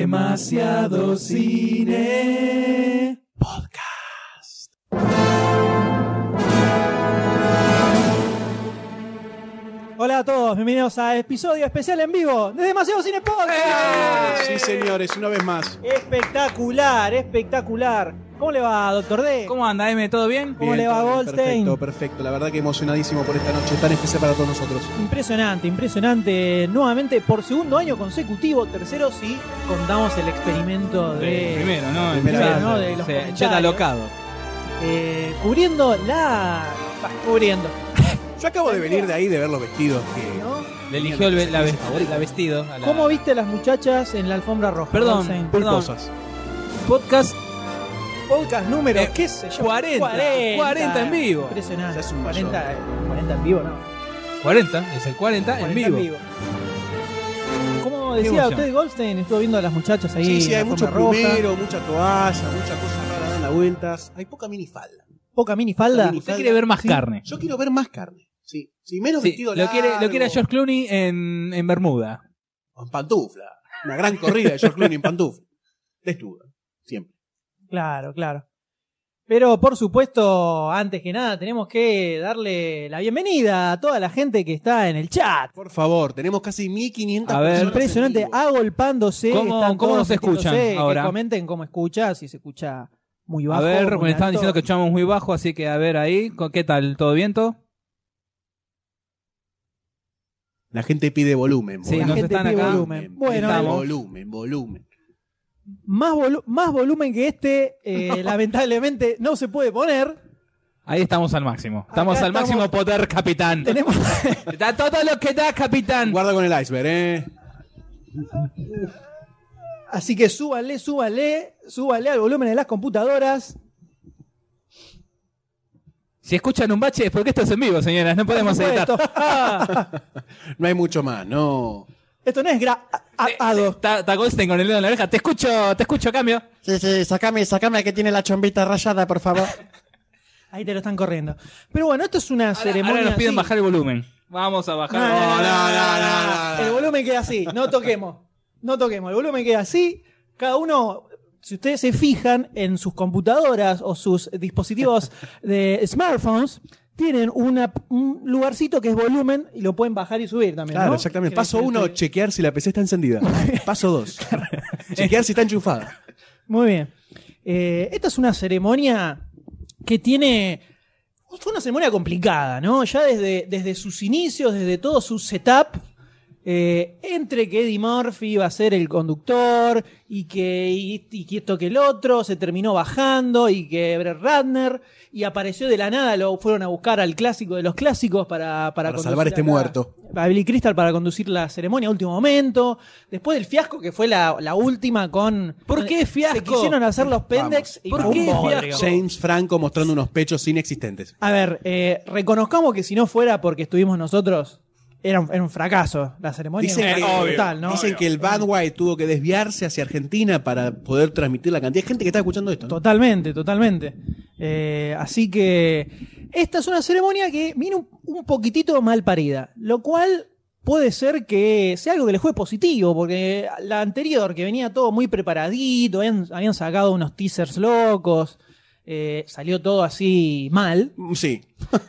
Demasiado cine. Podcast. Hola a todos, bienvenidos a episodio especial en vivo de Demasiado Cine Podcast. Sí, señores, una vez más. Espectacular, espectacular. ¿Cómo le va, doctor D? ¿Cómo anda, M? ¿Todo bien? ¿Cómo le va, todo Goldstein? Perfecto, perfecto. La verdad que emocionadísimo por esta noche tan especial para todos nosotros. Impresionante, impresionante. Nuevamente por segundo año consecutivo, tercero si contamos el experimento de... Eh, primero, ¿no? Primera Primero, vez, ¿no? De los Sí, comentarios. ya está alocado. eh, cubriendo la... bah, cubriendo, Yo acabo de venir de ahí de ver los vestidos que. ¿no? Le eligió el, ve- la, ve- la vestido. a la- ¿Cómo viste a las muchachas en la alfombra roja? Perdón, Goldstein? perdón. Pulposas. Podcast Podcast número, Eh, qué sé yo, 40, 40 en vivo. Impresionante. Ya es un 40, eh, 40 en vivo, no. 40, es el 40, 40 en vivo. Como Qué decía emoción. usted, Goldstein, estuvo viendo a las muchachas ahí. Sí, sí, en hay la mucho alfombra roja. plumero, mucha toalla, mucha cosa rara dando vueltas. Hay poca minifalda. Poca minifalda. Mini- Usted quiere ver más Sí. carne. Yo quiero ver más carne. Sí, sí menos Sí, vestido lo, quiere, lo largo. quiere a George Clooney en, en Bermuda. O En pantufla. Una gran corrida de George Clooney en pantufla. Desnuda. Siempre. Claro, claro. Pero por supuesto, antes que nada, tenemos que darle la bienvenida a toda la gente que está en el chat. Por favor, tenemos casi 1500 A ver. personas en Impresionante, vivo. agolpándose. ¿Cómo- están cómo todos nos escuchan metiéndose, ahora? Que comenten cómo escucha, si se escucha muy bajo. a ver, muy me estaban alto. diciendo que echamos muy bajo, así que a ver ahí. co- ¿Qué tal? ¿Todo bien, todo? La gente pide volumen. Sí, La nos gente están pide acá. volumen. Bueno, Estamos. volumen, volumen. más, volu- más volumen que este, eh, lamentablemente, no se puede poner. Ahí estamos al máximo. Estamos Acá al máximo estamos- poder, capitán. Tenemos, Da todo lo que da, capitán. Guarda con el iceberg, ¿eh? así que súbale, súbale, súbale al volumen de las computadoras. Si escuchan un bache es porque esto es en vivo, señoras. No podemos Por editar. supuesto. Ah, No hay mucho más, no. Esto no es grabado. Eh, Está está Goldstein con el dedo en la oreja. Te escucho, te escucho, cambio. Sí, sí, sacame, sacame la que tiene la chombita rayada, por favor. Ahí te lo están corriendo. Pero bueno, esto es una Ahora, ceremonia. ahora nos piden así. bajar el volumen. Vamos a bajar. No, no, no, no, no, no, no, no, no. El volumen queda así, no toquemos. No toquemos, el volumen queda así. Cada uno, si ustedes se fijan en sus computadoras o sus dispositivos de smartphones, tienen una- un lugarcito que es volumen y lo pueden bajar y subir también. Claro, ¿no? exactamente. Quiere Paso decir, uno, sí. chequear si la PC está encendida. Paso dos, chequear si está enchufada. Muy bien. Eh, esta es una ceremonia que tiene. Fue una ceremonia complicada, ¿no? Ya desde, desde sus inicios, desde todo su setup, eh, entre que Eddie Murphy iba a ser el conductor y que, y, y que esto que el otro, se terminó bajando y que Brett Ratner, y apareció de la nada, lo fueron a buscar al clásico de los clásicos para, para, Para conducir salvar este acá muerto. a Billy Crystal para conducir la ceremonia a último momento. Después del fiasco que fue la, la última con. ¿Por qué Se fiasco? quisieron hacer los pendex y ¿Por fue un qué bodrio. fiasco? James Franco mostrando unos pechos inexistentes. A ver, eh, reconozcamos que si no fuera porque estuvimos nosotros, era un, era un fracaso la ceremonia. Dicen, era un que, fracaso total, ¿no? dicen que el Bandway tuvo que desviarse hacia Argentina para poder transmitir la cantidad de gente que está escuchando esto. ¿no? Totalmente, totalmente. Eh, así que esta es una ceremonia que viene un, un poquitito mal parida, lo cual puede ser que sea algo que les fue positivo, porque la anterior, que venía todo muy preparadito, habían, habían sacado unos teasers locos, eh, salió todo así mal. Mm, Sí,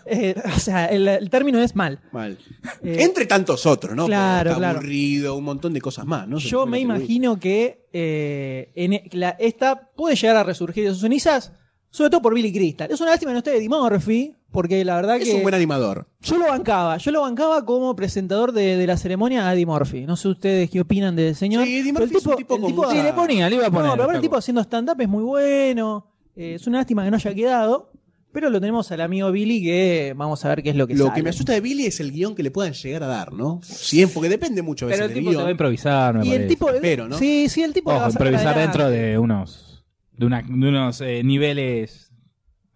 Eh, o sea, el, el término es mal. mal. Eh, Entre tantos otros, ¿no? claro, Está claro. aburrido, un montón de cosas más, ¿no? Se Yo puede me atribuir. imagino que eh, en e- la- esta puede llegar a resurgir de sus cenizas, sobre todo por Billy Crystal. Es una lástima que no esté Eddie Murphy, porque la verdad Es que un buen animador. yo lo bancaba, yo lo bancaba como presentador de, de la ceremonia a Eddie Murphy. No sé ustedes qué opinan del señor. Sí, Eddie pero Murphy es un tipo el con mucha- Sí, le ponía, le iba a No, poner. pero ahora el tipo Paco. haciendo stand-up es muy bueno. Eh, es una lástima que no haya quedado, pero lo tenemos al amigo Billy que vamos a ver qué es lo que Lo sale. que me asusta de Billy es el guión que le puedan llegar a dar, ¿no? Sí, porque depende mucho a veces Pero el del tipo se va a guión. improvisar, me Y el parece. tipo, Espero, ¿no? sí, sí, el tipo la va Ojo, a sacar improvisar adelante. dentro de unos, de, una- de unos eh, niveles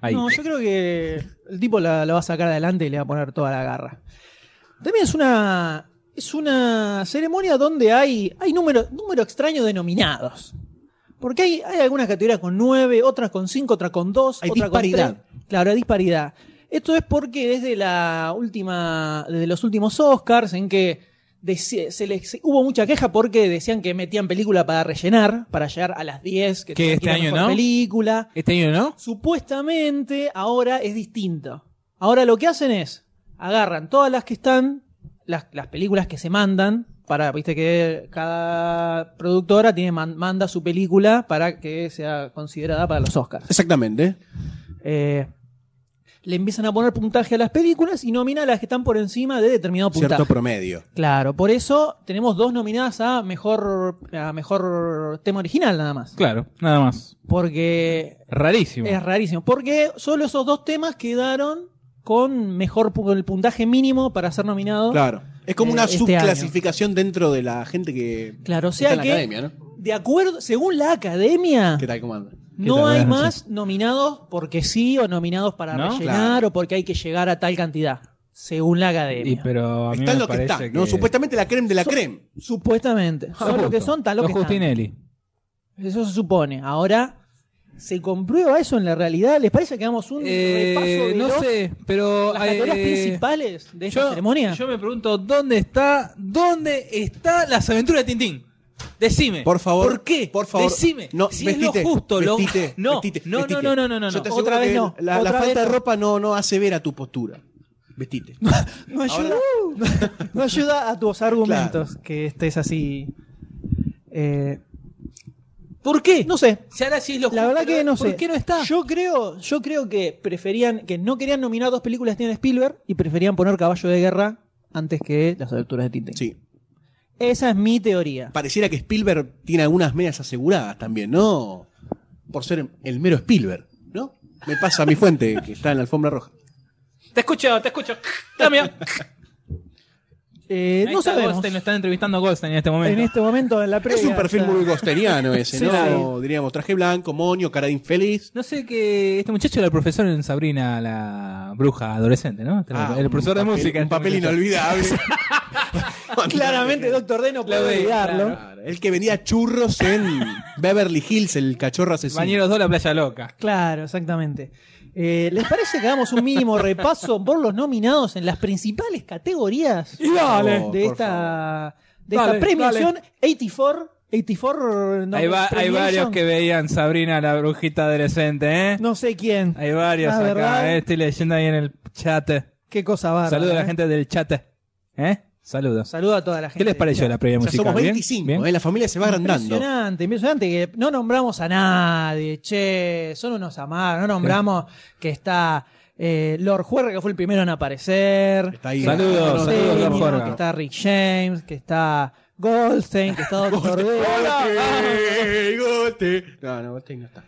ahí. No, yo creo que el tipo la, la va a sacar adelante y le va a poner toda la garra. También es una es una ceremonia donde hay hay número número extraño denominados. Porque hay, hay algunas categorías con nueve, otras con cinco, otras con dos, Hay otras disparidad. con tres. Claro, hay disparidad. Esto es porque desde la última desde los últimos Oscars en que deci- se les- se- hubo mucha queja porque decían que metían película para rellenar, para llegar a las 10, que Que tenía este ir a año mejor no. película. Este año no. Supuestamente ahora es distinto. Ahora lo que hacen es agarran todas las que están, las, las películas que se mandan, para, viste que cada productora tiene, man- manda su película para que sea considerada para los Oscars. Exactamente. Eh, le empiezan a poner puntaje a las películas y nomina a las que están por encima de determinado puntaje. Cierto promedio. Claro, por eso tenemos dos nominadas a mejor, a mejor tema original nada más. Claro, nada más. Porque Rarísimo. es rarísimo. Porque solo esos dos temas quedaron con mejor pu- el puntaje mínimo para ser nominado. Claro. Es como Eh, una este subclasificación dentro de la gente que Claro, o está sea en la que, academia, ¿no? de acuerdo, según la Ah. academia, ¿Qué tal, cómo anda? no tal? hay Buenas más nominados porque sí o nominados para ¿No? rellenar Claro. o porque hay que llegar a tal cantidad. Según la academia. Y, pero a mí Está me lo que parece está, ¿no? Supuestamente la creme de la So- creme. Supuestamente. Son lo que Ah, son, tal lo que están. Justinelli. Eso se supone. Ahora, ¿se comprueba eso en la realidad? ¿Les parece que hagamos un repaso Eh, de no los- sé, pero las categorías eh, principales de esta ceremonia? Yo me pregunto dónde está, dónde está las aventuras de Tintín. Decime. Por favor. ¿Por qué? Por favor. Decime. No, si vestite, es lo justo, lo- vestite, no, vestite, no, vestite. no, no, no, no, Yo te no. aseguro Otra vez que no, La, la otra falta vez de no. ropa no, no hace ver a tu postura. Vestite. No ayuda, Ahora- no ayuda a tus argumentos que estés así. Eh, ¿Por qué? no sé. Si ahora sí es lo La justo, verdad que pero no sé. ¿Por qué no está? Yo creo, yo creo que preferían, que no querían nominar dos películas de Steven Spielberg y preferían poner Caballo de Guerra antes que las aventuras de Tintín. Sí. Esa es mi teoría. Pareciera que Spielberg tiene algunas medias aseguradas también, ¿no? Por ser el mero Spielberg, ¿no? Me pasa a mi fuente, que está en la alfombra roja. Te escucho, te escucho. Dame. Eh, no sabemos. Goldstein, lo están entrevistando a Goldstein en este momento. En este momento, en la previa. Es un perfil está- muy gosteriano ese, Sí, ¿no? claro. Diríamos traje blanco, moño, cara de infeliz. No sé que este muchacho era el profesor en Sabrina, la bruja adolescente, ¿no? Este era Ah, el un profesor de papel- música. Un este papel muchacho. inolvidable. Claramente, Doctor D no puede Claro, olvidarlo. Claro. claro. Claro, El que vendía churros en Beverly Hills, el cachorro asesino. Bañeros 2, la playa loca. exactamente. Eh, ¿Les parece que hagamos un mínimo repaso por los nominados en las principales categorías Y dale. Por de favor. esta, de Dale, esta premiación 84? 84 no, hay, va- hay premiation. varios que veían Sabrina, la brujita adolescente, ¿eh? No sé quién. Hay varios Ah, acá, ¿verdad? eh, estoy leyendo ahí en el chat. Qué cosa bárbara. Saludos a la eh. gente del chat. ¿Eh? Saludos. Saludo a toda la gente. ¿Qué les pareció la previa Ya musical? somos ¿Bien? 25, ¿Bien? ¿eh? la familia se va agrandando. Impresionante, impresionante que no nombramos a nadie, che, son unos amados, no nombramos que está eh, Lord Juerga, que fue el primero en aparecer. Está ahí. Saludos, Marcelo saludos, Lord Seño, Juerga. Que está Rick James, que está Goldstein, que está Doctor D. Gote, gote. No, no, Gote no está.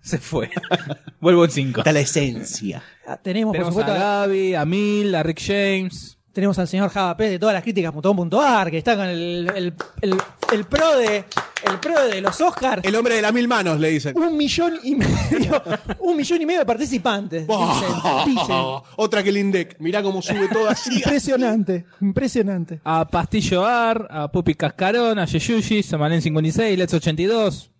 Se fue. Vuelvo en 5. Está la esencia. Ah, Tenemos, por Tenemos a supuesto, Gaby, a Mil, a Rick James. tenemos al señor Java Pérez de todas las críticas.com.ar, que está con el, el, el- el pro de, el pro de los Oscars. El hombre de las mil manos, le dicen. Un millón y medio, un millón y medio de participantes. Bah, Dicen, dicen. Otra que el Indec. Mirá cómo sube todo así. Impresionante, impresionante. A Pastillo Ar, a Pupi Cascarón, a Yeyushi, Samalén 56, Let's 82.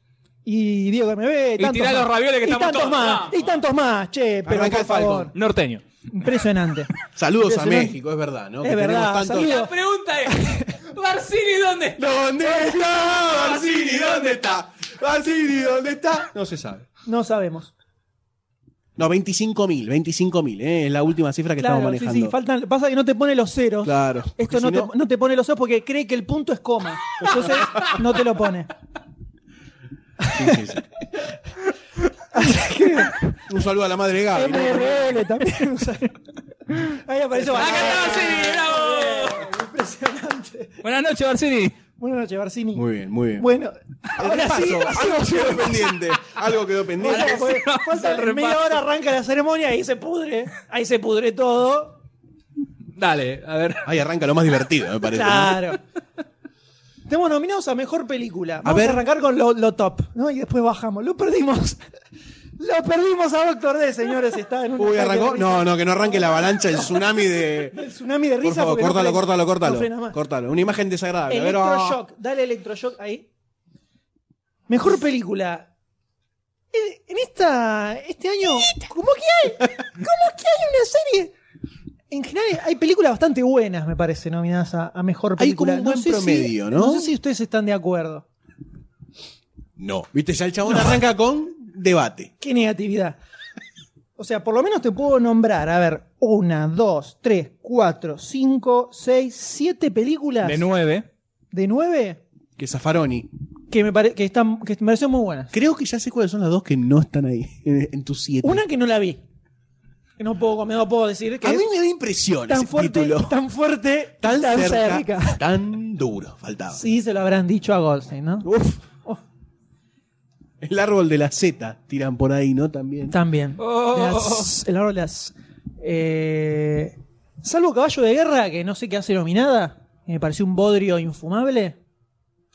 Y Diego MB, tantos tirá más. los ravioles que y estamos tantos todos, más, vamos. y tantos más, che, pero Arranca por el Falcon. favor. Norteño. Impresionante. Saludos a Impresionante. México, es verdad, ¿no? Es verdad, tenemos tantos- saludos. La pregunta es: ¿Barcini dónde ¿Dónde está Barcini? ¿Dónde está? Barcini, ¿dónde está? No se sabe. No sabemos. No, 25.000, 25.000, ¿eh? es la última cifra que estamos Claro, sí, manejando. sí, faltan, pasa que no te pone los ceros. Claro. Esto porque no, si te, no te pone los ceros porque cree que el punto es coma. Entonces no te lo pone. Sí, sí, sí. Un saludo a la madre de Gaby. Ah, ¿no? MRL también. o sea, Ahí apareció Barcini, bravo! Impresionante. Buenas noches, Barcini. Buenas noches, Barcini. Muy bien, muy bien. Bueno, El ahora sí, repaso, algo quedó pendiente. Algo quedó pendiente. Bueno, pues, falta media hora arranca la ceremonia y ahí se pudre. Ahí se pudre todo. Dale, a ver. Ahí arranca lo más divertido, me parece. ¿no? Claro. Estamos nominados a mejor película. Vamos a, ver. arrancar con lo, lo top, ¿no? Y después bajamos. Lo perdimos. Lo perdimos a Doctor D, señores. Está en un ataque Uy, de arrancó. risa. No, no, que no arranque la avalancha, el tsunami de. El tsunami de Por risa. favor, porque no córtalo, frena. córtalo, No frena más. córtalo. Córtalo. Una imagen desagradable. A ver, ah. Electroshock. Dale Electroshock ahí. Mejor película. Eh, En en esta, este año, ¿cómo que hay? ¿Cómo que hay una serie En general hay películas bastante buenas, me parece, nominadas a, a mejor Hay película. como un buen sé si- promedio, ¿no? No sé si ustedes están de acuerdo. No. Viste, ya el chabón arranca con debate. Qué negatividad. O sea, por lo menos te puedo nombrar, a ver, una, dos, tres, cuatro, cinco, seis, siete películas De nueve. de nueve Que Zaffaroni. que me, pare- que están, que me parecen muy buenas. Creo que ya sé cuáles son las dos que no están ahí, en, en tus siete. Una que no la vi. Que no puedo, no puedo decir que a es mí me da impresión tan ese fuerte, título. tan fuerte, Tan, tan, cerca, cerca. tan duro, faltaba. Sí, se lo habrán dicho a Goldstein, ¿no? Uf. Oh. El árbol de la Z tiran por ahí, ¿no? También. También. Las- el árbol de las. eh, salvo Caballo de Guerra, que no sé qué hace nominada, que me pareció un bodrio infumable.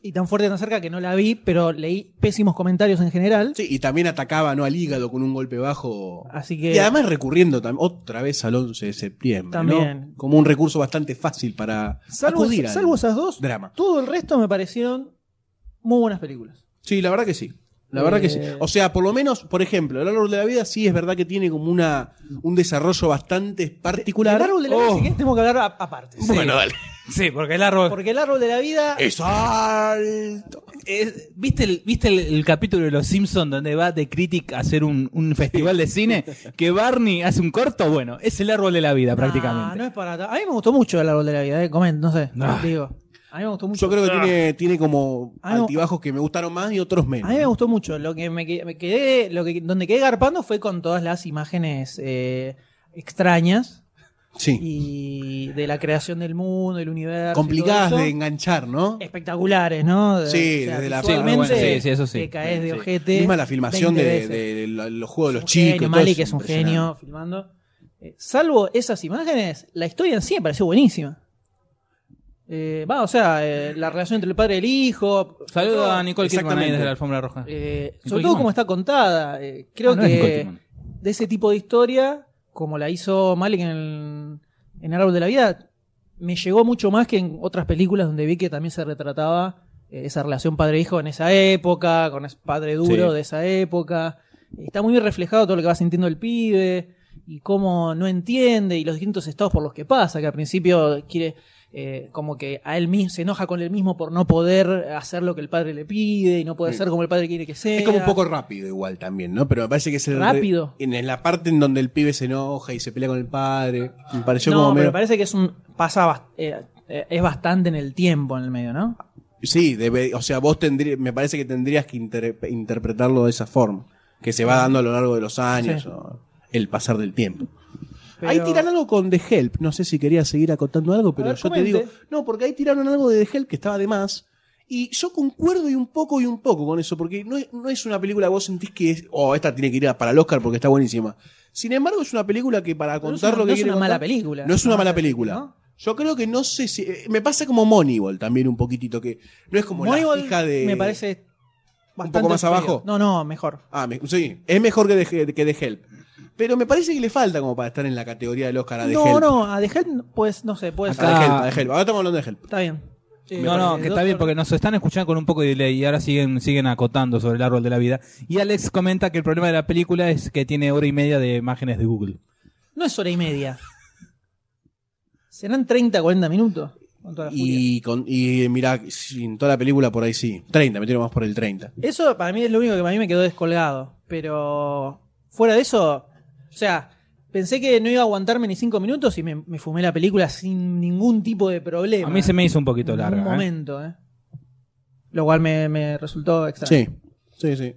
Y tan fuerte, tan cerca que no la vi, pero leí pésimos comentarios en general. Sí, y también atacaba ¿no? al hígado con un golpe bajo. Así que. Y además recurriendo tam- otra vez al 11 de septiembre. También. ¿no? Como un recurso bastante fácil para salvo, acudir al salvo esas dos, drama. todo el resto me parecieron muy buenas películas. Sí, la verdad que sí. La verdad que sí. Eh. O sea, por lo menos, por ejemplo, el árbol de la vida sí es verdad que tiene como una un desarrollo bastante particular. El árbol de la vida, Oh, si querés, tenemos que hablar a- aparte. Sí. Bueno, dale. Sí, porque el árbol. Porque el árbol de la vida. Es alto. Es- ¿Viste, el, ¿Viste el, el capítulo de Los Simpsons donde va The Critic a hacer un, un festival de cine? Que Barney hace un corto, bueno, es el árbol de la vida Ah, no prácticamente. es para. ta- A mí me gustó mucho el árbol de la vida, eh. Comen, no sé. Ah. Digo. A mí me gustó mucho. Yo creo que tiene, tiene como Ah, no. altibajos que me gustaron más y otros A menos. mí me gustó mucho. Lo que me, que- me quedé, lo que, donde quedé garpando fue con todas las imágenes eh, extrañas Sí. y de la creación del mundo, del universo. y Complicadas todo de eso. enganchar, ¿no? espectaculares, ¿no? De- Sí, desde la- Sí, muy visualmente bueno. Sí, sí, eso sí. Te caes de Sí. ojete. Misma la filmación de, 20 veces. de- de lo- los juegos de los Un chicos. y genio, todo Mali, eso que es un impresionante. genio filmando. Eh, salvo esas imágenes, la historia en sí me pareció buenísima. Eh, va, o sea, eh, la relación entre el padre y el hijo. Saludo a Nico Nicole Kidman ahí Exactamente. desde la alfombra roja. Eh, Nicole sobre todo Kidman. como está contada. eh, creo Ah, no es Nicole que Kidman. de ese tipo de historia, como la hizo Malik en, el- en Árbol de la Vida, me llegó mucho más que en otras películas donde vi que también se retrataba eh, esa relación padre-hijo en esa época, con ese padre duro Sí. de esa época. Está muy bien reflejado todo lo que va sintiendo el pibe y cómo no entiende y los distintos estados por los que pasa, que al principio quiere eh, como que a él mismo se enoja con él mismo por no poder hacer lo que el padre le pide y no poder Sí. ser como el padre quiere que sea. Es como un poco rápido igual también, ¿no? Pero me parece que es el re- Rápido. en en la parte en donde el pibe se enoja y se pelea con el padre. Me pareció no, como pero medio... me parece que es un pasa bas- eh, eh, es bastante en el tiempo en el medio, ¿no? Sí, debe- o sea, vos tendrías, me parece que tendrías que inter- interpretarlo de esa forma, que se va dando a lo largo de los años, Sí. o el pasar del tiempo. Pero- Ahí tiran algo con The Help, no sé si querías seguir acotando algo, pero ver, yo comente. te digo, no, porque ahí tiraron algo de The Help que estaba de más, y yo concuerdo y un poco y un poco con eso, porque no, es- no es una película que vos sentís que es, oh, esta tiene que ir a- para el Oscar porque está buenísima. Sin embargo, es una película que para Pero no es contar una- lo que no es quiere una mala contar, película. No es una No, mala ¿no? película. Yo creo que no sé si. eh, Me pasa como Moneyball también un poquitito, que no es como Moneyball la fija de. me parece poco bastante más abajo. No, no, mejor. Ah, me- sí, es mejor que de, que de Help. Pero me parece que le falta como para estar en la categoría del Oscar a de no, Help. no, a The Help, pues no sé, puede A ser. The Acá- Help, a The Help. Ahora estamos hablando de Help. Está bien. Eh, No, no, que eh, Doctor- está bien porque nos están escuchando con un poco de delay y ahora siguen, siguen acotando sobre el árbol de la vida. Y Alex comenta que el problema de la película es que tiene hora y media de imágenes de Google. No es hora y media. Serán 30, 40 minutos. Con toda la furia. Y, con, y mirá, sin toda la película por ahí sí. 30, me tiro más por el 30. Eso para mí es lo único que para mí me quedó descolgado. Pero fuera de eso, o sea, pensé que no iba a aguantarme ni cinco minutos y me, me fumé la película sin ningún tipo de problema. A mí se me hizo un poquito en larga. un ¿eh? momento, ¿eh? Lo cual me, me resultó extraño. Sí, sí, sí.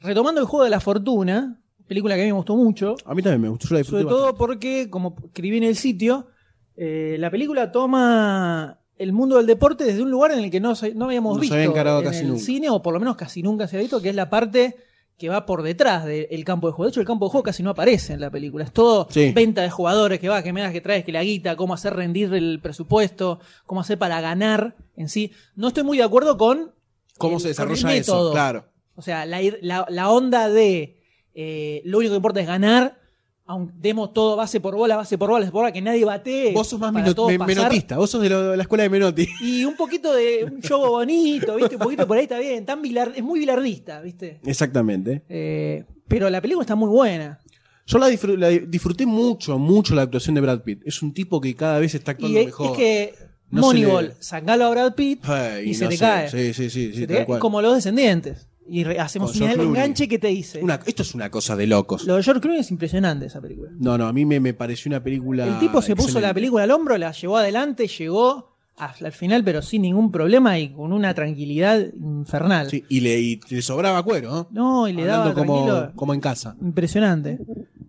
Retomando el juego de la fortuna, película que a mí me gustó mucho, A mí también me gustó. Yo la disfruté sobre todo porque, como escribí en el sitio, eh, la película toma el mundo del deporte desde un lugar en el que no, se- no habíamos No se visto había encarado en casi el nunca. cine, o por lo menos casi nunca se ha visto, que es la parte que va por detrás del campo de juego. De hecho, el campo de juego casi no aparece en la película. Es todo Sí. venta de jugadores, que va, que menos que traes, que la guita, cómo hacer rendir el presupuesto, cómo hacer para ganar en sí. No estoy muy de acuerdo con bastante. ¿Cómo el- se con desarrolla el eso? método. Claro. o sea, la, ir- la- la onda de eh, lo único que importa es ganar, aunque demos todo base por bola, base por bola, base por bola, que nadie bate. Vos sos más para menot- todos men- pasar. menotista. Vos sos de, lo- de la escuela de Menotti. Y un poquito de un show bonito, ¿viste? Un poquito por ahí está bien. Tan bilar- es muy bilardista, ¿viste? Exactamente. Eh, pero la película está muy buena. Yo la, disfr- la di- disfruté mucho, mucho la actuación de Brad Pitt. Es un tipo que cada vez está Y actuando es, mejor. es que No se Moneyball, le- sacalo a Brad Pitt Ay, y, se no te sé. cae. Sí, sí, sí, sí, Se te tal cae, cual. Como los descendientes. Y re- hacemos Con un George el Clooney. enganche que te dice. Una- esto es una cosa de locos. Lo de George Clooney es impresionante esa película. No, no, a mí me, me pareció una película. El tipo se puso la excelente. película al hombro, la llevó adelante, llegó hasta el final, pero sin ningún problema y con una tranquilidad infernal. Sí, y le, y le sobraba cuero, ¿no? No, y le Hablando daba tranquilo. como, como en casa. Impresionante.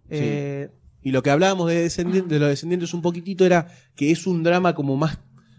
Eh, Y lo que hablábamos de, descendi- de los descendientes un poquitito era que es un drama como más,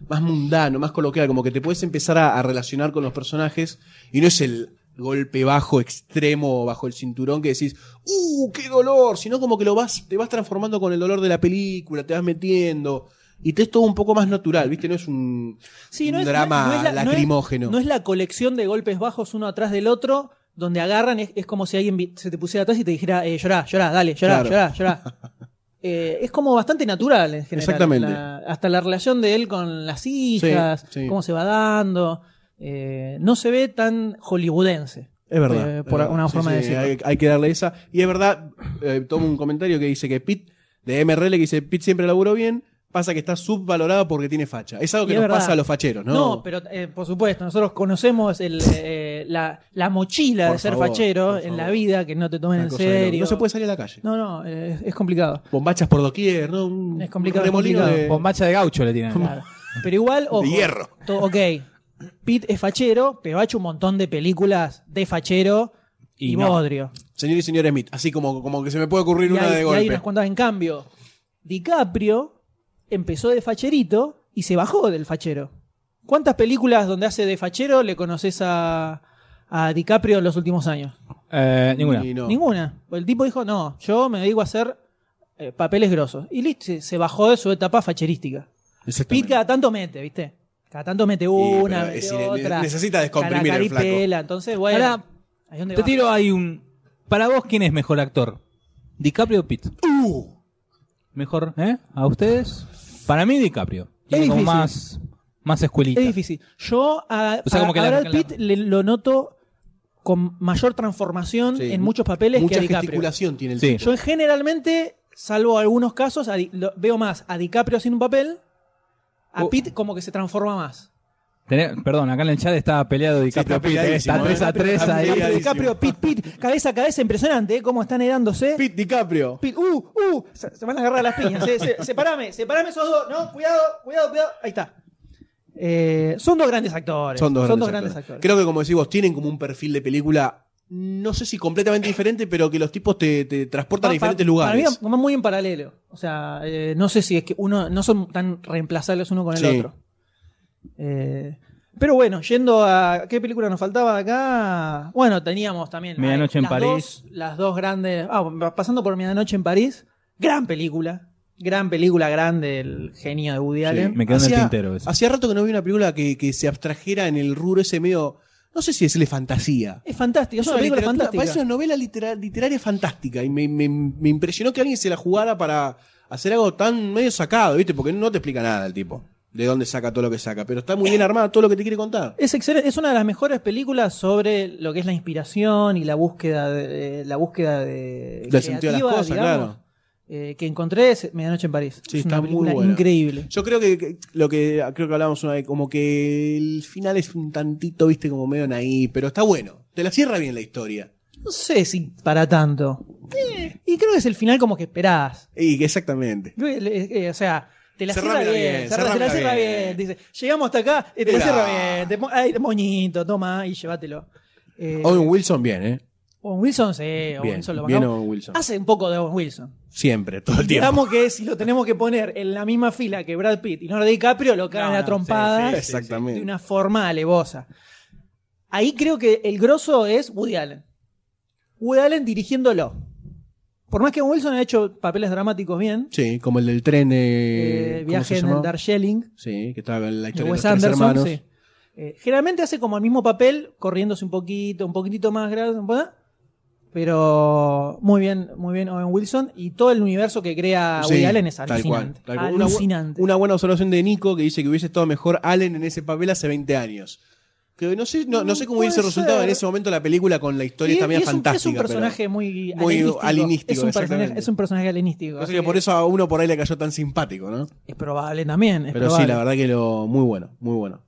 más mundano, más coloquial, como que te puedes empezar a, a relacionar con los personajes y no es el golpe bajo, extremo, bajo el cinturón que decís, ¡uh, qué dolor! Sino como que lo vas, te vas transformando con el dolor de la película, te vas metiendo. Y te es todo un poco más natural, ¿viste? No es un, sí, un no es- drama no es la- no es- lacrimógeno. No es la colección de golpes bajos uno atrás del otro, donde agarran, es, es como si alguien vi- se te pusiera atrás y te dijera, eh, llorá, llorá, dale, llorá, llorá, Claro. llorá. Eh, es como bastante natural en general. Exactamente. La- hasta la relación de él con las hijas, Sí, sí. cómo se va dando. eh, no se ve tan hollywoodense. Es verdad. Eh, por es una verdad. forma de decirlo. Hay, hay que darle esa. Y es verdad, eh, tomo un comentario que dice que Pit, de MRL, que dice Pit siempre laburó bien, pasa que está subvalorado porque tiene facha. Es algo que Y es nos verdad. pasa a los facheros, ¿no? No, pero eh, por supuesto, nosotros conocemos el, eh, la, la mochila Por de ser favor, fachero por en la favor. vida, que no te tomen Una en cosa de loco. serio. No se puede salir a la calle. No, no, eh, es- es complicado. Bombachas por doquier, ¿no? Un Es complicado, remolino complicado. de- Bombacha de gaucho le tienen. Claro. Pero igual, ojo. hierro. to- ok. Pete es fachero, pero ha hecho un montón de películas de fachero y, Y no. bodrio. Señor y señor Smith, así como, como que se me puede ocurrir Y una hay, de y hay golpe. unas cuantas. En cambio, DiCaprio empezó de facherito y se bajó del fachero. ¿Cuántas películas donde hace de fachero le conoces a, a DiCaprio en los últimos años? Eh, ninguna. Y no. Ninguna. El tipo dijo, no, yo me dedico a hacer eh, papeles grosos. Y listo, se- se bajó de su etapa facherística. Exactamente. Pit cada tanto mete, ¿viste? Cada tanto mete Y, una, pero mete es- otra. necesita descomprimir el flaco. Caracaripela, entonces, bueno. Ahora, ahí donde Te va. tiro ahí un. Para vos, ¿quién es mejor actor? ¿DiCaprio o Pitt? Uh, Mejor, ¿eh? ¿A ustedes? Para mí, DiCaprio. Tiene Es como difícil. más, más escuelita. Es difícil. Yo a, O sea, a- como que a la- Brad Pitt le- lo noto con mayor transformación Sí. en muchos papeles mucha que a DiCaprio. gesticulación tiene el Sí. tipo. Yo generalmente, salvo algunos casos, a Di- lo- veo más a DiCaprio haciendo un papel, a Oh. Pitt como que se transforma más. Tené- perdón, acá en el chat estaba peleado DiCaprio está Pitt. ¿eh? peleadísimo, Está ¿eh? 3 a 3 Está ahí. peleadísimo. DiCaprio, Pitt, Pitt, cabeza a cabeza, impresionante, ¿eh? cómo están herándose. Pit DiCaprio. Pit, uh, uh, se, se van a agarrar las piñas. Se, se- separame, separame esos dos, ¿no? Cuidado, cuidado, cuidado. Ahí está. Eh, son dos grandes actores. Son dos, grandes, grandes actores. actores. Creo que, como decís vos, tienen como un perfil de película, no sé si completamente diferente, pero que los tipos te, te transportan Va- a diferentes pa- lugares. Para mí van muy en paralelo. O sea, eh, no sé si es que uno no son tan reemplazables uno con el Sí. otro. Eh, pero bueno, yendo a qué película nos faltaba de acá. Bueno, teníamos también la- Medianoche en las París. dos- las dos grandes. Ah, pasando por Medianoche en París, gran película. Gran película grande, el genio de Woody Allen. me quedó en el Hacía- tintero eso. Hacía rato que no vi una película que, que se abstrajera en el rubro ese medio, no sé si decirle fantasía. Es fantástico, es una película literatura- fantástica. parece una novela litera- literaria fantástica y me, me- me impresionó que alguien se la jugara para hacer algo tan medio sacado, ¿viste? Porque no te explica nada el tipo, de dónde saca todo lo que saca, pero está muy bien armada todo lo que te quiere contar. Es excelente, es una de las mejores películas sobre lo que es la inspiración y la búsqueda de, eh, la búsqueda de Del sentido de las Eh, creativa, cosas, claro. eh, que encontré es Medianoche en París. Sí, es está una muy película buena. increíble. Yo creo que, que lo que creo que hablábamos una vez, como que el final es un tantito, viste, como medio naí, pero está bueno. Te la cierra bien la historia. No sé si para tanto. Eh. Y creo que es el final como que esperás. Y exactamente. Creo que le- eh, o sea, te la Cerrámela cierra bien, cerra- bien, te la cerrámela cierra bien. bien. Dice, llegamos hasta acá, eh, te la Era. cierra bien. Te, mo- ay, moñito, toma y llévatelo. Eh, Owen Wilson, bien, ¿eh? Owen Wilson, sí, Owen Bien, Wilson lo bien bancamos. Owen Wilson. Hace un poco de Owen Wilson. Siempre, todo el tiempo. Digamos que si lo tenemos que poner en la misma fila que Brad Pitt y Leonardo DiCaprio, lo cagan No, a no, trompadas sí, sí, de Exactamente. una forma alevosa. Ahí creo que el grosso es Woody Allen. Woody Allen dirigiéndolo. Por más que Wilson ha hecho papeles dramáticos bien, Sí, como el del tren. eh, Eh, ¿cómo se viaje en el llamaba? Darjeeling, Sí, que estaba en de la historia de los Wes tres Anderson, hermanos. sí. Eh, generalmente hace como el mismo papel, corriéndose un poquito, un poquitito más grande, ¿verdad? pero muy bien, muy bien Owen Wilson y todo el universo que crea Sí, Woody Ah, Allen es tal cual, alucinante. tal cual. Una bu- Alucinante. Una, buena observación de Nico que dice que hubiese estado mejor Allen en ese papel hace 20 años. Que no sé, no, no sé cómo Puede hubiese resultado ser. en ese momento la película con la Y- historia esta y media es un- fantástica. Es un pero- personaje muy, Muy alienístico. alienístico, Es un personaje, exactamente. es un personaje alienístico. No así sé que por que eso a uno por ahí le cayó tan simpático, ¿no? Es probable también. es Pero sí, probable. la verdad que lo muy bueno, muy bueno.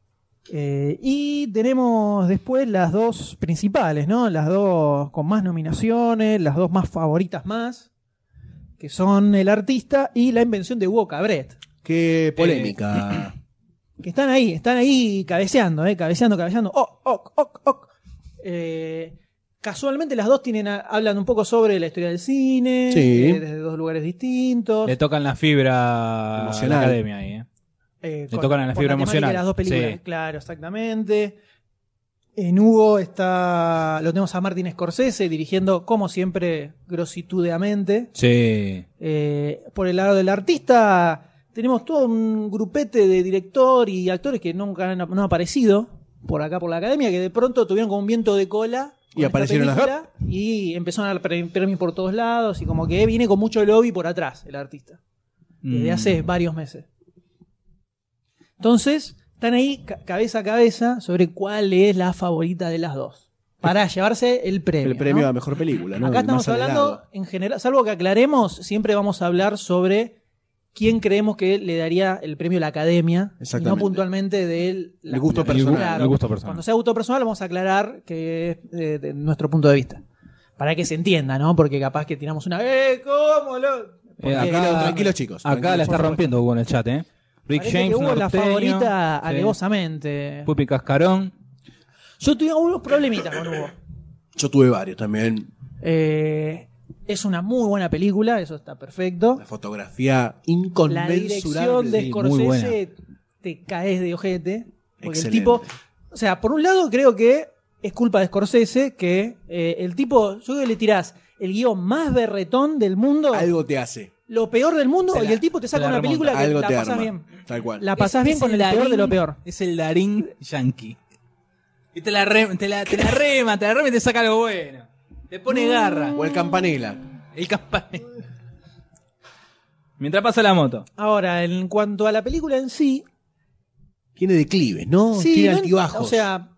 Eh, y tenemos después las dos principales, ¿no? Las dos con más nominaciones, las dos más favoritas más, que son El Artista y La Invención de Hugo Cabret. Eh, Qué polémica. Que están ahí, están ahí cabeceando, ¿eh? Cabeceando, cabeceando. ¡Oc, oc, oc, oc! Eh, casualmente las dos tienen, a- hablan un poco sobre la historia del cine, Sí. eh, desde dos lugares distintos. Le tocan la fibra Emocional. a la academia ahí, ¿eh? Eh, Le tocan a la fibra temática emocional. de las dos películas, Sí. claro, exactamente. En Hugo está, lo tenemos a Martin Scorsese dirigiendo, como siempre, grositudeamente. Sí. Eh, por el lado del artista, tenemos todo un grupete de director y actores que nunca han, no han aparecido por acá, por la academia, que de pronto tuvieron como un viento de cola. Y con esta aparecieron las- película Y empezaron a dar pre- premios por todos lados y como que viene con mucho lobby por atrás el artista desde Mm. hace varios meses. Entonces, están ahí ca- cabeza a cabeza sobre cuál es la favorita de las dos para llevarse el premio. El premio ¿no? a mejor película, ¿no? Acá El más estamos hablando anhelado. en general, salvo que aclaremos, siempre vamos a hablar sobre quién creemos que le daría el premio a la academia, y no Exactamente. puntualmente del la- El gusto la- personal. claro. El gusto Cuando personal. sea gusto personal vamos a aclarar que es eh, de nuestro punto de vista. Para que se entienda, ¿no? Porque capaz que tiramos una... ¡Eh, cómo lo...! Eh, Tranquilos, acá- tranquilos, chicos. Acá la tranquilos, está por favor. rompiendo Hugo en el chat, ¿eh? Rick Parece James, que Hugo es la norteño, favorita sí. alevosamente. Pupi Cascarón. Yo tuve unos problemitas con Hugo. Yo tuve varios también. Eh, es una muy buena película, eso está perfecto. La fotografía La inconmensurable. dirección de muy Scorsese buena. te caes de ojete. Porque el Excelente. tipo. O sea, por un lado creo que es culpa de Scorsese que eh, el tipo, yo creo que le tirás el guión más berretón del mundo, Algo te hace. lo peor del mundo, Te la- y el tipo te te saca la una remonta. película que Algo la te pasás arma. bien. Tal cual. La pasás bien Es con el peor Darín- de lo peor. Es el Darín Yankee. Y te la, re- te la, te la rema, te la rema y te saca algo bueno. Te pone garra. O el campanela. El campanero. Mientras pasa la moto. Ahora, en cuanto a la película en sí, Tiene declives, ¿no? Sí, Tiene no ent- altibajos. O sea,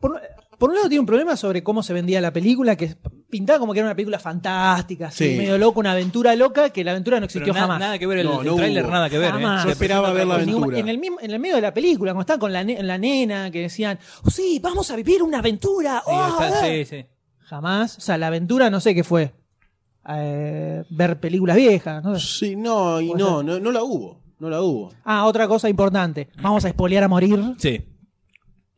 por, por un lado tiene un problema sobre cómo se vendía la película, que es pintaba como que era una película fantástica, así, Sí. medio loco, una aventura loca, que la aventura no Pero existió na- jamás. Nada que ver el, No, el no tráiler, hubo. nada que ver. ¿eh? Jamás. Yo esperaba ver la Ni- aventura. En el, mismo- en el medio de la película, cuando estaban con la, ne- la nena, que decían, "Oh, sí, vamos a vivir una aventura. Sí, oh, está- a sí, ver". sí. Jamás. O sea, la aventura no sé qué fue. Eh, ver películas viejas. ¿no? Sí, no, y Puede no, no, no la hubo. No la hubo. Ah, otra cosa importante. Vamos a espolear a morir. Sí.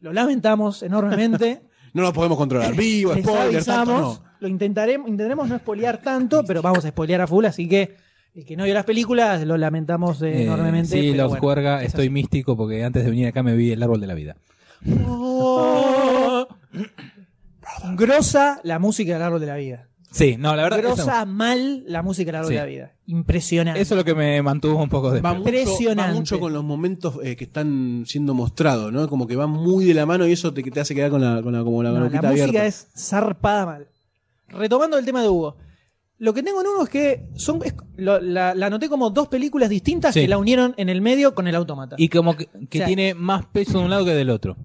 Lo lamentamos enormemente. No la podemos controlar. Vivo, Les spoiler, tanto avisamos, no. lo intentaremos, intentaremos no spoilear tanto, pero vamos a spoilear a full, así que el que no vio las películas lo lamentamos eh, Eh, enormemente. Sí, pero los bueno, juerga, es estoy así. místico porque antes de venir acá me vi el árbol de la vida. Oh. Grosa la música del árbol de la vida. Sí, no, la verdad. Grosa Eso, mal la música del árbol Sí. de la vida. Impresionante. eso es lo que me mantuvo un poco de. Va mucho, va Impresionante. mucho con los momentos eh, que están siendo mostrados, ¿no? Como que va muy de la mano y eso te, te hace quedar con la, con la, como la, No, boquita la música abierta. es zarpada mal. Retomando el tema de Hugo. Lo que tengo en uno es que son es- lo- la, la anoté como dos películas distintas Sí. que la unieron en el medio con el automata. Y como que, que O sea, tiene más peso de un lado que del otro.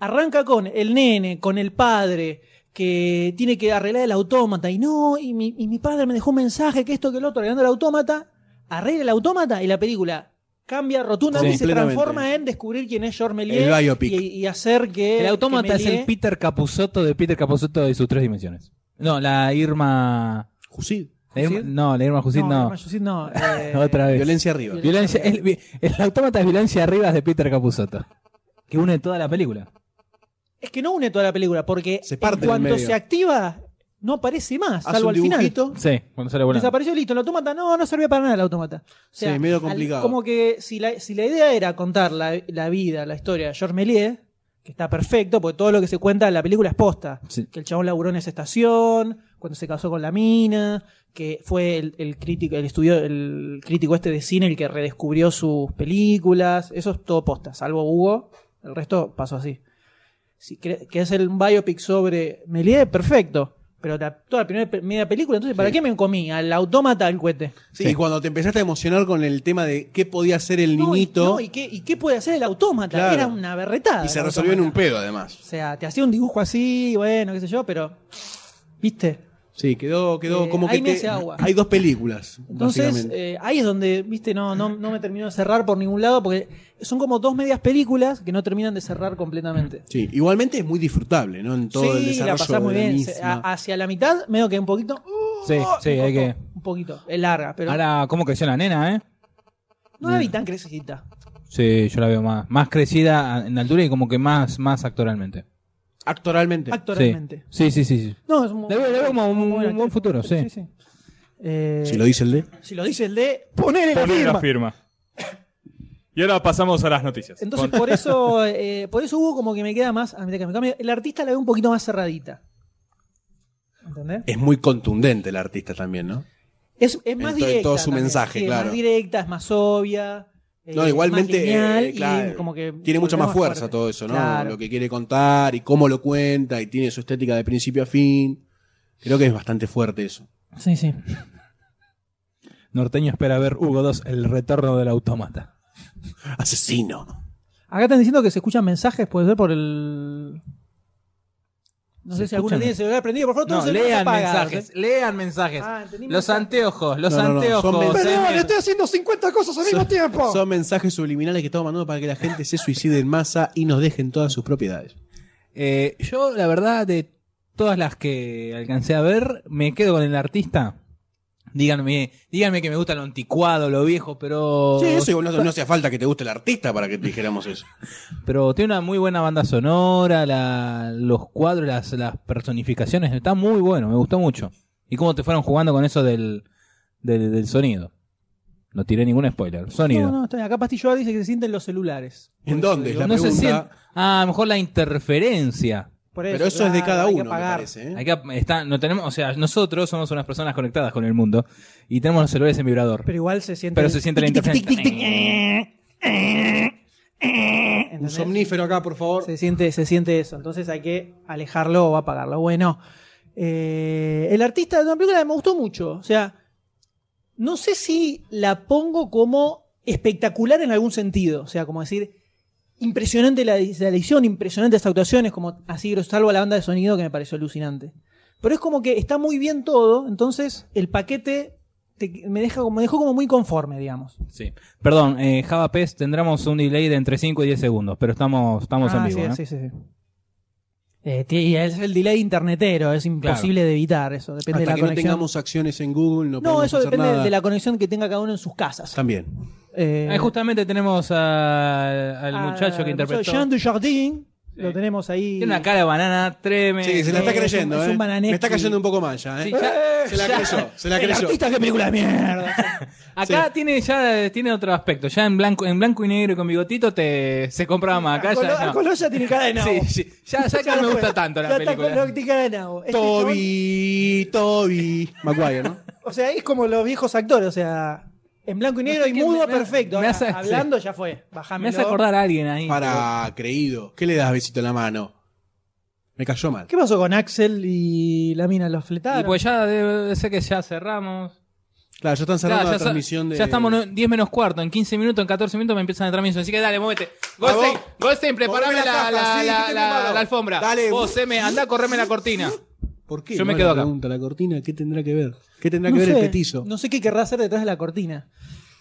Arranca con el nene, con el padre, que tiene que arreglar el autómata. Y no, y mi, y mi padre me dejó un mensaje que esto, que el otro, arreglando el autómata. Arregla el autómata y la película cambia rotundamente Sí, y se transforma completamente. en descubrir quién es George El Méliès biopic. y, y hacer que. El autómata que es el Méliès- Peter Capusotto de Peter Capusotto de sus tres dimensiones. No, la Irma. Jusid, la Irma- ¿Jusid? no, la Irma Jusid No, no. Irma Jusid no, eh, Otra vez. violencia arriba. Violencia- el, vi- el autómata es violencia arriba de Peter Capusotto. Que une toda la película. Es que no une toda la película, porque Se parte en cuanto en el medio. se activa, no aparece más, Hace salvo un al final. dibujito. Sí, cuando sale volando. Desapareció listo, el autómata no, no servía para nada el autómata. O sea, Sí, medio al- complicado. como que si la, si la idea era contar la, la vida, la historia de Georges Méliès, que está perfecto, porque todo lo que se cuenta en la película es posta. Sí. Que el chabón laburó en esa estación, cuando se casó con la mina, que fue el, el crítico, el estudio, el crítico este de cine el que redescubrió sus películas. Eso es todo posta, salvo Hugo, el resto pasó así. Si cre- que es el biopic sobre Méliès, perfecto. Pero la- toda la primera pe- media película, entonces, ¿para qué me comí? Al autómata al cohete. Sí, Sí. y cuando te empezaste a emocionar con el tema de qué podía ser el No, y- niñito. no, ¿y, qué, ¿Y qué puede hacer el autómata? Claro. Era una berretada. y se el resolvió en un autómata. pedo, además. O sea, te hacía un dibujo así, bueno, qué sé yo, pero. ¿Viste? Sí, quedó, quedó Eh, como que ahí me te- hace agua. hay dos películas. Entonces, básicamente. eh, ahí es donde, viste, no, no, no me terminó de cerrar por ningún lado, porque son como dos medias películas que no terminan de cerrar completamente. sí, igualmente es muy disfrutable, ¿no? En todo el sí, la desarrollo pasás muy de la bien. Se- misma. a- hacia la mitad, medio que un poquito. uh, Sí, sí, hay que. Un poquito, es larga, pero Ahora, mm. ¿cómo creció la nena, eh? no la vi tan crecidita. Sí, yo la veo más, más crecida en altura y como que más, más actoralmente. Actoralmente. Actoralmente. Sí, sí, sí. sí. No, es muy- La veo, la veo como un, muy buena un buen actriz. futuro, sí. Sí, sí. Eh, si lo dice el de. si lo dice el de. Ponele la Poné firma. la firma. Y ahora pasamos a las noticias. Entonces, por eso, eh, por eso hubo como que me queda más. a medida que me cambio. El artista la veo un poquito más cerradita. ¿Entendés? Es muy contundente el artista también, ¿no? Es, es más En to- en directa. todo su también. mensaje, Sí, es claro. más directa, es más obvia. eh, No, igualmente, es más lineal eh, claro, y como que Tiene mucha volvemos más fuerza fuerte. todo eso, ¿no? Claro. Lo que quiere contar y cómo lo cuenta y tiene su estética de principio a fin. Creo que es bastante fuerte eso. Sí, sí. Norteño espera ver Hugo 2, el retorno del automata. Asesino. Acá están diciendo que se escuchan mensajes, puede ser por el. No sé si alguno escuchan? tiene el celular prendido, por favor, todos No, los celulares lean apagados, mensajes, lean mensajes. Ah, entendí Los mensajes. anteojos, los No, no, no, son este- anteojos. mensajes. eh, Perdón, mira. estoy haciendo 50 cosas al mismo tiempo. Son mensajes subliminales que estamos mandando para que la gente se suicide en masa y nos dejen todas sus propiedades. Eh, yo, la verdad, de todas las que alcancé a ver, me quedo con el artista. Díganme, díganme que me gusta lo anticuado, lo viejo, pero. Sí, eso igual no, no hacía falta que te guste el artista para que te dijéramos eso. Pero tiene una muy buena banda sonora, la- los cuadros, las, las personificaciones. Está muy bueno, me gustó mucho. Y cómo te fueron jugando con eso del, del, del sonido. No tiré ningún spoiler. Sonido. No, no, está bien. Acá Pastillo A dice que se sienten los celulares. ¿En dónde? Es la No se pregunta. siente- Ah, a lo mejor la interferencia. Por Pero eso es de claro, cada hay que uno, me apagar. parece. ¿eh? Hay que- está- no tenemos, o sea, nosotros somos unas personas conectadas con el mundo y tenemos los celulares en vibrador. Pero igual se siente. Pero se siente la interferencia. ¿entendés? Un somnífero acá, por favor. Se siente, se siente eso. Entonces hay que alejarlo o apagarlo. Bueno, eh, el artista de una película que me gustó mucho. O sea, no sé si la pongo como espectacular en algún sentido. O sea, como decir, impresionante la, la edición, impresionantes actuaciones, como así, salvo la banda de sonido que me pareció alucinante. Pero es como que está muy bien todo, entonces el paquete te- me, deja, como- me dejó como muy conforme, digamos. Sí. Perdón, eh, Java Pest, tendremos un delay de entre 5 y 10 segundos, pero estamos, estamos Ah, en vivo. sí, ¿eh? sí, sí, sí. Eh, tie- y es el delay internetero, es imposible de evitar eso. Depende Hasta de la que no conexión. tengamos acciones en Google, no, No, podemos eso hacer depende nada. de la conexión que tenga cada uno en sus casas. También. Eh, Ah, justamente tenemos al, al al muchacho que interpretó. Jean Dujardin, lo tenemos ahí. Tiene una cara de banana tremenda. Sí, se la está es un- creyendo, es un ¿eh? bananequi. Me está cayendo un poco mal ya, ¿eh? Sí, ya- se la ya. creyó, se la El creyó. artista, qué película de mierda. Acá tiene ya eh, tiene otro aspecto. Ya en blanco, en blanco y negro y con bigotito te se compraba más. Acá Al Colo- ya al no. Colo ya tiene cara de nabo. Sí, sí. Ya, ya acá Ya no me fue. gusta tanto Ya la está película. Colo- tiene cara de nabo. Este chabón- Este Toby, Toby. Maguire, ¿no? O sea, es como los viejos actores, o sea, en blanco y negro sé y qué, mudo me- me- perfecto. me Ahora, hace- hablando ya fue. Bájame. Me hace acordar a alguien ahí. Para creído. ¿Qué le das besito en la mano? Me cayó mal. ¿Qué pasó con Axel y la mina? ¿Los Y fletaron? pues ya debe ser que ya cerramos. Claro, ya están cerrando Claro, la sa- transmisión de. ya estamos en 10 menos cuarto, en 15 minutos, en 14 minutos me empiezan la transmisión. Así que dale, muévete. Goldstein, Vamos. Goldstein, preparame Correme la, la caja, la- sí, la- que te la- preparo. la alfombra. Dale. Vos, Seme, andá, correme la cortina. ¿Por qué? Yo me No, quedo la acá. Pregunta, la cortina, ¿qué tendrá que ver? ¿Qué tendrá no que ver sé, el petizo? No sé qué querrá hacer detrás de la cortina.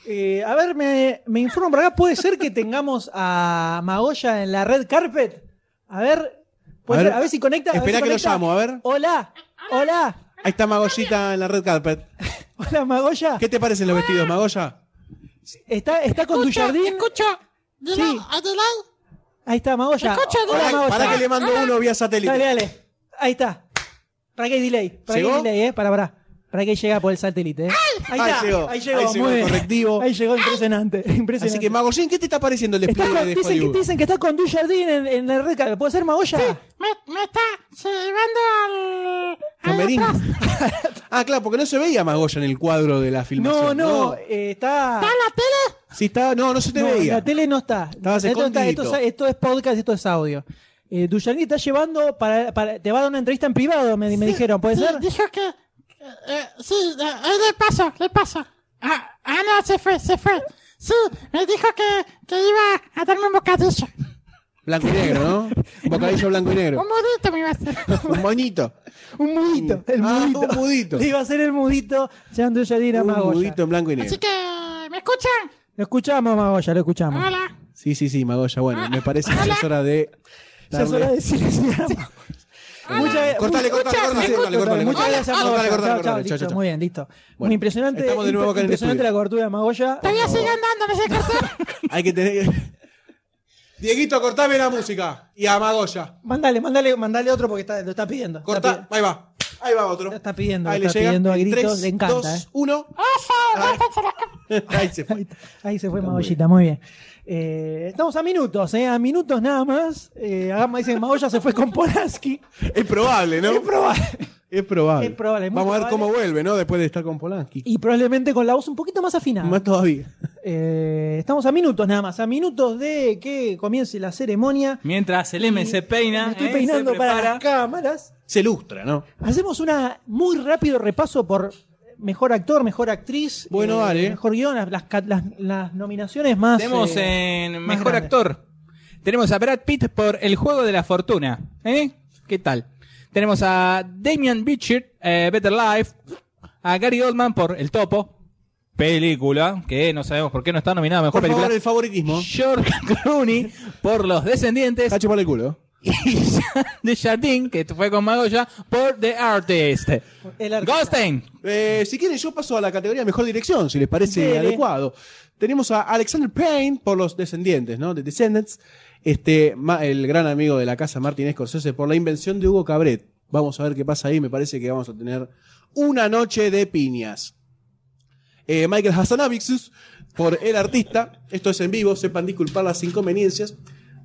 Eh, a ver, me, me informo por acá. ¿Puede ser que tengamos a Magoya en la red carpet? A ver, puede A ser- a, ver, ver, si conecta. a ver Esperá si que lo conecta. llamo, a ver. Hola, hola, Ahí está Magollita en la red carpet. hola Magoya. ¿Qué te parecen los vestidos, Magoya? ¿Está, está con tu jardín? Sí. Ahí está Magoya. Hola Para, Magoya. que le mando uno vía satélite. Dale, dale. Ahí está. Para que hay delay. Para que hay ¿Llegó? delay, eh. Para, para. Para que llega por el satélite, eh. Ahí, Ahí está. llegó. Ahí llegó. Ahí llegó muy el bien. correctivo. Ahí llegó, impresionante. impresionante. Así que, Magollín, ¿qué te está pareciendo el Está despliegue con- de dicen, que, Hollywood? dicen que está con Dujardin en, en el recal. ¿Puede ser Magoya? Me, me está llevando al. al Camerín. atrás. ah, claro, porque no se veía Magoya en el cuadro de la no, filmación. no. eh, está. ¿Está la tele? Sí, está, no, no se te no, veía. la tele no está. Estabas La tele no está. escondidito. Esto, es- esto es podcast, esto es audio. eh, Dujardin está llevando para, para- te va a dar una entrevista en privado, me, me dijeron, ¿puede Sí, ser? Dijo que. eh, sí, eh, eh, le paso, le paso. Ah, ah, no, se fue, se fue. Sí, me dijo que, que iba a darme un bocadillo. Blanco y negro, ¿no? Un bocadillo blanco y negro. Un modito me iba a hacer. Un moñito. Un mudito, el Ah, mudito. un mudito. Le iba a hacer el mudito, Jean Dujardin a Un Magoya. mudito en blanco y negro. Así que, ¿me escuchan? Lo escuchamos, Magoya, lo escuchamos. Hola. Sí, sí, sí, Magoya. Bueno, me parece que ya es hora de. Ya es hora darle- de silenciar. Muchas- Cortale, cortale, Escucha, cortale, cortale, escucha, cortale, Muchas cortale. gracias, Magoya. Cortale, Chao, chao, cortale, cortale. listo, Chao, chao, chao. Muy bien, listo. Bueno, muy impresionante. estamos de nuevo acá en el impresionante estudio. la cobertura de Magoya. Todavía siguen dándome ese cartón. Hay que tener. Dieguito, cortame la música. Y a Magoya. Mándale, mándale, mándale otro porque está, lo está pidiendo. Está Corta. pi- Ahí va. Ahí va otro. lo está pidiendo, Ahí lo está llega. pidiendo a En gritos. tres, le encanta. dos, eh. Ah, uno. Eso, bájense la cama. Ahí se fue. Ahí se fue Magoyita, muy bien. Eh, estamos a minutos, eh, a minutos nada más. Eh, Agama dice que Magoya se fue con Polanski. Es probable, ¿no? Es probable. Es probable. Es probable, muy Vamos a ver probable. cómo vuelve, ¿no? Después de estar con Polanski. Y probablemente con la voz un poquito más afinada. Más todavía. Eh, estamos a minutos nada más, a minutos de que comience la ceremonia. Mientras el M se peina, Me eh, estoy se peinando para prepara. las cámaras. Se lustra, ¿no? Hacemos una muy rápido repaso por mejor actor, mejor actriz, eh, Bueno, dale. mejor guión, las, las, las- las nominaciones más. Tenemos eh, en más Mejor grande. Actor. Tenemos a Brad Pitt por El Juego de la Fortuna. ¿Eh? ¿Qué tal? Tenemos a Damian Bichir, eh, Better Life. A Gary Oldman por El Topo. Película, que no sabemos por qué no está nominada a Mejor Por favor, el Película. favoritismo. George Clooney por Los Descendientes. Cacho por el culo. Y Jean de Jardín, que fue con Magoya, por The Artist. el artista. Goldstein. Eh, si quieren, yo paso a la categoría mejor dirección, si les parece Dele. adecuado. Tenemos a Alexander Payne por los descendientes, ¿no? The Descendants. Este, ma- el gran amigo de la casa, Martin Scorsese, por la invención de Hugo Cabret. Vamos a ver qué pasa ahí. Me parece que vamos a tener una noche de piñas. Eh, Michael Hassanavixus por El Artista. Esto es en vivo, sepan disculpar las inconveniencias.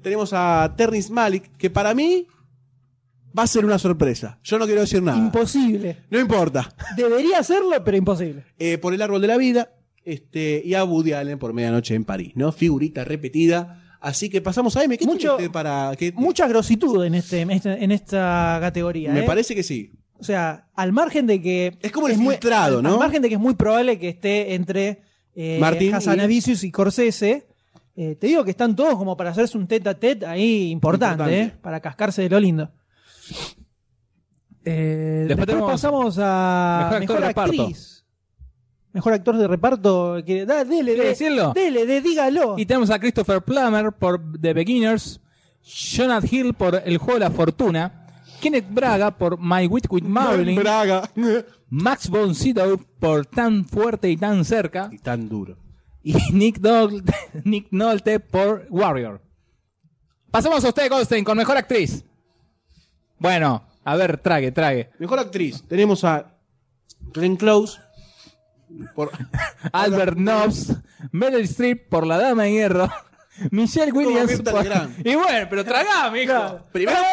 Tenemos a Ternis Malik, que para mí va a ser una sorpresa. Yo no quiero decir nada. Imposible. no importa. Debería hacerlo, pero imposible. Eh, por el árbol de la vida este, y a Woody Allen por medianoche en París, ¿no? Figurita repetida. Así que pasamos a M. ¿Qué Mucho- tiene usted para que Mucha grositud en, este, en esta- en esta categoría. Me ¿eh? parece que sí. O sea, al margen de que. Es como el muy- filtrado, al- ¿no? Al margen de que es muy probable que esté entre eh, Martín y- Hazanavicius y Corsese. te digo que están todos como para hacerse un tete a tete ahí importante, Importante. ¿eh? Para cascarse de lo lindo. Eh, Después después tenemos pasamos a mejor actor de reparto. actriz. Mejor actor de reparto. Que, da- dele, ¿Quiere de- decirlo? dele, de- dígalo. Y tenemos a Christopher Plummer por The Beginners, Jonathan Hill por El Juego de la Fortuna, Kenneth Braga por My Wit with Marilyn, Braga. Max von Sydow por Tan Fuerte y Tan Cerca, Y tan duro. y Nick, Dol- Nick Nolte por Warrior. Pasamos a usted, Goldstein, con Mejor Actriz. Bueno, a ver, trague, trague. Mejor actriz. Tenemos a Glenn Close por Albert Nobbs, Meryl Streep por La Dama de Hierro, Michelle Williams Mirta por... Legrand. Y bueno, pero tragá, mijo. primero.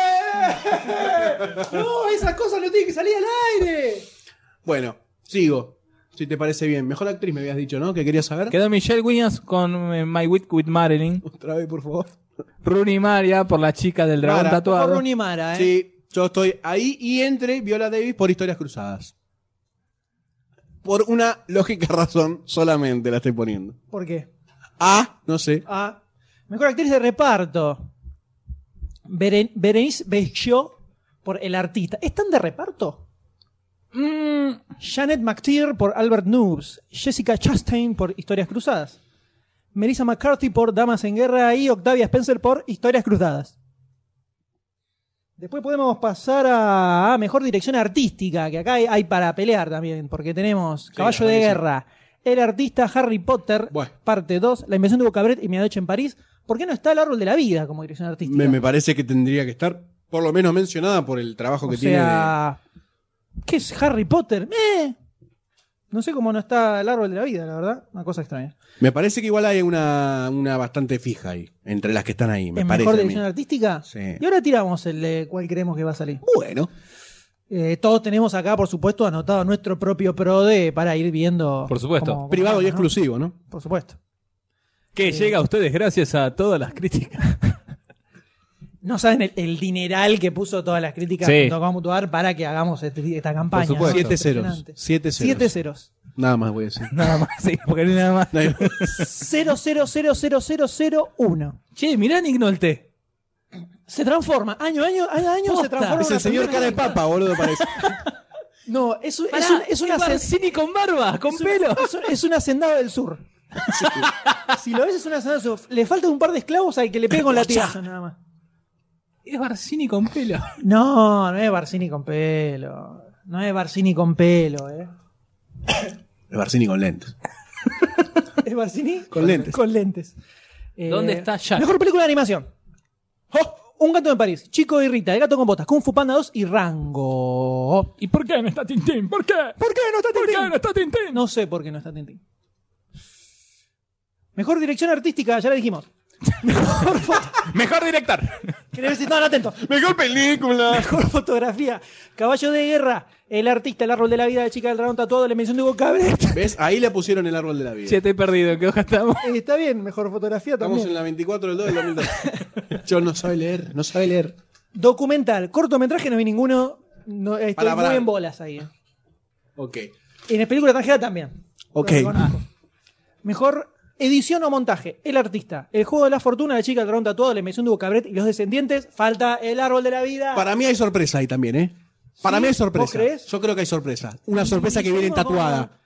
No, esas cosas no tienen que salir al aire. Bueno, sigo. Si te parece bien. Mejor actriz me habías dicho, ¿no? Que querías saber. Quedó Michelle Williams con eh, My Wit with Marilyn. Otra vez, por favor. Rooney Maria por la chica del dragón Mara, tatuado. Por Rooney Mara, ¿eh? Sí, yo estoy ahí y entre Viola Davis por historias cruzadas. Por una lógica razón solamente la estoy poniendo. ¿Por qué? Ah, no sé. a Mejor Actriz de Reparto. Beren- Berenice Bejo por El Artista. ¿Están de reparto? Janet McTeer por Albert Noobs. Jessica Chastain por Historias Cruzadas. Melissa McCarthy por Damas en Guerra y Octavia Spencer por Historias Cruzadas. Después podemos pasar a a Mejor Dirección Artística, que acá hay, hay para pelear también, porque tenemos Caballo la de verdad que sí. Guerra, El Artista, Harry Potter, Bueno. parte 2, La Invención de Hugo Cabret y Medianoche en París. ¿Por qué no está El Árbol de la Vida como dirección artística? Me, me parece que tendría que estar por lo menos mencionada por el trabajo o que tiene. de- sea, ¿qué es Harry Potter? Eh, no sé cómo no está El Árbol de la Vida, la verdad. Una cosa extraña. Me parece que igual hay una, una bastante fija ahí, entre las que están ahí, me en parece. mejor a mí. dirección artística. Sí. Y ahora tiramos el de cuál creemos que va a salir. Bueno, Eh, todos tenemos acá, por supuesto, anotado nuestro propio PRODE para ir viendo. Por supuesto. cómo- privado y ¿no? exclusivo, ¿no? Por supuesto. Que llega a ustedes gracias a todas las críticas. No saben el, el dineral que puso todas las críticas Sí. punto com punto ar para que hagamos este- esta campaña. ¿no? supuesto. Es Siete ceros. impresionante. Siete ceros. Siete ceros. Nada más voy a decir. Nada más, sí, porque no hay nada más. No hay- Cero, cero, cero, cero, cero, cero, uno. Che, mirá Nick Nolte. Se transforma. Año a año, año a año Posta. se transforma. es el en una señor cara de persona. papa, boludo, parece. No, es, un- es Pará, un- es un es asen- Barcini con barba, con es un- pelo. Es un, es un hacendado del sur. Si lo ves, es un hacendado del sur. Le falta un par de esclavos al que le pegue con la tierra nada más. Es Barcini con pelo. No, no es Barcini con pelo. No es Barcini con pelo, ¿eh? Es Barcini con lentes. ¿Es Barcini? Con lentes. Con lentes. Eh, ¿Dónde está Jack? Mejor película de animación. ¡Oh! Un gato en París, Chico y Rita, El gato con botas, Kung Fu Panda 2 y Rango. ¿Y por qué no está Tintín? ¿Por qué? ¿Por qué no está ¿Por Tintín? qué no está Tintín? No sé por qué no está Tintín. Mejor dirección artística, ya la dijimos. Mejor foto. Mejor director. Quería ver si estaban atentos. Mejor película. Mejor fotografía, Caballo de Guerra, El Artista, El Árbol de la Vida, La Chica del Dragón Tatuado, La Invención de Hugo Cabret. ¿Ves? Ahí le pusieron el árbol de la vida. Che, estoy perdido, ¿en qué hoja estamos? Eh, Está bien, mejor fotografía Estamos también. en la 24 del 2 del 2002. Yo no sabe leer, no sabe leer. Documental, cortometraje, no vi ninguno. No, estoy Pará, pará. muy en bolas ahí. eh. Ok. En película extranjera también. Ok. Lo reconozco. Mejor edición o montaje, El Artista, El Juego de la Fortuna, La Chica del Dragón Tatuado, La Invención de Hugo Cabret y Los Descendientes. Falta El Árbol de la Vida. Para mí hay sorpresa ahí también, ¿eh? Para ¿Sí? mí hay ¿Vos sorpresa. crees? Yo creo que hay sorpresa. Una sorpresa que viene Guillermo tatuada. Morgan.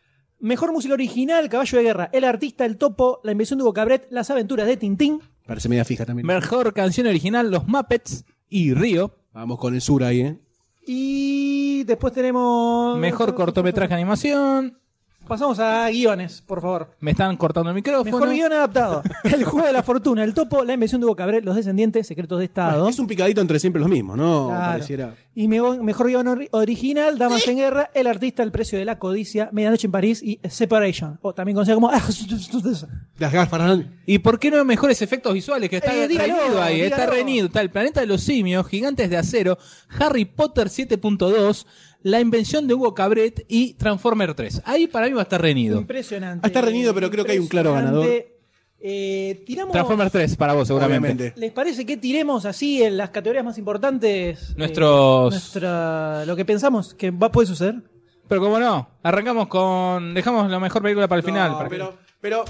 Mejor música original, Caballo de Guerra, El Artista, El Topo, La Invención de Hugo Cabret, Las Aventuras de Tintín. Parece media fija también. Mejor canción original, Los Muppets y Río. Vamos con el sur ahí, ¿eh? Y después tenemos... Mejor cortometraje de animación. Pasamos a guiones, por favor. Me están cortando el micrófono. Mejor guión adaptado. El Juego de la Fortuna, El Topo, La Invención de Hugo Cabret, Los Descendientes, Secretos de Estado. Es un picadito entre siempre los mismos, ¿no? Claro. Pareciera. Y me- mejor guión ori- original, Damas en Guerra, El Artista, El Precio de la Codicia, Medianoche en París y Separation. O también conocida como... Las gafas, ¿Y por qué no hay mejores efectos visuales? Que está Eh, dígalo, reñido ahí, está dígalo. reñido. Está el planeta de los simios, gigantes de acero, Harry Potter 7.2, la invención de Hugo Cabret y Transformer 3. Ahí para mí va a estar reñido. Impresionante. Ah, está reñido, pero creo que hay un claro ganador. Impresionante. Eh, tiramos... Transformer 3 para vos seguramente. Obviamente. ¿Les parece que tiremos así en las categorías más importantes? eh, Nuestros- nuestra- lo que pensamos que va, puede suceder. Pero como no, arrancamos con... Dejamos la mejor película para el final. No, para que- pero, pero.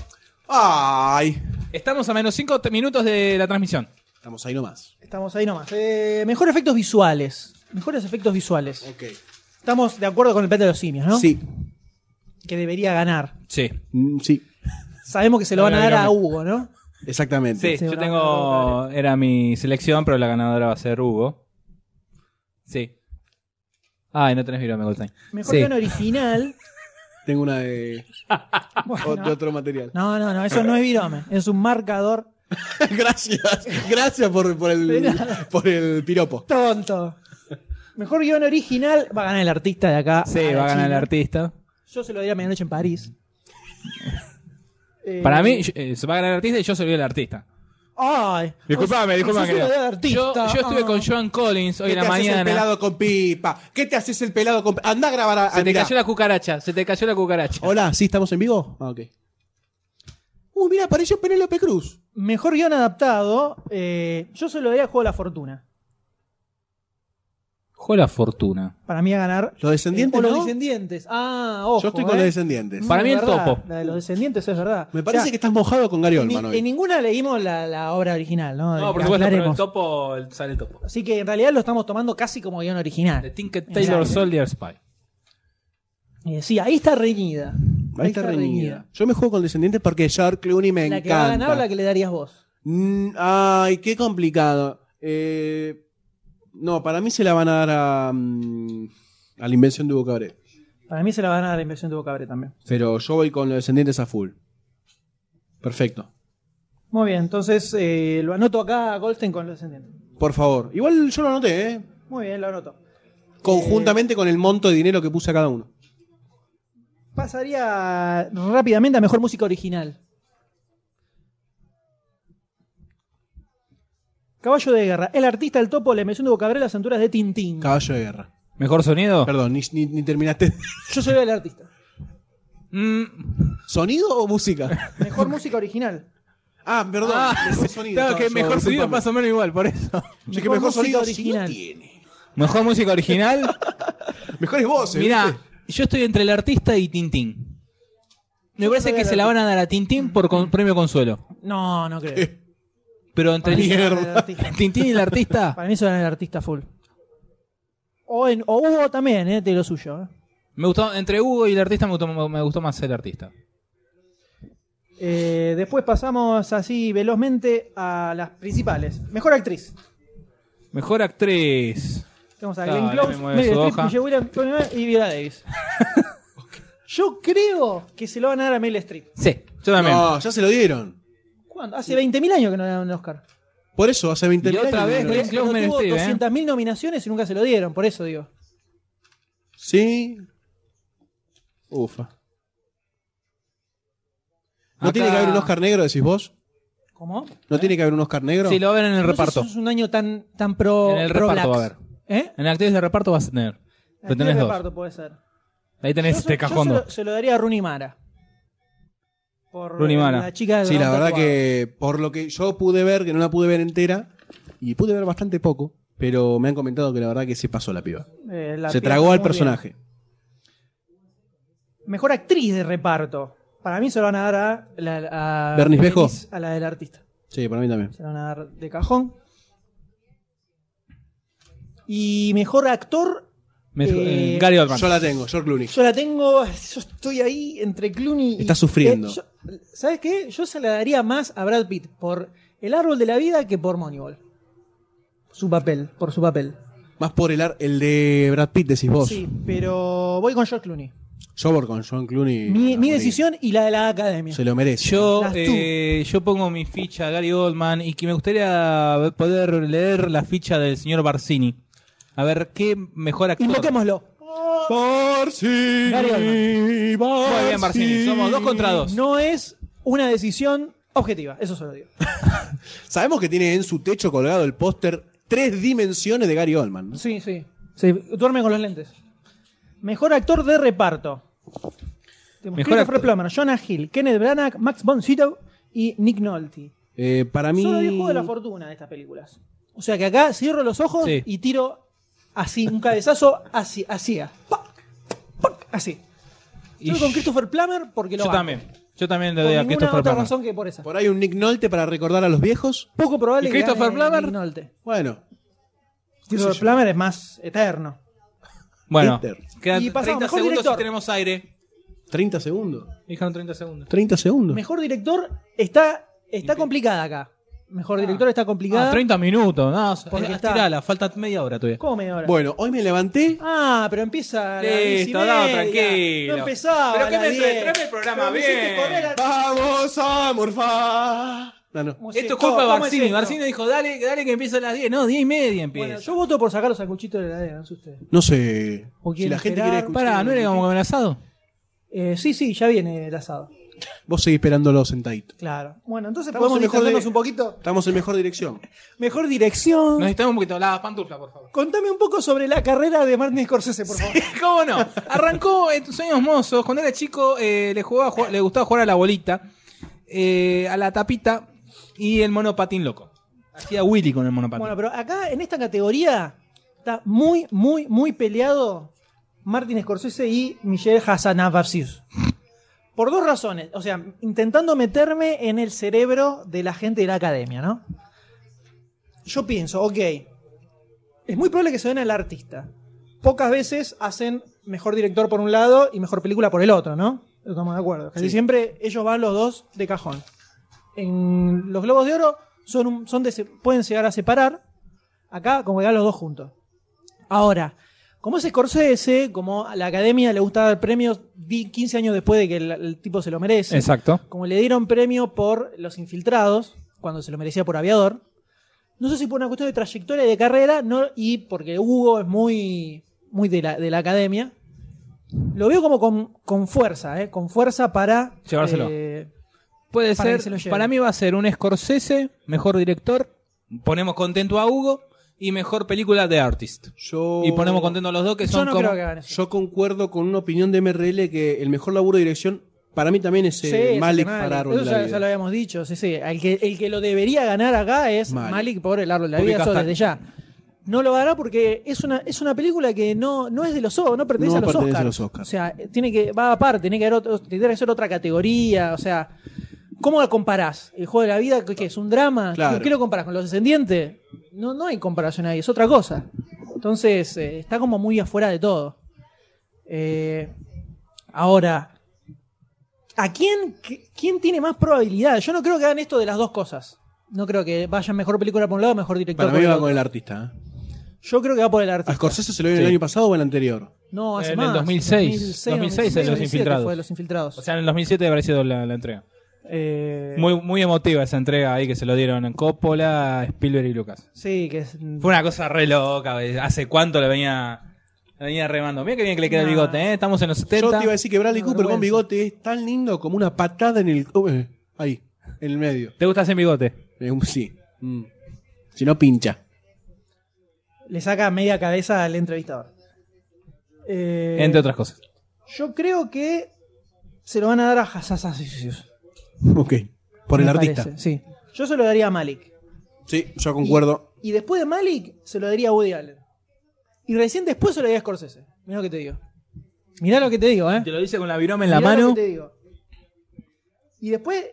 ¡Ay! Estamos a menos 5 minutos de la transmisión. Estamos ahí nomás. Estamos ahí nomás. Eh, mejor efectos visuales. Mejores efectos visuales. Ok. Estamos de acuerdo con el planeta de los simios, ¿no? Sí. Que debería ganar. Sí. Mm, sí. Sabemos que se lo van a Ahora dar a digamos. Hugo, ¿no? Exactamente. Sí, Sí, yo bravo, tengo... bravo, Era mi selección, pero la ganadora va a ser Hugo. Sí. Ay, no tenés virome, Goldstein. Mejor Sí. guión original. Tengo una de, o- de Bueno, otro material. Ah, no, no, no, eso no es virome. Es un marcador gracias. Gracias por, por, el, por el piropo. tonto. Mejor guión original va a ganar el artista de acá. Sí, la va a ganar el China. artista. Yo se lo diría medianoche en París. Eh, Para mí, eh, se va a ganar el artista y yo soy el artista. Ay. pues, Disculpame, disculpame, Yo soy querido. de artista. Yo, yo estuve Ah. con Joan Collins hoy ¿Qué en te la haces el mañana. pelado con pipa? ¿Qué te haces el pelado con pipa? Anda a grabar a, Se te mirá. cayó la cucaracha, se te cayó la cucaracha. Hola, ¿sí estamos en vivo? Ah, ok. Uy, mira, apareció Penélope Cruz. Mejor guión adaptado. eh, yo se lo daría a Juego de la Fortuna. Juego la fortuna. Para mí a ganar. Eh, Los descendientes, o los ¿no? descendientes. Ah, ojo. Yo estoy con eh. los descendientes. Mm, Para mí el verdad, topo. La de los descendientes es verdad. Me parece O sea, que estás mojado con Gary Oldman ni- hoy. en ninguna leímos la, la obra original, ¿no? Eh, No, por supuesto, pero el Aclaremos. topo el- sale el topo. Así que en realidad lo estamos tomando casi como guión The original. Tinker Exacto. Taylor Soldier Spy. Eh, sí, ahí está reñida. Ahí está reñida. Yo me juego con descendientes porque George Clooney me La que va a encanta. ganar o la que le darías vos. Mm, ay, qué complicado. Eh, no, para mí se la van a dar a, mm, a la invención de Hugo Cabret. Para mí se la va a ganar la inversión de Bocabre también. Pero yo voy con los descendientes a full. Perfecto. Muy bien, entonces eh, lo anoto acá a Goldstein con los descendientes. Por favor. Igual yo lo anoté, ¿eh? Muy bien, lo anoto. Conjuntamente con el monto de dinero que puse a cada uno. Pasaría rápidamente a mejor música original. Caballo de guerra. El artista del topo, la invención de Bocabre, las aventuras de Tintín. Caballo de guerra. ¿Mejor sonido? Perdón, ni, ni- ni terminaste. Yo soy el artista. Mm, ¿Sonido o música? Mejor música original. Ah, perdón. mejor sonido. claro, que estaba yo, mejor sonido es disculpame. más o menos igual, por eso. Yo dije, mejor Mejor sonido música original. sí tiene. Mejor música original. Mejores voces. Mirá, ¿viste? yo estoy entre el artista y Tintín. Me parece que se la van a dar a Tintín por con- premio consuelo. No, no creo. Pero entre Mierda. el, Tintín y el artista, Para mí son el artista full. O, en, o Hugo también, eh, de lo suyo. eh. me gustó, entre Hugo y el artista me gustó, me gustó más el artista. Eh, después pasamos así velozmente a las principales. Mejor actriz. Mejor actriz. Tenemos a Claro, Glenn me Close, mueve Meryl su Streep, hoja. Michelle Williams, Tony Mann y Viola Davis. Yo creo que se lo van a dar a Meryl Streep. Sí, yo también. No, ya se lo dieron. ¿Cuándo? Hace 20.000 años que no le dan un Oscar. Por eso, hace 20 Y otra vez, Pero Glenn Close, Meryl tuvo Streep, eh. 200.000 nominaciones y nunca se lo dieron, por eso digo. Sí. Ufa. ¿No Acá- tiene que haber un Oscar negro, decís vos? ¿Cómo? ¿No tiene que haber un Oscar negro? Sí, lo van a ver en el reparto. es un año tan, tan pro. En el pro reparto blacks. va a haber. ¿Eh? En actriz de reparto vas a tener. Pero En tenés el dos. reparto puede ser. Ahí Yo tenés se- este yo cajón. Se dos. lo, se lo daría a Rooney Mara. Por Rooney eh, Mara. La chica de Sí, la Gran verdad Tatuado. que por lo que yo pude ver, que no la pude ver entera, y pude ver bastante poco, pero me han comentado que la verdad que se pasó la piba. Eh, la se piba tragó muy al bien. personaje. Mejor actriz de reparto. Para mí se lo van a dar a. La, a Bernice Bejo. A la del artista. Sí, para mí también. Se lo van a dar de cajón. Y mejor actor. Me- eh, eh, Gary Oldman. Yo la tengo, George Clooney. Yo la tengo. Yo estoy ahí entre Clooney y. Eh, Está sufriendo. yo- ¿Sabes qué? Yo se la daría más a Brad Pitt por El árbol de la vida que por Moneyball. Su papel, por su papel. Más por el, ar- el de Brad Pitt, decís vos. Sí, pero voy con George Clooney. Yo por con John Mi, Clooney. la mi morí. decisión y la de la academia. Se lo merece. Yo, Las tú. eh, yo pongo mi ficha a Gary Oldman y que me gustaría poder leer la ficha del señor Barcini. A ver qué mejor actor. Invoquémoslo. Barcini, Gary Muy bien, Barcini. Somos dos contra dos. No es una decisión objetiva, eso se lo digo. Sabemos que tiene en su techo colgado el póster tres dimensiones de Gary Oldman. ¿no? Sí, sí. Sí, duerme con los lentes. Mejor actor de reparto. Tenemos Mejor Christopher actor. Plummer, Jonah Hill, Kenneth Branagh, Max von Sydow y Nick Nolte. Eh, para mí. Solo dio juego de la fortuna de estas películas. O sea que acá cierro los ojos Sí. y tiro así, un cabezazo así, así. ah, pac, pac, Así. Y Yo con yo- Christopher Plummer porque lo Yo banco. también. Yo también le Por doy a ninguna Christopher otra Plummer. razón que por esa. Por ahí un Nick Nolte para recordar a los viejos. Poco probable ¿Y que Christopher gane Plummer? Nick Nolte. Bueno, Christopher Plummer es más eterno. Bueno, Peter. quedan Y 30 pasamos, segundos mejor director. si tenemos aire. 30 segundos. Dijeron 30 segundos. 30 segundos. Mejor director está, está complicada acá. Mejor director está complicada. Ah, 30 minutos. No, Porque eh, está- tirala, falta media hora todavía. ¿Cómo media hora? Bueno, hoy me levanté. Ah, pero empieza a las diez y Listo, no, media. tranquilo. No empezaba. Pero a que las me entre- 10. tráeme el programa Pero me hiciste bien. correr a- Vamos a morfar. No, no. ¿Cómo Esto es ¿Cómo- culpa de cómo es Barcini. esto? Barcini dijo, dale, dale que empieza a las 10. No, 10 y media empieza. Bueno, yo voto por sacar los sanguchitos de la heladera, no sé ustedes. No sé. ¿O Si quieren la gente esperar? quiere escuchar. Pará, ¿no era como amenazado? Eh, sí, sí, ya viene el asado. Vos seguís esperándolo sentadito. Claro. Bueno, entonces Estamos podemos en mejor de- distendernos un poquito. Estamos en mejor dirección. Mejor dirección. Necesitamos un poquito la pantufla, por favor. Contame un poco sobre la carrera de Martin Scorsese, por favor. ¿Cómo no? Arrancó en tus sueños mozos. Cuando era chico eh, le, jugaba, ju- le gustaba jugar a la bolita, eh, a la tapita y el monopatín loco. Hacía Willy con el monopatín. Bueno, pero acá en esta categoría está muy, muy, muy peleado Martin Scorsese y Michelle Hassanavafsis. Por dos razones. O sea, intentando meterme en el cerebro de la gente de la academia, ¿no? Yo pienso, ok, es muy probable que se den al artista. Pocas veces hacen mejor director por un lado y mejor película por el otro, ¿no? Estamos de acuerdo. Casi siempre ellos van los dos de cajón en los globos de oro son, un- son de se- pueden llegar a separar. Acá, como que van los dos juntos. Ahora, como es Scorsese, como a la academia le gusta dar premios di- 15 años después de que el, el tipo se lo merece, Exacto. como le dieron premio por Los Infiltrados, cuando se lo merecía por Aviador, no sé si por una cuestión de trayectoria y de carrera, no, y porque Hugo es muy, muy de, la, de la academia, lo veo como con, con fuerza, ¿eh? con fuerza para... Llevárselo. eh, Puede Para que se ser, lo lleve. para mí va a ser un Scorsese, mejor director, ponemos contento a Hugo y mejor película de Artist. Yo. Y ponemos contento a los dos que yo son no como... creo que hagan eso. Yo concuerdo con una opinión de MRL que el mejor laburo de dirección Para mí también es eh, Sí, Malik ese Malik. para Árbol Eso de ya, la ya Vida. lo habíamos dicho, sí, sí. El que, el que lo debería ganar acá es Malik. Malik, por el árbol de la Porque vida, eso Casta- desde ya. No lo va a ganar porque es una, es una película que no, no es de los Oscars, no pertenece, No a, los pertenece Oscars. a los Oscars. O sea, tiene que, va aparte, tiene que, haber otro- tiene que ser otra categoría, o sea, ¿cómo la comparás? ¿El juego de la vida que es un drama? Claro. ¿Con qué lo comparás? ¿Con los descendientes? No, no hay comparación ahí, es otra cosa. Entonces, eh, está como muy afuera de todo. Eh, ahora, ¿A quién, qué- quién tiene más probabilidad? Yo no creo que hagan esto de las dos cosas. No creo que vayan mejor película por un lado, mejor director Para por mí el va otro. con el artista. ¿eh? Yo creo que va por el ¿A artista. Scorsese se lo vio el año pasado o el anterior? No, hace En el más. 2006. 2006 2006 de Los 2007 Infiltrados. fue de los infiltrados. O sea, en el 2007 habría sido la, la entrega. Eh, Muy, muy emotiva esa entrega ahí que se lo dieron en Coppola, Spielberg y Lucas. Sí, que es- Fue una cosa re loca. ¿ves? ¿Hace cuánto le venía, le venía remando? Mira qué bien que le queda el Nah. bigote, ¿eh? Estamos en los 70. Yo te iba a decir que Bradley Una Cooper con vergüenza. bigote es tan lindo como una patada en el. oh, eh, ahí, en el medio. ¿Te gusta ese bigote? Eh, un- sí. Mm. Si no, pincha. le saca media cabeza al entrevistador. Eh, Entre otras cosas. Yo creo que se lo van a dar a Hassasasisius. Ok. Por el artista. sí. Yo se lo daría a Malik. Sí, yo concuerdo. Y después de Malik, se lo daría a Woody Allen. Y recién después se lo daría a Scorsese. Mirá lo que te digo. Mirá lo que te digo, ¿eh? lo dice con la viroma en Mirá lo que te digo. Y después,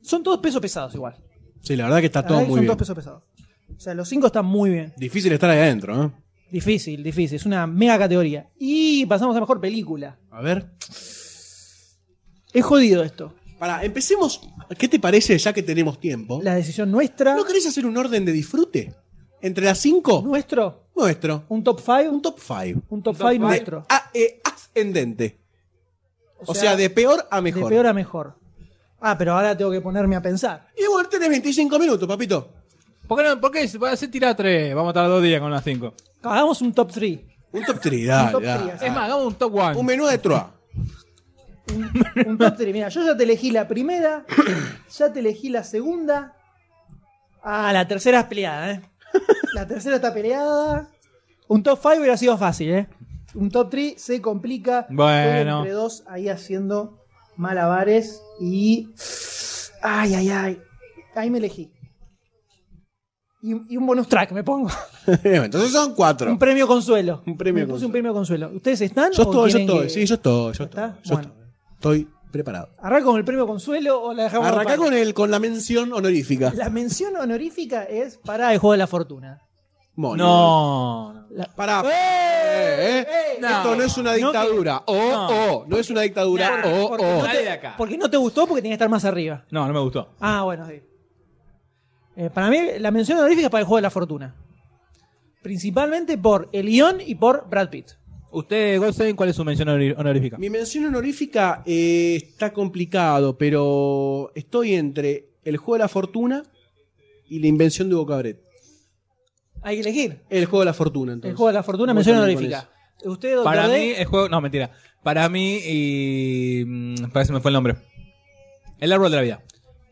son todos pesos pesados igual. Sí, la verdad que está La todo verdad que son muy bien. todos pesos pesados. O sea, los cinco están muy bien. Difícil estar ahí adentro, ¿eh? Difícil, difícil. Es una mega categoría. Y pasamos a mejor película. A ver. Es jodido esto. Para, empecemos. ¿Qué te parece ya que tenemos tiempo? La decisión nuestra. ¿No querés hacer un orden de disfrute? Entre las 5, Nuestro. nuestro. Un top five. Un top 5. Un top five nuestro. E, ascendente. O, sea, de peor a mejor. de peor a mejor. Ah, pero ahora tengo que ponerme a pensar. Y bueno, tenés 25 minutos, papito. ¿Por qué no? ¿Por qué? Va a hacer tirar tres. Vamos a estar dos días con las cinco. Hagamos un top 3. Un top 3, dale. top dale. three, así. Es más, hagamos un top one. Ah. Un menú de Troa. Un top three. Mira, yo ya te elegí la primera, ya te elegí la segunda. Ah, la tercera es peleada, ¿eh? La tercera está peleada. Un top 5 hubiera sido fácil, ¿eh? Un top 3 se complica. Estoy Bueno. Entre dos ahí haciendo malabares y. Ay, ay, ay. Ahí me elegí. Y, y un bonus track me pongo. Entonces son cuatro. Un premio consuelo. Un premio me puse consuelo. un premio consuelo. ¿Ustedes están? Yo o estoy, yo quieren estoy. que- Sí, yo estoy, yo estoy. ¿Está? yo Bueno. estoy. Estoy preparado. ¿Arranco con el premio consuelo o la dejamos Arrancá aparte? con, el, con la mención honorífica. La mención honorífica es para el juego de la fortuna. Moni. No. no. La- Pará. ¡Eh! Eh, eh. Ah, No. Esto no es una dictadura. Oh, No. oh. No es una dictadura. No, Oh, porque, oh. no Dale de acá. te, porque no te gustó porque tenía que estar más arriba. No, no me gustó. Ah, bueno, sí. Eh, para mí, la mención honorífica es para el juego de la fortuna. Principalmente por el guión y por Brad Pitt. ¿Usted, Goldstein, cuál es su mención honor- honorífica? Mi mención honorífica eh, está complicado, pero estoy entre el juego de la fortuna y la invención de Hugo Cabret. Hay que elegir. El juego de la fortuna, entonces. El juego de la fortuna, Voy mención también con honorífica. Usted, doctor Para D, mí, el juego. No, mentira. Para mí, y. mm, Parece que me fue el nombre. El árbol de la vida.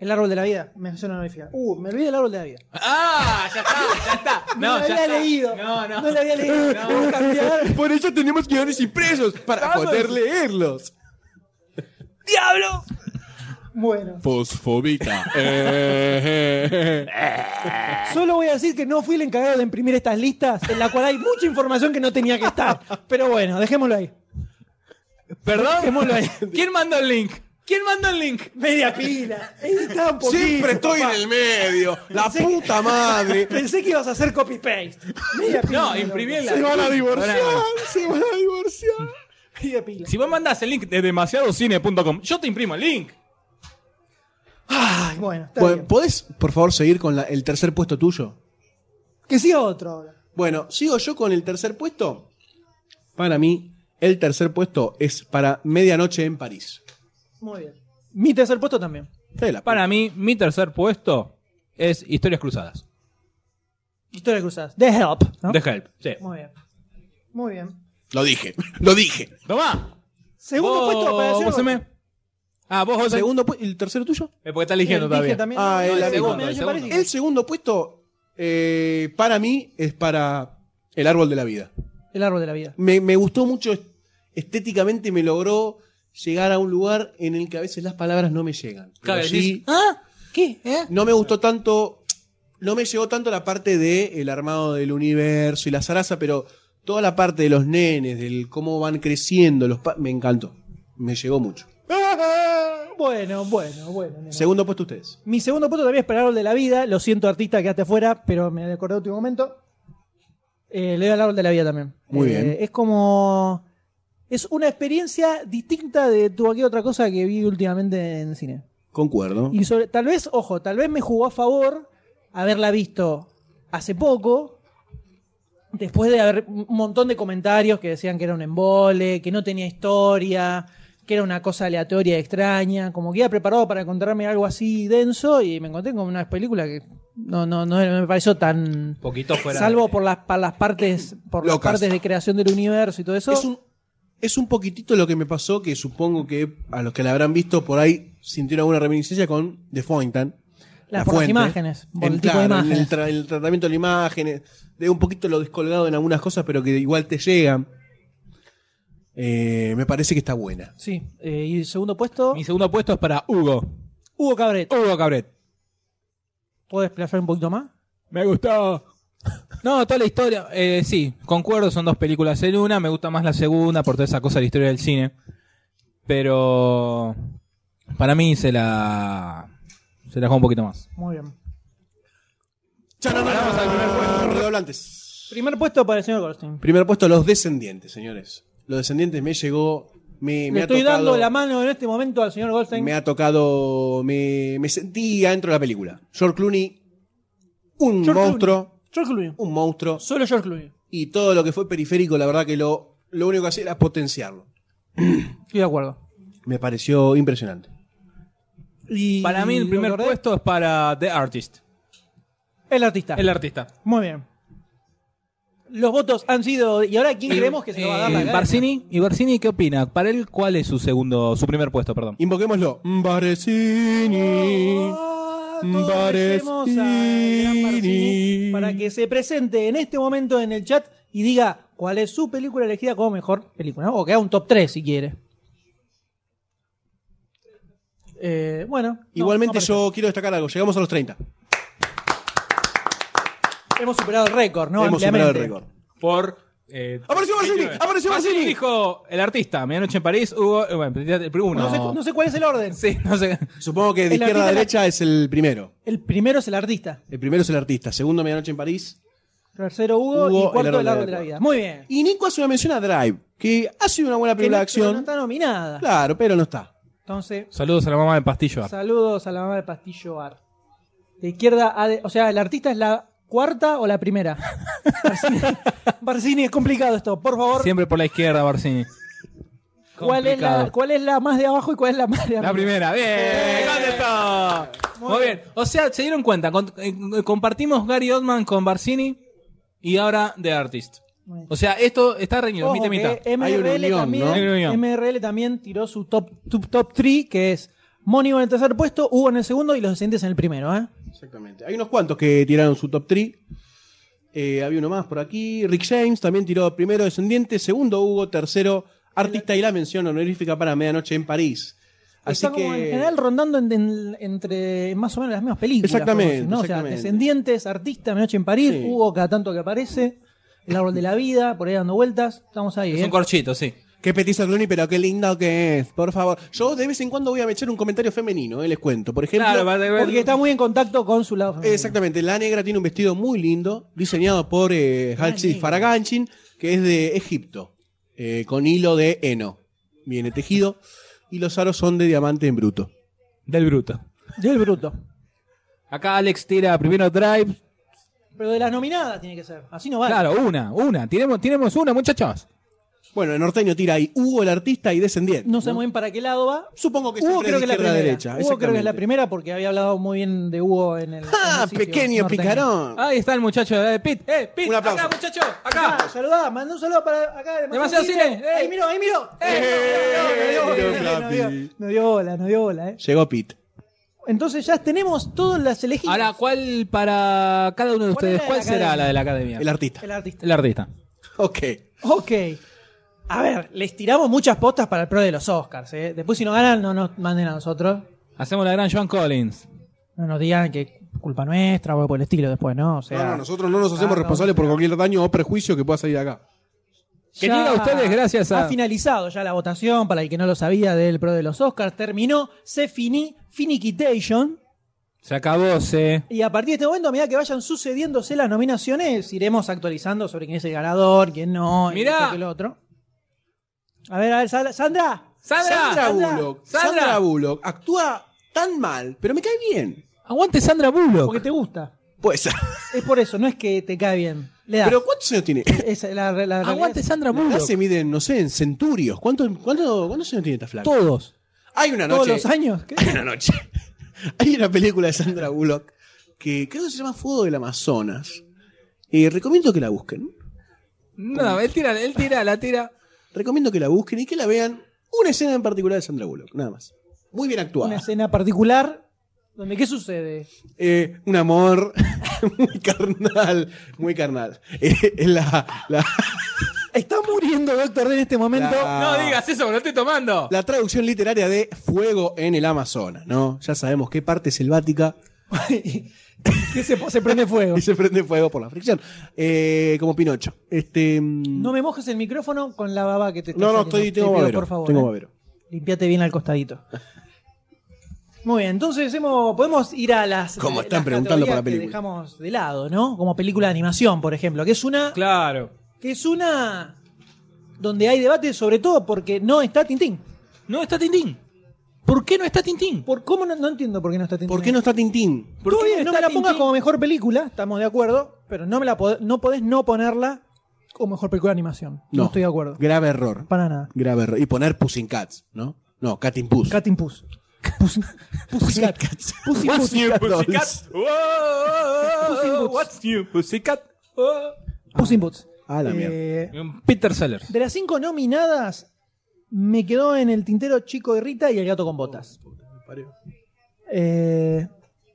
el árbol de la vida, mención honorífica. Uh, me olvidé del árbol de la vida. ¡Ah! Ya está, ya está. No, lo había leído. No, no. No lo había leído. Tengo que cambiar. eso. Por eso tenemos guiones impresos, para poder leerlos. Bueno, Fosfobita. solo voy a decir que no fui el encargado de imprimir estas listas, en la cual hay mucha información que no tenía que estar. Pero bueno, dejémoslo ahí. Perdón. ¿Quién mandó el link? ¿Quién mandó el link? Media pila. Editá un poquito, Siempre estoy papá. en el medio. La puta madre. Pensé que ibas a hacer copy-paste. Media pila. No, loco. imprimí el Se van a divorciar. Pará. Se van a divorciar. Media pila. Si vos mandás el link de demasiadocine.com, yo te imprimo el link. Ay, bueno, está Bueno, bien. ¿Podés, por favor, seguir con la- el tercer puesto tuyo? Que siga otro ahora. Bueno, sigo yo con el tercer puesto. Para mí, el tercer puesto es para Medianoche en París. Muy bien. Mi tercer puesto también. Te la- Para mí, mi tercer puesto es Historias Cruzadas. Historia de cruzadas. The Help. ¿no? De Help. Sí. Muy bien. Muy bien. Lo dije, lo dije. Tomá. Segundo Vos, puesto para hacer. Gonzame. Ah, vos, ¿El José. segundo pu- el tercero tuyo? Porque está eligiendo Él todavía. dije también. Ah, No, el el segundo, segundo, el me segundo. parece que- El segundo puesto, eh, para mí, es para El Árbol de la Vida. El árbol de la vida. Me, me gustó mucho est- estéticamente, me logró llegar a un lugar en el que a veces las palabras no me llegan. Pero Claro, sí, ¿Ah? ¿Qué? ¿Eh? no me gustó tanto, no me llegó tanto la parte de el armado del universo y la zaraza, pero toda la parte de los nenes, del cómo van creciendo, los pa- me encantó. Me llegó mucho. Bueno, bueno, bueno. nena. Segundo puesto ustedes. Mi segundo punto también es para el árbol de la vida. Lo siento, artista, quedaste afuera, pero me acordé de último momento. Eh, le doy al árbol de la vida también. Muy Eh, bien. Es como. Es una experiencia distinta de tu cualquier otra cosa que vi últimamente en cine. Concuerdo. Y sobre, tal vez, ojo, tal vez me jugó a favor haberla visto hace poco, después de haber un montón de comentarios que decían que era un embole, que no tenía historia, que era una cosa aleatoria y extraña, como que iba preparado para encontrarme algo así denso y me encontré con una película que no, no, no me pareció tan... Poquito fuera. Salvo de- por las, por las partes por las Locas. partes de creación del universo y todo eso. Es un, es un poquitito lo que me pasó, que supongo que a los que la habrán visto por ahí sintieron alguna reminiscencia con The Fountain. La- por las imágenes, por el tipo de imágenes. El, tra- el tratamiento de las imágenes, de un poquito lo descolgado en algunas cosas, pero que igual te llegan. Eh, me parece que está buena. Sí, eh, y el segundo puesto, Mi segundo puesto es para Hugo. Hugo Cabret. Hugo Cabret. ¿Puedo desplayar un poquito más? Me gustó. No, toda la historia, eh, sí, concuerdo, son dos películas en una, me gusta más la segunda por toda esa cosa de la historia del cine. Pero para mí se la se la juega un poquito más. Muy bien. Redoblantes. Primer puesto para el señor Goldstein. Primer puesto, Los Descendientes, señores. Los Descendientes me llegó, me, me Le ha estoy tocado, dando la mano en este momento al señor Goldstein. me ha tocado, me, me sentí adentro de la película. George Clooney, un George monstruo. George Clooney. un monstruo Solo George Clooney. y todo lo que fue periférico, la verdad que lo, lo único que hacía era potenciarlo. Estoy de acuerdo. Me pareció impresionante. Y- Para mí el primer ¿lo acordé? puesto es para The Artist, El artista. el artista. Muy bien. Los votos han sido. ¿Y ahora quién creemos que se lo va a dar la Eh, gana? Barcini, ¿y Barcini qué opina? Para él cuál es su segundo su primer puesto, perdón? Invoquémoslo. Baresini. Ah, Mm, todos recemos al gran Barcini Para que se presente en este momento en el chat y diga cuál es su película elegida como mejor película. ¿no? O que haga un top 3 si quiere. Eh, bueno. no, Igualmente no aparece. yo quiero destacar algo. Llegamos a los 30. Hemos superado el récord, ¿no? Hemos superado el Ampliamente. récord. Por eh, ¡Apareció Baresini! ¡Apareció Barcini Baresini! dijo el artista, Medianoche en París, Hugo, eh, bueno, el primero. No, sé, no sé cuál es el orden. Sí, no sé. Supongo que de El izquierda a artista- derecha es el primero. El primero es el artista. El primero es el artista. Segundo, Medianoche en París. Tercero Hugo, Hugo, y cuarto el el árbol árbol de la de la vida. Muy bien. Y Nico hace una mención a Drive, que ha sido una buena Que película no- no de acción. está nominada. Claro, pero no está. Entonces, Saludos a la mamá de Pastillo. Art. saludos a la mamá de Pastillo Art. De izquierda a de- O sea, ¿el artista es la cuarta o la primera? Barcini, Barcini, es complicado esto. Por favor, Siempre por la izquierda, Barcini. ¿cuál es, la, Complicado. ¿cuál es la más de abajo y cuál es la Eh. más de arriba? La primera, bien, contesto. Muy bien. O sea, se dieron cuenta, con- eh, compartimos Gary Oldman con Barcini y ahora The Artist. Muy bien. O sea, esto está reñido, Ojo mitad y mitad. que Hay una MRL, unión, también, ¿no? Hay una unión. MRL también tiró su top 3, que es Mónigo en el tercer puesto, Hugo en el segundo y los descendientes en el primero. ¿eh? Exactamente. Hay unos cuantos que tiraron su top 3. había uno más por aquí. Rick James también tiró primero Descendiente, segundo Hugo, tercero Artista y la mención honorífica para Medianoche en París. Así Está que. como en general rondando en- en- entre más o menos las mismas películas. Exactamente, por decir, ¿no? exactamente. O sea, Descendientes, Artista, Noche en París, Sí. Hugo cada tanto que aparece, El Árbol de la Vida, por ahí dando vueltas. Estamos ahí, Es ¿eh? un corchito, sí. Qué petizo Clooney, pero qué lindo que es, por favor. Yo de vez en cuando voy a echar un comentario femenino, eh, les cuento. Por ejemplo, Claro, va a tener- Porque está muy en contacto con su lado femenino. exactamente, la negra tiene un vestido muy lindo, diseñado por eh, Halsey Faraganchin, que es de Egipto, eh, con hilo de heno. Viene tejido, y los aros son de diamante en bruto. Del bruto. Del bruto. Acá Alex tira primero Drive. Pero de las nominadas tiene que ser. Así no vale. Claro, una, una. Tenemos, tenemos una, muchachos. Bueno, el norteño tira ahí Hugo el artista y descendiente. No sé muy bien para qué lado va. Supongo que Hugo siempre creo que, es de es la izquierda primera. a derecha. Hugo creo que es la exactamente. primera porque había hablado muy bien de Hugo en el. en Ah, el sitio pequeño norteño. Ah. picarón. Ahí está el muchacho de Pit. ¡Eh, Pit! Un aplauso. ¡Acá, muchacho! ¡Acá! Acá, saludá, mandá un saludo para acá. de Demasiado Cine, eh. Ahí miró, ahí miró. Eh, No dio miró, bola, no dio- Capi. No dio bola, no dio bola, eh. Llegó Pete. Entonces ya tenemos todas las elegidas. Ahora, ¿cuál para cada uno de ¿Cuál ustedes? era ¿Cuál la será academia? la de la academia? El artista. El artista. El artista. Ok. Ok. A ver, les tiramos muchas postas para el pro de los Oscars. ¿eh? Después, si no ganan, no nos manden a nosotros. Hacemos la gran John Collins. No nos digan que culpa nuestra o algo por el estilo después, ¿no? O sea, No, no, nosotros no nos Ah, hacemos no, responsables por cualquier daño o perjuicio que pueda salir acá. Que llega a ustedes gracias a- Ha finalizado ya la votación, para el que no lo sabía, del pro de los Oscars. Terminó, se finí, finiquitation. Se acabó, se. Y a partir de este momento, a medida que vayan sucediéndose las nominaciones, iremos actualizando sobre quién es el ganador, quién no, y Mirá. esto que lo otro. A ver, a ver, Sandra. Sandra. Ah, Sandra Bullock. Sandra. Sandra Bullock actúa tan mal, pero me cae bien. Aguante Sandra Bullock. Porque te gusta. Pues. Es por eso, no es que te cae bien. Le das. Pero ¿cuántos años tiene? Esa es la, la- la Aguante realidad. Sandra Acá Bullock. se miden, no sé, en centurios. ¿Cuánto, cuánto, ¿Cuántos años tiene esta flaca? Todos. Hay una todos noche. los años. ¿qué? Hay una noche. Hay una película de Sandra Bullock que creo que se llama Fuego del Amazonas. Eh, recomiendo que la busquen. No, él tira, él tira, la tira. Recomiendo que la busquen y que la vean una escena en particular de Sandra Bullock, nada más. Muy bien Una actuada. escena particular donde qué sucede. Eh, un amor muy carnal, muy carnal. Eh, es la, la, Está muriendo Doctor D en este momento. la- eso, lo estoy tomando. la traducción literaria de Fuego en el Amazonas, ¿no? Ya sabemos qué parte selvática Que se, se prende fuego. y se prende fuego por la fricción. Eh, como Pinocho. Este, mm, No me mojes el micrófono con la baba que te está no, no, saliendo. estoy, Te tengo pido, babero. por favor. tengo eh. babero. Limpiate bien al costadito. Muy bien, entonces hemos- podemos ir a las. eh, Como las están preguntando por la categorías que película. dejamos de lado, ¿no? Como película de animación, por ejemplo, que es una. Claro. Que es una. Donde hay debate, sobre todo porque no está Tintín. No está Tintín. ¿Por qué no está Tintín? ¿Por cómo no, no entiendo por qué no está Tintín? ¿Por qué no está Tintín? ¿Por Todo qué bien, no no me está la pongas Tintín? como mejor película, estamos de acuerdo, pero no me la pod- no podés no ponerla como mejor película de animación. No, estoy de acuerdo. Grave error. Para nada. Grave error. Y poner Pussycats, ¿no? No, Cat in Puss. Cat in Puss. Puss- Pussycat. Puss in What's Puss. new, Pussycat Pussycat. Oh, oh, Puss in oh, oh, Boots. What's new, Pussycat? Oh. Puss in Boots. Ah, la Eh, mierda. Peter Sellers. de las cinco nominadas, me quedó en el tintero Chico y Rita y El Gato Oh, con Botas. Eh,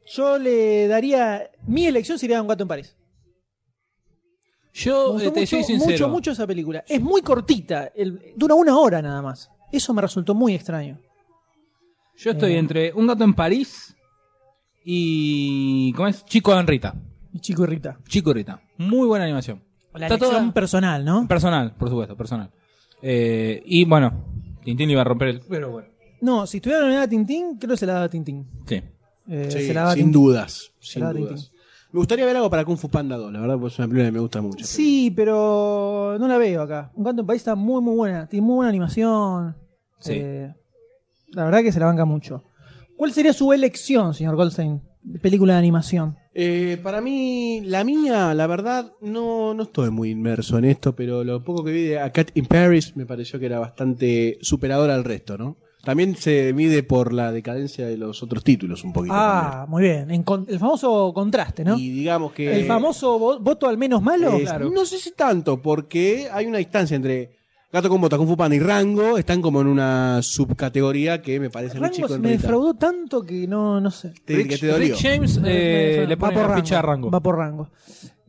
yo le daría. Mi elección sería Un Gato en París. Me Yo gustó eh, te soy mucho, sincero. mucho, mucho esa película. Es muy cortita. el- dura una hora nada más. Eso me resultó muy extraño. Yo estoy Eh. entre Un gato en París y. ¿Cómo es? Chico en Rita. Y Chico y Rita. Chico y Rita. Muy buena animación. La Está elección toda- personal, ¿no? Personal, por supuesto, personal. Eh, y bueno, Tintín le iba a romper el. Pero bueno. No, si estuviera nominada a Tintín, creo que se la daba a Tintín. Sí. Eh, Sí, se la daba a sin Tintín. dudas. Sin la da dudas. Tintín. Me gustaría ver algo para Kung Fu Panda 2, la verdad, porque es una película que me gusta mucho. Sí, pero no la veo acá. Un canto en país está muy, muy buena. Tiene muy buena animación. Sí. Eh, la verdad que se la banca mucho. ¿Cuál sería su elección, señor Goldstein? de Película de animación. Eh, para mí, la mía, la verdad, no, no estoy muy inmerso en esto, pero lo poco que vi de A Cat in Paris me pareció que era bastante superador al resto, ¿no? También se mide por la decadencia de los otros títulos un poquito. Ah, muy bien. En con- el famoso contraste, también. ¿no? Y digamos que... el famoso vo- voto al menos malo. Eh, No sé si tanto, porque hay una distancia entre Gato con Botas, Kung Fu Panda y Rango. Están como en una subcategoría que me parece muy Rango chico se en me realidad. defraudó tanto que no, no sé. Te- que te dolió. Rick James eh, le pone la ficha a Rango. Va por rango.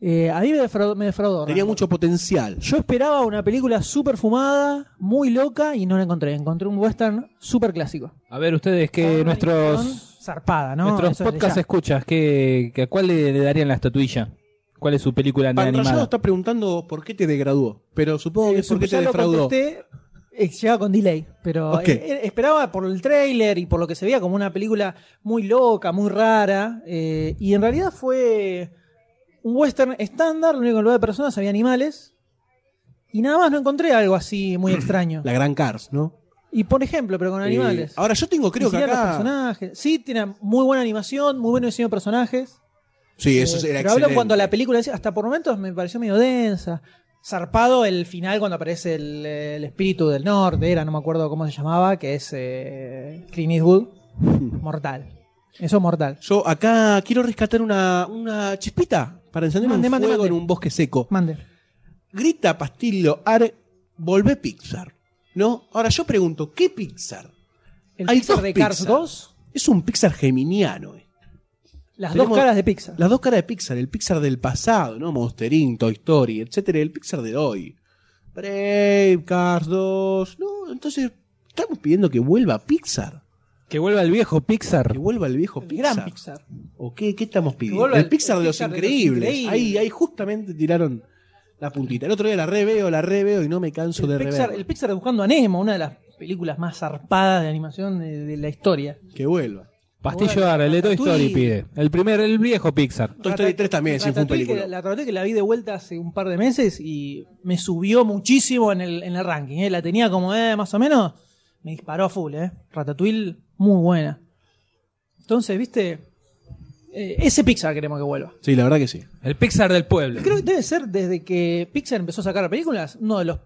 Eh, a mí me defraudó. me defraudó Tenía Rango. mucho potencial. Yo esperaba una película súper fumada, muy loca, y no la encontré. Encontré un western súper clásico. A ver, ustedes que Con nuestros. animación Zarpada, Ah, ¿no? nuestros Eso es de podcast ya. escuchas, ¿qué, que, ¿a cuál le, le darían la estatuilla? ¿Cuál es su película Panrayado animada? está preguntando por qué te degradó, pero supongo que es Eh, porque ya te lo defraudó. contesté, eh, Llegaba con delay, pero Ok. eh, eh, esperaba por el tráiler y por lo que se veía como una película muy loca, muy rara, eh, y en realidad fue un western estándar, lo único que lo de personas había animales, y nada más no encontré algo así muy extraño. La gran Cars, ¿no? Y por ejemplo, pero con animales. Eh, ahora yo tengo, creo Ni que siquiera los acá. personajes. Sí, tiene muy buena animación, muy buen diseño de personajes. Sí, eso Eh, era pero hablo excelente. cuando la película, es- hasta por momentos me pareció medio densa. Zarpado el final cuando aparece el, eh, el espíritu del norte, era, no me acuerdo cómo se llamaba, que es eh, Clint Eastwood. Mortal. Eso es mortal. Yo acá quiero rescatar una, una chispita para encender Mande, un mande, fuego mande. en un bosque seco. Mande. grita Pastillo Ar, volvé Pixar. ¿No? Ahora yo pregunto, ¿qué Pixar? El Hay Pixar dos de Cars Pixar. 2, Es un Pixar geminiano. eh. las Tenemos- dos caras de Pixar. Las dos caras de Pixar, el Pixar del pasado, ¿no? Monster Inc, Toy Story, etcétera, y el Pixar de hoy. Brave, Cars 2. No, entonces estamos pidiendo que vuelva Pixar. Que vuelva el viejo Pixar. Que vuelva el viejo Pixar. Gran Pixar. ¿O qué, qué estamos pidiendo? vuelva El, el- Pixar el de los Pixar de los increíbles. Increíbles. Ahí, ahí justamente tiraron la puntita. El otro día la reveo, la reveo y no me canso de El Pixar, rever. el Pixar de Buscando a Nemo, una de las películas más zarpadas de animación de, de la historia. Que vuelva. Pastillo Ara, el de Toy Ratatouille. Story pide. El primer, el viejo Pixar. Toy Story 3 también, sí, fue un Ratatouille, que película. la- La Ratatouille que la vi de vuelta hace un par de meses y me subió muchísimo en el, en el ranking. ¿eh? La tenía como eh, más o menos, me disparó a full. ¿eh? Ratatouille, muy buena. Entonces, viste, Eh, ese Pixar queremos que vuelva. Sí, la verdad que sí. El Pixar del pueblo. Creo que debe ser desde que Pixar empezó a sacar películas, uno de los,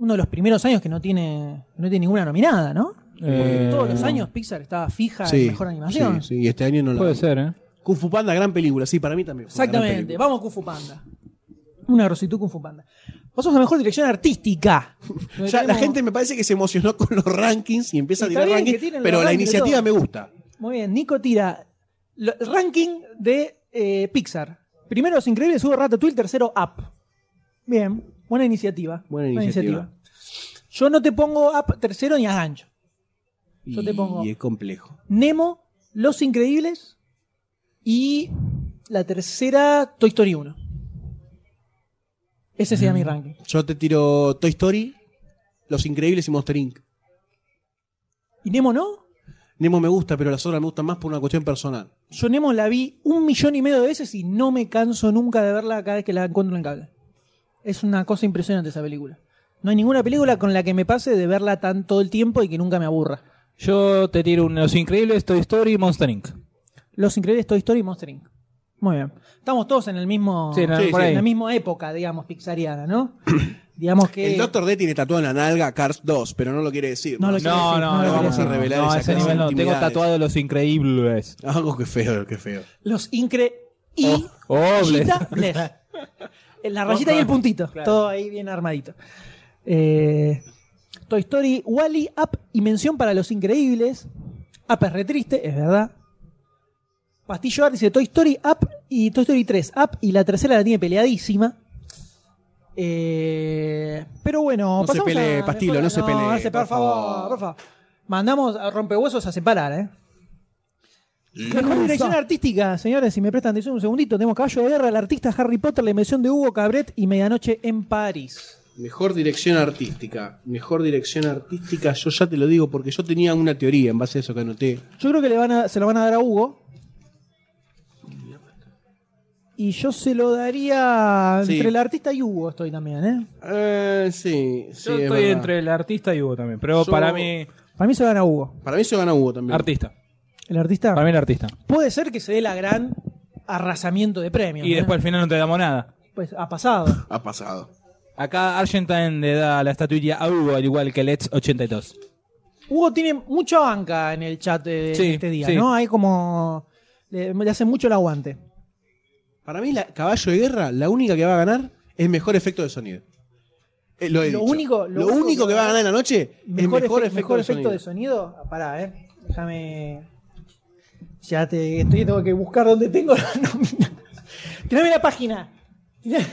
uno de los primeros años que no tiene, no tiene ninguna nominada, ¿no? Porque Eh, todos los años Pixar estaba fija en Sí, mejor sí, animación. sí, y este año no la. Puede ser, ¿eh? Kung Fu Panda, gran película, sí, para mí también. fue una gran Exactamente. película. Vamos Kung Fu Panda. Una grositud Kung Fu Panda. Pasamos a mejor dirección artística. Donde Ya, la tenemos- gente me parece que se emocionó con los rankings y empieza a Está tirar bien que rankings, tiren los pero la rankings de iniciativa todo. me gusta. Muy bien, Nico tira lo- el ranking de eh, Pixar. Primero Los Increíbles, segundo Ratatouille, tercero Up. Bien, buena iniciativa. Buena iniciativa. Yo no te pongo Up tercero ni a gancho. Yo y, te pongo- y es complejo. Nemo, Los Increíbles y la tercera Toy Story 1. Ese sería Mm. mi ranking. Yo te tiro Toy Story, Los Increíbles y Monster Inc. ¿Y Nemo no? Nemo me gusta, pero las otras me gustan más por una cuestión personal. Yo Nemo la vi un millón y medio de veces y no me canso nunca de verla cada vez que la encuentro en cable. Es una cosa impresionante esa película. No hay ninguna película con la que me pase de verla tan todo el tiempo y que nunca me aburra. Yo te tiro un Los Increíbles, Toy Story y Monster Inc. Los Increíbles, Toy Story y Monster Inc. Muy bien. Estamos todos en el mismo Sí, no, Sí, por ahí. en la misma época, digamos, pixariana, ¿no? digamos que El Doctor D tiene tatuado en la nalga Cars 2, pero no lo quiere decir. No lo Más. quiere decir, no lo quiere vamos a decir. revelar No, y a ese sacar nivel no. Tengo intimidades. tatuado Los Increíbles. Algo que Ah, feo, que feo. Los Incre y Oh, oh, rayita les. En La rayita y el puntito. Todo ahí bien armadito. Eh, Toy Story, Wally, Up y mención para los increíbles. Up es re triste, es verdad. Pastillo Art dice Toy Story, Up y Toy Story 3. Up y la tercera la tiene peleadísima. Eh, pero bueno, No se pasamos pelee, a- Pastilo, no se pelee, hace- por, por favor, favor. por favor. Mandamos a rompehuesos a separar, ¿eh? Mejor dirección artística, señores, si me prestan atención un segundito, tenemos Caballo de Guerra, el artista Harry Potter, la invención de Hugo Cabret y Medianoche en París. Mejor dirección artística. Mejor dirección artística, yo ya te lo digo porque yo tenía una teoría en base a eso que anoté. Yo creo que le van a- se lo van a dar a Hugo. Y yo se lo daría Sí. entre el artista y Hugo estoy también, ¿eh? Eh, sí, sí, Yo es estoy verdad. entre el artista y Hugo también. Pero Yo- para mí, Para mí se lo dan a Hugo. Para mí se gana Hugo también. artista. El artista. Para mí, el artista. Puede ser que se dé la gran arrasamiento de premios. Y ¿eh? después al final no te damos nada. Pues ha pasado. Ha pasado. Acá Argentine le da la estatuilla a Hugo, al igual que Let's 82. Hugo tiene mucha banca en el chat de Sí, este día, sí. ¿no? Hay como. Le, le hacen mucho el aguante. Para mí, la Caballo de Guerra, la única que va a ganar es mejor efecto de sonido. Eh, lo he Lo dicho. único- lo Lo único que va a ganar en la noche Mejor, es mejor efe- efecto, mejor de, efecto sonido. de sonido. Ah, Pará, eh. Déjame. Ya te estoy, tengo que buscar dónde tengo la nómina. Tirame la página. Tirame,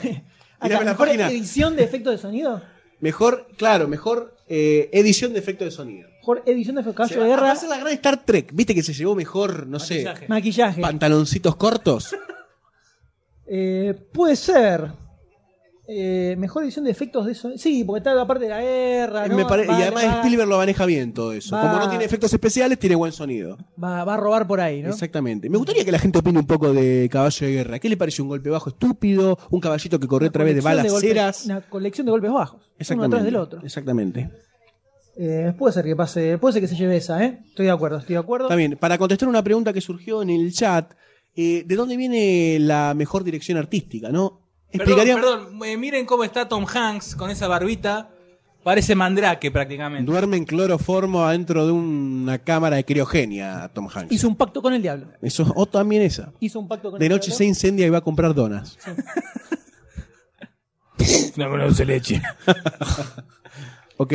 Acá, la mejor página. edición de efecto de sonido. Mejor, claro, mejor eh, edición de efecto de sonido. Mejor edición de efecto Se va- de Va guerra. a ser la gran Star Trek. Viste que se llevó mejor, no sé, Maquillaje. pantaloncitos cortos. Eh, puede ser. Eh, mejor edición de efectos de sonido. Sí, porque está la parte de la guerra. ¿no? Eh, Me pare- Vale, y además va- Spielberg lo maneja bien todo eso. Va. Como no tiene efectos especiales, tiene buen sonido. Va, va a robar por ahí, ¿no? Exactamente. Me gustaría que la gente opine un poco de Caballo de Guerra. ¿Qué le pareció un golpe bajo estúpido? ¿Un caballito que corrió a través de Colección balas golpes- ceras? Una colección de golpes bajos. Uno Exactamente. atrás del otro. Exactamente. Eh, puede ser que pase, puede ser que se lleve esa, ¿eh? Estoy de acuerdo, estoy de acuerdo. Está bien, para contestar una pregunta que surgió en el chat, eh, ¿de dónde viene la mejor dirección artística, no? Explicaría- Perdón, eh, miren cómo está Tom Hanks con esa barbita. Parece mandrake prácticamente. Duerme en cloroformo adentro de una cámara de criogenia, Tom Hanks. Hizo un pacto con el diablo. Eso, o también esa. Hizo un pacto con De el noche se diablo. incendia y va a comprar donas. No conoce leche. Ok.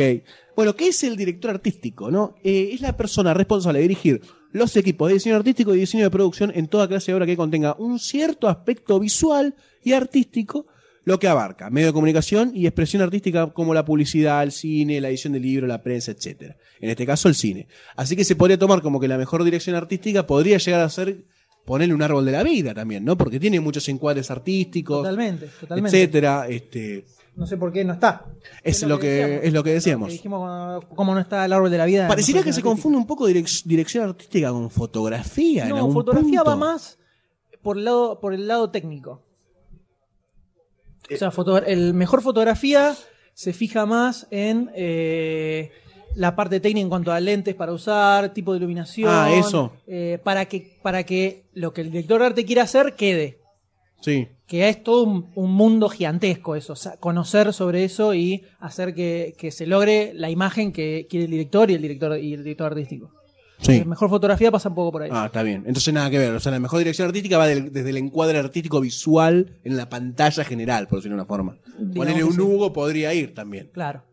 Bueno, ¿qué es el director artístico? ¿no? Eh, es la persona responsable de dirigir los equipos de diseño artístico y diseño de producción en toda clase de obra que contenga un cierto aspecto visual y artístico lo que abarca medio de comunicación y expresión artística como la publicidad, el cine, la edición de libros, la prensa, etcétera. En este caso, el cine. Así que se podría tomar como que la mejor dirección artística podría llegar a ser ponerle un árbol de la vida también, ¿no? Porque tiene muchos encuadres artísticos, Totalmente, totalmente. etcétera. Este, No sé por qué no está. es, lo que, decíamos. es lo que Lo que decíamos. dijimos cuando- como no está el árbol de la vida. Parecería Ah, no que sé, se no sé. confunde un poco direc- dirección artística con fotografía. en No, algún fotografía punto. va más por el lado, por el lado técnico. O Eh, sea, foto- el mejor fotografía se fija más en eh, la parte técnica en cuanto a lentes para usar, tipo de iluminación. Ah, eso. eh, para, que, para que lo que el director de arte quiera hacer quede. Sí. Que es todo un, un mundo gigantesco eso. o sea, conocer sobre eso y hacer que, que se logre la imagen que quiere el director y el director, y el director artístico. Sí. La mejor fotografía pasa un poco por ahí. Ah, está bien. Entonces nada que ver. O sea, la mejor dirección artística va del- desde el encuadre artístico visual en la pantalla general, por decirlo de una forma. Ponerle que un sí. Hugo podría ir también. Claro.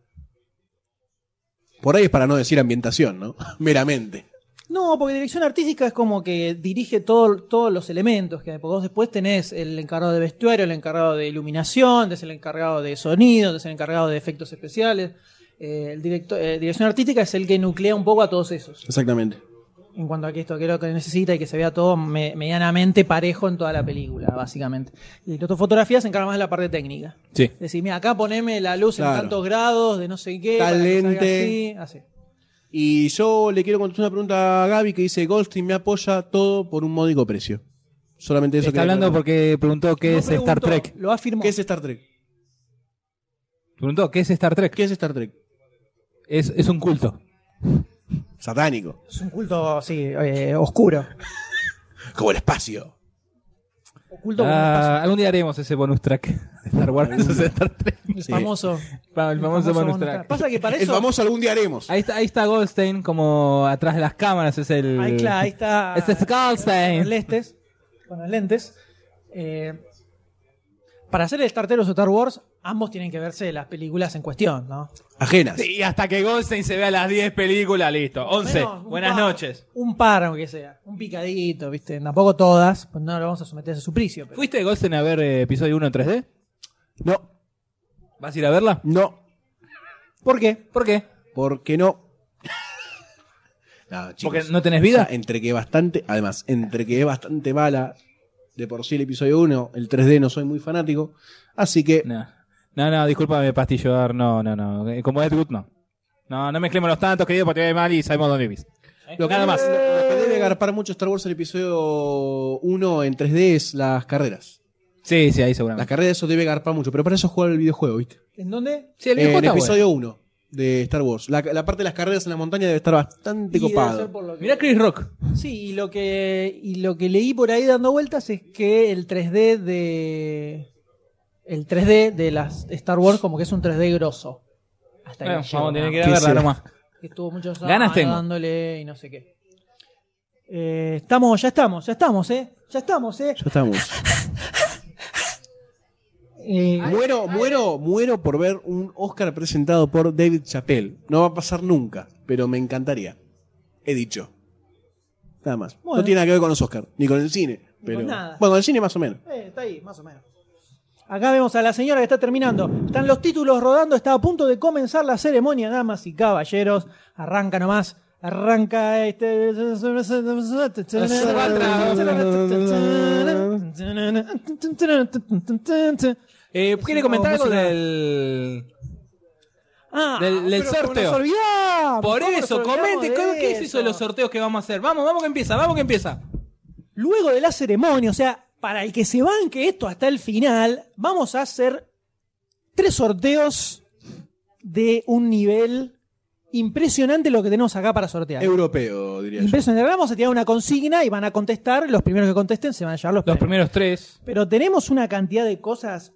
Por ahí es para no decir ambientación, ¿no? Meramente. No, porque dirección artística es como que dirige todo- todos los elementos que hay, porque vos después tenés el encargado de vestuario, el encargado de iluminación, tenés el encargado de sonido, tenés el encargado de efectos especiales. Eh, el directo- eh, dirección artística es el que nuclea un poco a todos esos. Exactamente. En cuanto a que esto que es lo que necesita y que se vea todo me- medianamente parejo en toda la película, básicamente. Y la fotografía se encarga más de la parte técnica. Sí. Decir, mira, acá poneme la luz en Claro. tantos grados, de no sé qué, Tal para que salga lente. así, así. Y yo le quiero contestar una pregunta a Gaby que dice, Goldstein me apoya todo por un módico precio. Solamente eso Está quería hablando aclarar. porque preguntó qué No es Star preguntó, Trek. Lo afirmó. ¿Qué es Star Trek? Preguntó qué es Star Trek. ¿Qué es Star Trek? Es, es un culto. Satánico. Es un culto, sí, eh, oscuro. Como el espacio. Oculto como Ah, un espacio. algún día haremos ese bonus track de Star Wars versus Star Trek. El sí. famoso. Pa- El famoso bonus bonus track. track. Pasa que para El eso. famoso algún día haremos. Ahí está, ahí está Goldstein como atrás de las cámaras es el. Ahí, claro, ahí está. Ese es Goldstein. Con los lentes. Con los lentes. Eh, para hacer el Star Trek o Star Wars, ambos tienen que verse las películas en cuestión, ¿no? Ajenas. Sí, hasta que Goldstein se vea las 10 películas, listo. 11. Menos un Buenas par- noches. Un par, aunque sea. Un picadito, ¿viste? Tampoco todas, pues no lo vamos a someter a ese suplicio. pero- ¿Fuiste Goldstein a ver eh, episodio 1 en 3D? No, ¿Vas a ir a verla? no, ¿Por qué? ¿Por qué? ¿por qué no? No, chicos. ¿Porque no tenés vida? O sea, entre que es bastante, además, entre que es bastante mala, de por sí el episodio 1, el 3D no soy muy fanático, así que No. No, no, discúlpame, pastillador. No, no, no. Eh, Como Ed Wood, no. No, no mezclemos los tantos, querido, porque te ve mal y sabemos dónde vivís. lo que, Nada más. Lo, lo que debe agarpar mucho Star Wars el episodio 1 en 3D es las carreras. Sí, sí, ahí Las seguramente. carreras eso debe agarpar mucho, pero para eso es jugar el videojuego, ¿viste? ¿En dónde? Sí, el Eh, viejo en está bueno. episodio 1 de Star Wars. La, la parte de las carreras en la montaña debe estar bastante Y debe ser copada. por lo que- Mirá Chris Rock. Sí, y lo que y lo que leí por ahí dando vueltas es que el 3D de el 3D de las Star Wars como que es un 3D grosso. Hasta Bueno, ahí llego, vamos a tener que ir a ¿Qué verla será? nomás. que estuvo muchos años Ganas tengo. dándole y no sé qué. Eh, estamos, ya estamos, ya estamos, eh. Ya estamos, eh. Ya estamos. Eh, Muero, muero, muero por ver un Oscar presentado por David Chappelle. No va a pasar nunca, pero me encantaría. He dicho. Nada más. Bueno. No tiene nada que ver con los Oscars, ni con el cine. Ni Pero... con nada. Bueno, el cine más o menos. Eh, está ahí, más o menos. Acá vemos a la señora que está terminando. Están los títulos rodando, está a punto de comenzar la ceremonia, damas y caballeros. Arranca nomás. Arranca este. Eh, ¿Quiere comentar algo del. Ah, Del- del pero como sorteo. nos olvidamos, Por ¿cómo nos eso, olvidamos comente, de ¿cómo- ¿qué es eso de los sorteos que vamos a hacer? Vamos, vamos que empieza, vamos que empieza. Luego de la ceremonia, o sea, para el que se banque esto hasta el final, vamos a hacer tres sorteos de un nivel impresionante lo que tenemos acá para sortear. Europeo, diría yo. Impresionante. Ahora Vamos a tirar una consigna y van a contestar. Los primeros que contesten se van a llevar los, Los premios. primeros tres. Pero tenemos una cantidad de cosas,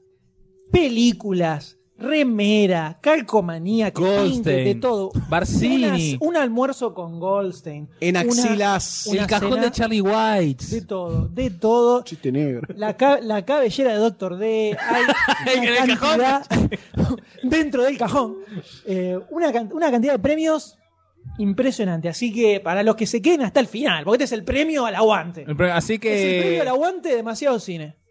películas, remera, calcomanía, que Goldstein, pinte, de todo. Barcini. Unas- un almuerzo con Goldstein. En una- axilas. una el cajón cena- de Charlie White. de todo, de todo. Chiste negro. La, ca- la cabellera de Doctor D. Hay ¿En una el cajón? cantidad- dentro del cajón. eh, una, can- una cantidad de premios impresionante. Así que para los que se queden hasta el final, porque este es el premio al aguante. El pre- Así Es el premio al que. aguante de demasiado cine.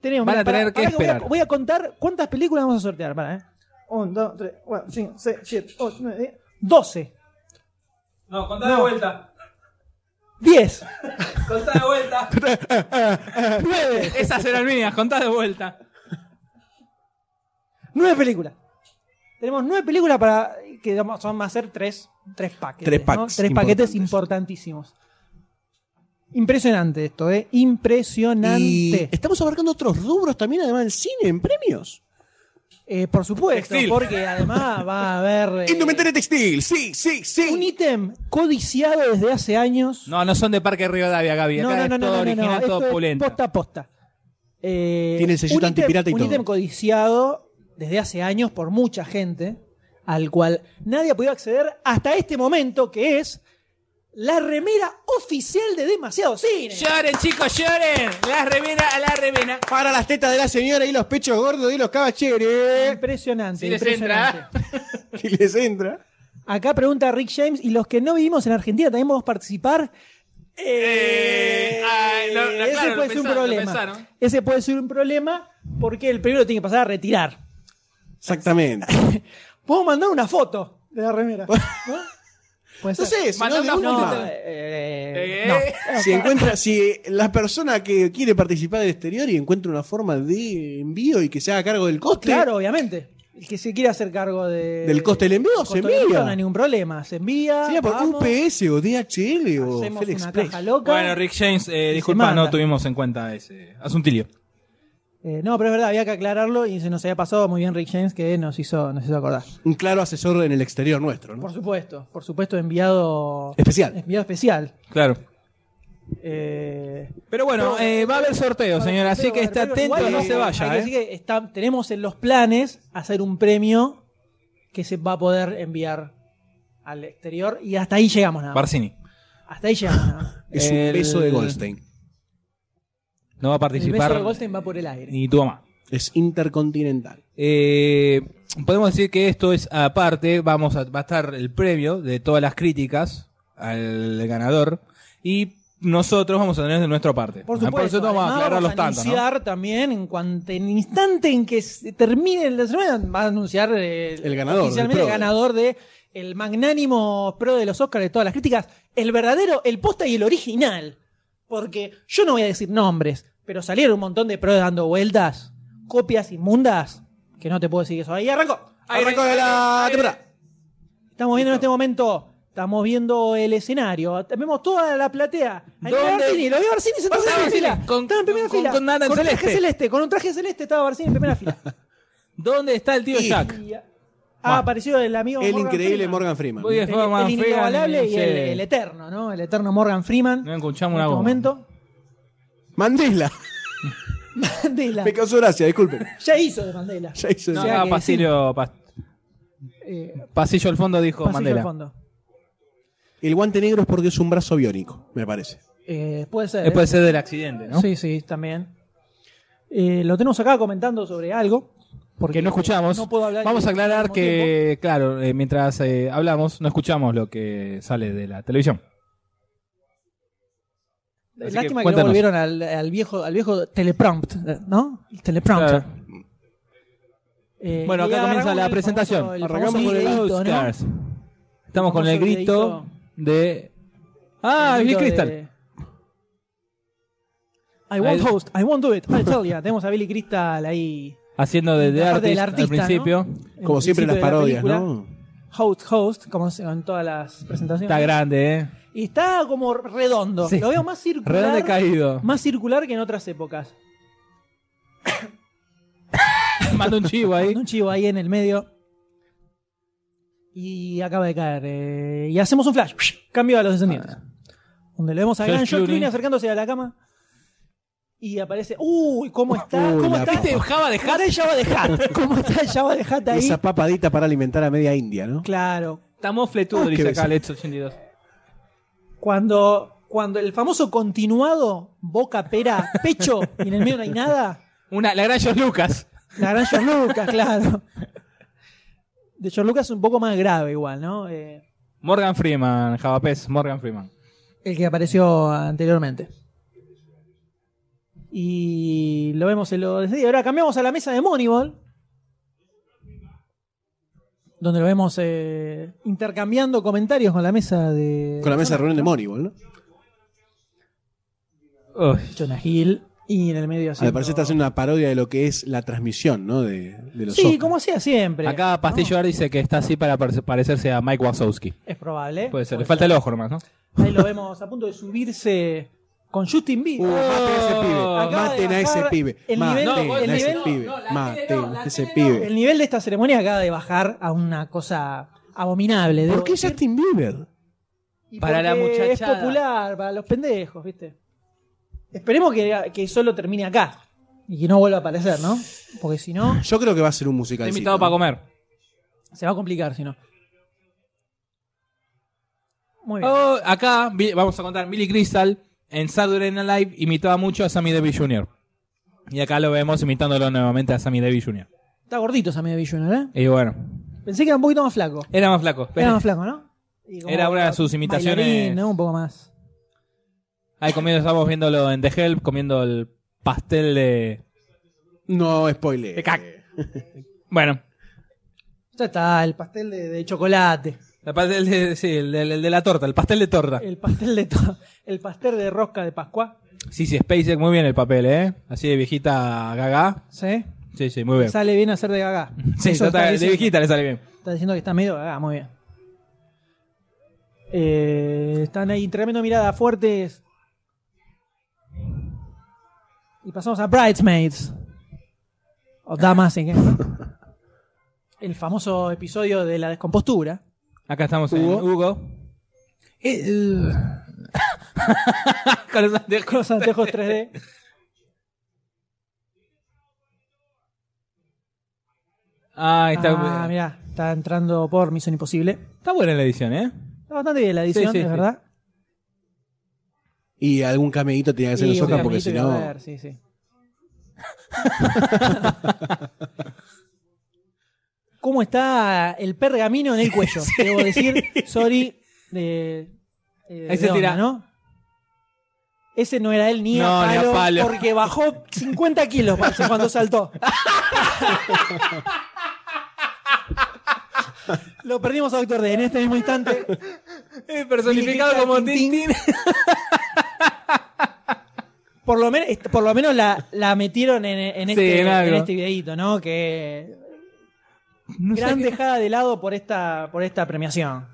Tenemos, Van mira, a tener que pará, voy a- esperar. Voy, a, contar cuántas películas vamos a sortear. Para, ¿eh? 1, 2, 3, 4, 5, 6, 7, 8, 9, 10. 12, No, contá de vuelta. 10, Contá de vuelta. 9, Esas eran mías, contás de vuelta. 9 películas. Tenemos 9 películas para. que vamos- van a ser 3 tres paquetes. Tres ¿no? packs Tres paquetes importantes. importantísimos. Impresionante esto, ¿eh? Impresionante. Y estamos abarcando otros rubros también, además del cine, en premios. Eh, por supuesto, Textil. porque además va a haber. eh, Indumentaria textil, sí, sí, sí. un ítem codiciado desde hace años. No, no son de Parque Rivadavia, Gaby. Acá es todo original, esto todo es pulento. Posta a posta. Eh, Tiene el sellito un ítem- antipirata y Un todo. ítem codiciado desde hace años por mucha gente, al cual nadie ha podido acceder hasta este momento, que es la remera oficial de Demasiado Cine. Lloren, chicos, lloren. La remera a la remera. Para las tetas de la señora y los pechos gordos y los caballeros. Impresionante, Si les impresionante. Y les entra. Acá pregunta Rick James, y los que no vivimos en Argentina también podemos participar. Eh, ay, lo- lo- ese claro, lo puede ser un pensaron, lo problema. pensaron. Ese puede ser un problema porque el primero tiene que pasar a retirar. Exactamente. Puedo mandar una foto de la remera. ¿no? Puede ser. Entonces, si, Mandá no, de una última, foto. eh, Eh. no. si encuentra, si la persona que quiere participar del exterior y encuentra una forma de envío y que se haga cargo del coste, Claro, obviamente. El que se quiera hacer cargo de- Del coste del envío, costo se del envío, envía. No hay ningún problema. Se envía. sería por vamos, UPS o DHL o hacemos FedEx una Express. caja loca. Bueno, Rick James, eh, se disculpa, manda. no tuvimos en cuenta ese. Haz un tilio. Eh, no, pero es verdad, había que aclararlo y se nos había pasado muy bien Rick James que nos hizo, nos hizo acordar. Un claro asesor en el exterior nuestro, ¿no? Por supuesto, por supuesto, enviado Especial. enviado especial. Claro. Eh, Pero bueno, eh, va a haber sorteo, señor, así que pero- esté pero atento, igual no hay- se hay vaya. que eh. decir que está- tenemos en los planes hacer un premio que se va a poder enviar al exterior y hasta ahí llegamos nada. más. Barcini. Hasta ahí llegamos nada. más. Es un El- beso de Goldstein. No va a El beso participar de Goldstein va por el aire. ni tu mamá. Es intercontinental. Eh, podemos decir que esto es aparte, vamos a, va a estar el premio de todas las críticas al ganador y nosotros vamos a tener de nuestra parte. Ah, Por eso supuesto, no vamos a además aclarar los vamos a tantos, ¿no? anunciar también en cuanto en el instante en que se termine la semana va a anunciar eh, El ganador del oficialmente el Pro. ganador de el magnánimo pro de los Oscars de todas las críticas, el verdadero, el posta y el original, porque yo no voy a decir nombres, pero salieron un montón de pros dando vueltas, copias inmundas, que no te puedo decir eso. Ahí arrancó. Arranco de la temporada. Estamos viendo en este momento, estamos viendo el escenario, vemos toda la platea. Ahí está ¿Dónde? Barcini, lo vio Barcini sentado en Pasaba primera Barcini, fila. con- estaba en primera con- fila. con nada en un traje celeste. celeste, con un traje celeste estaba Barcini en primera fila. ¿Dónde está el tío Jack? Y ha ha aparecido el amigo El Morgan increíble Freeman. Morgan Freeman. Voy a- El- Morgan El, Freeman, inigualable y el, sí. el eterno, ¿no? El eterno Morgan Freeman. No en escuchamos este una bomba. momento. Mandela. Mandela. Me causó gracia, disculpen. Ya hizo de Mandela. Ya hizo No, O sea no, que pasillo, pas- Eh, pasillo al fondo dijo pasillo Mandela. al fondo. El guante negro es porque es un brazo biónico, me parece. Eh, puede ser. Eh, ¿eh? puede ser del accidente, ¿no? Sí, sí, también. Eh, lo tenemos acá comentando sobre algo. Porque Porque no escuchamos. no puedo hablar Vamos y- a aclarar al mismo que, claro, eh, mientras eh, hablamos, no escuchamos lo que sale de la televisión. Así que Lástima que, lo cuéntanos. volvieron al, al viejo, al viejo teleprompt, eh, ¿no? El teleprompter. Claro. Eh, Bueno, y acá comienza arrancamos la el presentación. famoso- el Arrancamos famoso con el videíto, ¿no? Oscars. Estamos con famoso el grito de. Ah, El Billy grito Crystal. de- I won't Ahí- host, I won't do it, I tell ya. Tenemos a Billy Crystal ahí. Haciendo de, de La parte del artist al artista, principio. en Como el siempre en las principio parodias, de la ¿no? película. Host, host, como se- en todas las presentaciones. Está grande, ¿eh? Y está como redondo. Sí. Lo veo más circular. Redondo y caído. Más circular que en otras épocas. Manda un chivo ahí. Con un chivo ahí en el medio. Y acaba de caer. eh, y hacemos un flash. Cambio a los descendientes. Ah. Donde lo vemos a George Gran George Clooney. Clooney acercándose a la cama. Y aparece. ¡Uy! ¿Cómo está? Uy, ¿Cómo la está? este papa. Java Este de ¿Cómo está el Java de Hat? ¿Cómo está el Java de Hat ahí? Eh, Esa papadita para alimentar a media India, ¿no? Claro. Tamofle todo, Ah, qué dice acá beso. Alex 82. Cuando, cuando el famoso continuado boca, pera, pecho, y en el medio no hay nada. Una, la gran George Lucas. La gran George Lucas, claro. De George Lucas un poco más grave igual, ¿no? Eh, Morgan Freeman, Javapés, Morgan Freeman. el que apareció anteriormente. Y lo vemos en lo desde Ahora cambiamos a la mesa de Moneyball. Donde lo vemos eh, intercambiando comentarios con la mesa de. Con la mesa de reunión de Moneyball, ¿no? Jonah Hill. Y en el medio así. Me parece que está haciendo una parodia de lo que es la transmisión, ¿no? De, de los Sí, Oscars. como hacía siempre. Acá Pastillo Ar dice que está así para pare- parecerse a Mike Wazowski. Es probable. Puede ser, le falta el ojo nomás, ¿no? Ahí lo vemos a punto de subirse con Justin Uh, Bieber. maten a ese pibe, Acaba de maten a ese bajar pibe, el maten nivel- a el ese nivel- pibe, no, la tele maten no, la a ese tele pibe. El nivel de esta ceremonia acaba de bajar a una cosa abominable. debo ¿Por qué decir. Justin Bieber? Y Para la porque muchachada. Es popular, para los pendejos, ¿viste? Esperemos que, que solo termine acá. Y que no vuelva a aparecer, ¿no? Porque si no, Yo creo que va a ser un Está musical. invitado para comer. se va a complicar, si no. Muy bien. Oh, acá, vi- vamos a contar, Billy Crystal en Saturday Night Live imitaba mucho a Sammy Davis Jr. Y acá lo vemos imitándolo nuevamente a Sammy Davis Jr. Está gordito esa media Villanueva, ¿eh? Y bueno, Pensé que era un poquito más flaco. era más flaco. Era más flaco, ¿no? Y como Era una de sus imitaciones. bailarín, ¿no? Un poco más. Ahí comiendo, estamos viéndolo en The Help, comiendo el pastel de... No, spoiler. De cac. Bueno, Ya está, el pastel de, de chocolate. el pastel de, sí, el de, el de la torta, el pastel de torta. El pastel de to- el pastel de rosca de Pascua. Sí, sí, SpaceX, muy bien el papel, ¿eh? Así de viejita gaga. ¿Sí? Sí, sí, muy bien. Sale bien a ser de gaga. Sí, Eso ya está, está de diciendo. viejita le sale bien. Está diciendo que está medio gaga, muy bien. Eh, están ahí tremendo miradas fuertes. Y pasamos a Bridesmaids. O Damas en general. El famoso episodio de la descompostura. Acá estamos Hugo. en Hugo. Eh, eh. Con los anteojos. Con los anteojos 3D. Ah, está, Ah, mirá, está entrando por Misión Imposible. está buena la edición, ¿eh? Está bastante bien la edición, Sí, sí, es sí. verdad. Y algún cameíto tenía que hacer Y los Oscars un porque si caminito iba a no. ver, sí, sí. ¿Cómo está el pergamino en el cuello? Debo decir, sorry. De, eh, Ahí se de onda, tira. ¿no? Ese no era él ni, No, a ni a palo, palo. porque bajó 50 kilos parece, cuando saltó. Lo perdimos a Doctor D en este mismo instante. personificado como Tintín. Tintín. Por lo menos, por lo menos la, la metieron en, en Sí, este, en en, algo. este videíto, ¿no? Que No sé gran qué- dejada de lado por esta, por esta premiación.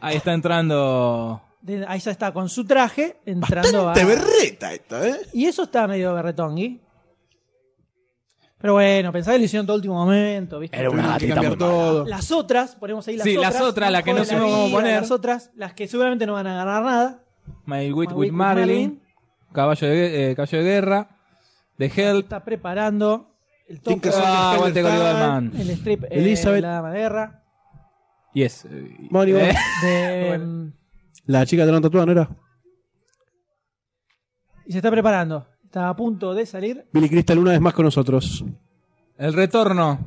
Ahí está entrando. De- ahí ya está con su traje entrando Te a. berreta esto, ¿eh? Y eso está medio berretongui. Pero bueno, pensaba que lo hicieron todo último momento, ¿viste? Era una que cambiar todo. Las otras, ponemos ahí las Sí, las otras. otras, las que no Joder, sabemos cómo vida, poner. Las otras, las que seguramente no van a ganar nada. My Wit My with Wit with Marilyn. Caballo de, gue- eh, caballo de guerra. The Help. Está preparando el top Tinker Ah, Soldier, aguante con Star, Iron Man. el strip eh, Elizabeth. la dama de guerra Yes. Moneyball. Eh, de, La chica de la tatuada, ¿no era? y se está preparando está a punto de salir Billy Crystal una vez más con nosotros. El retorno.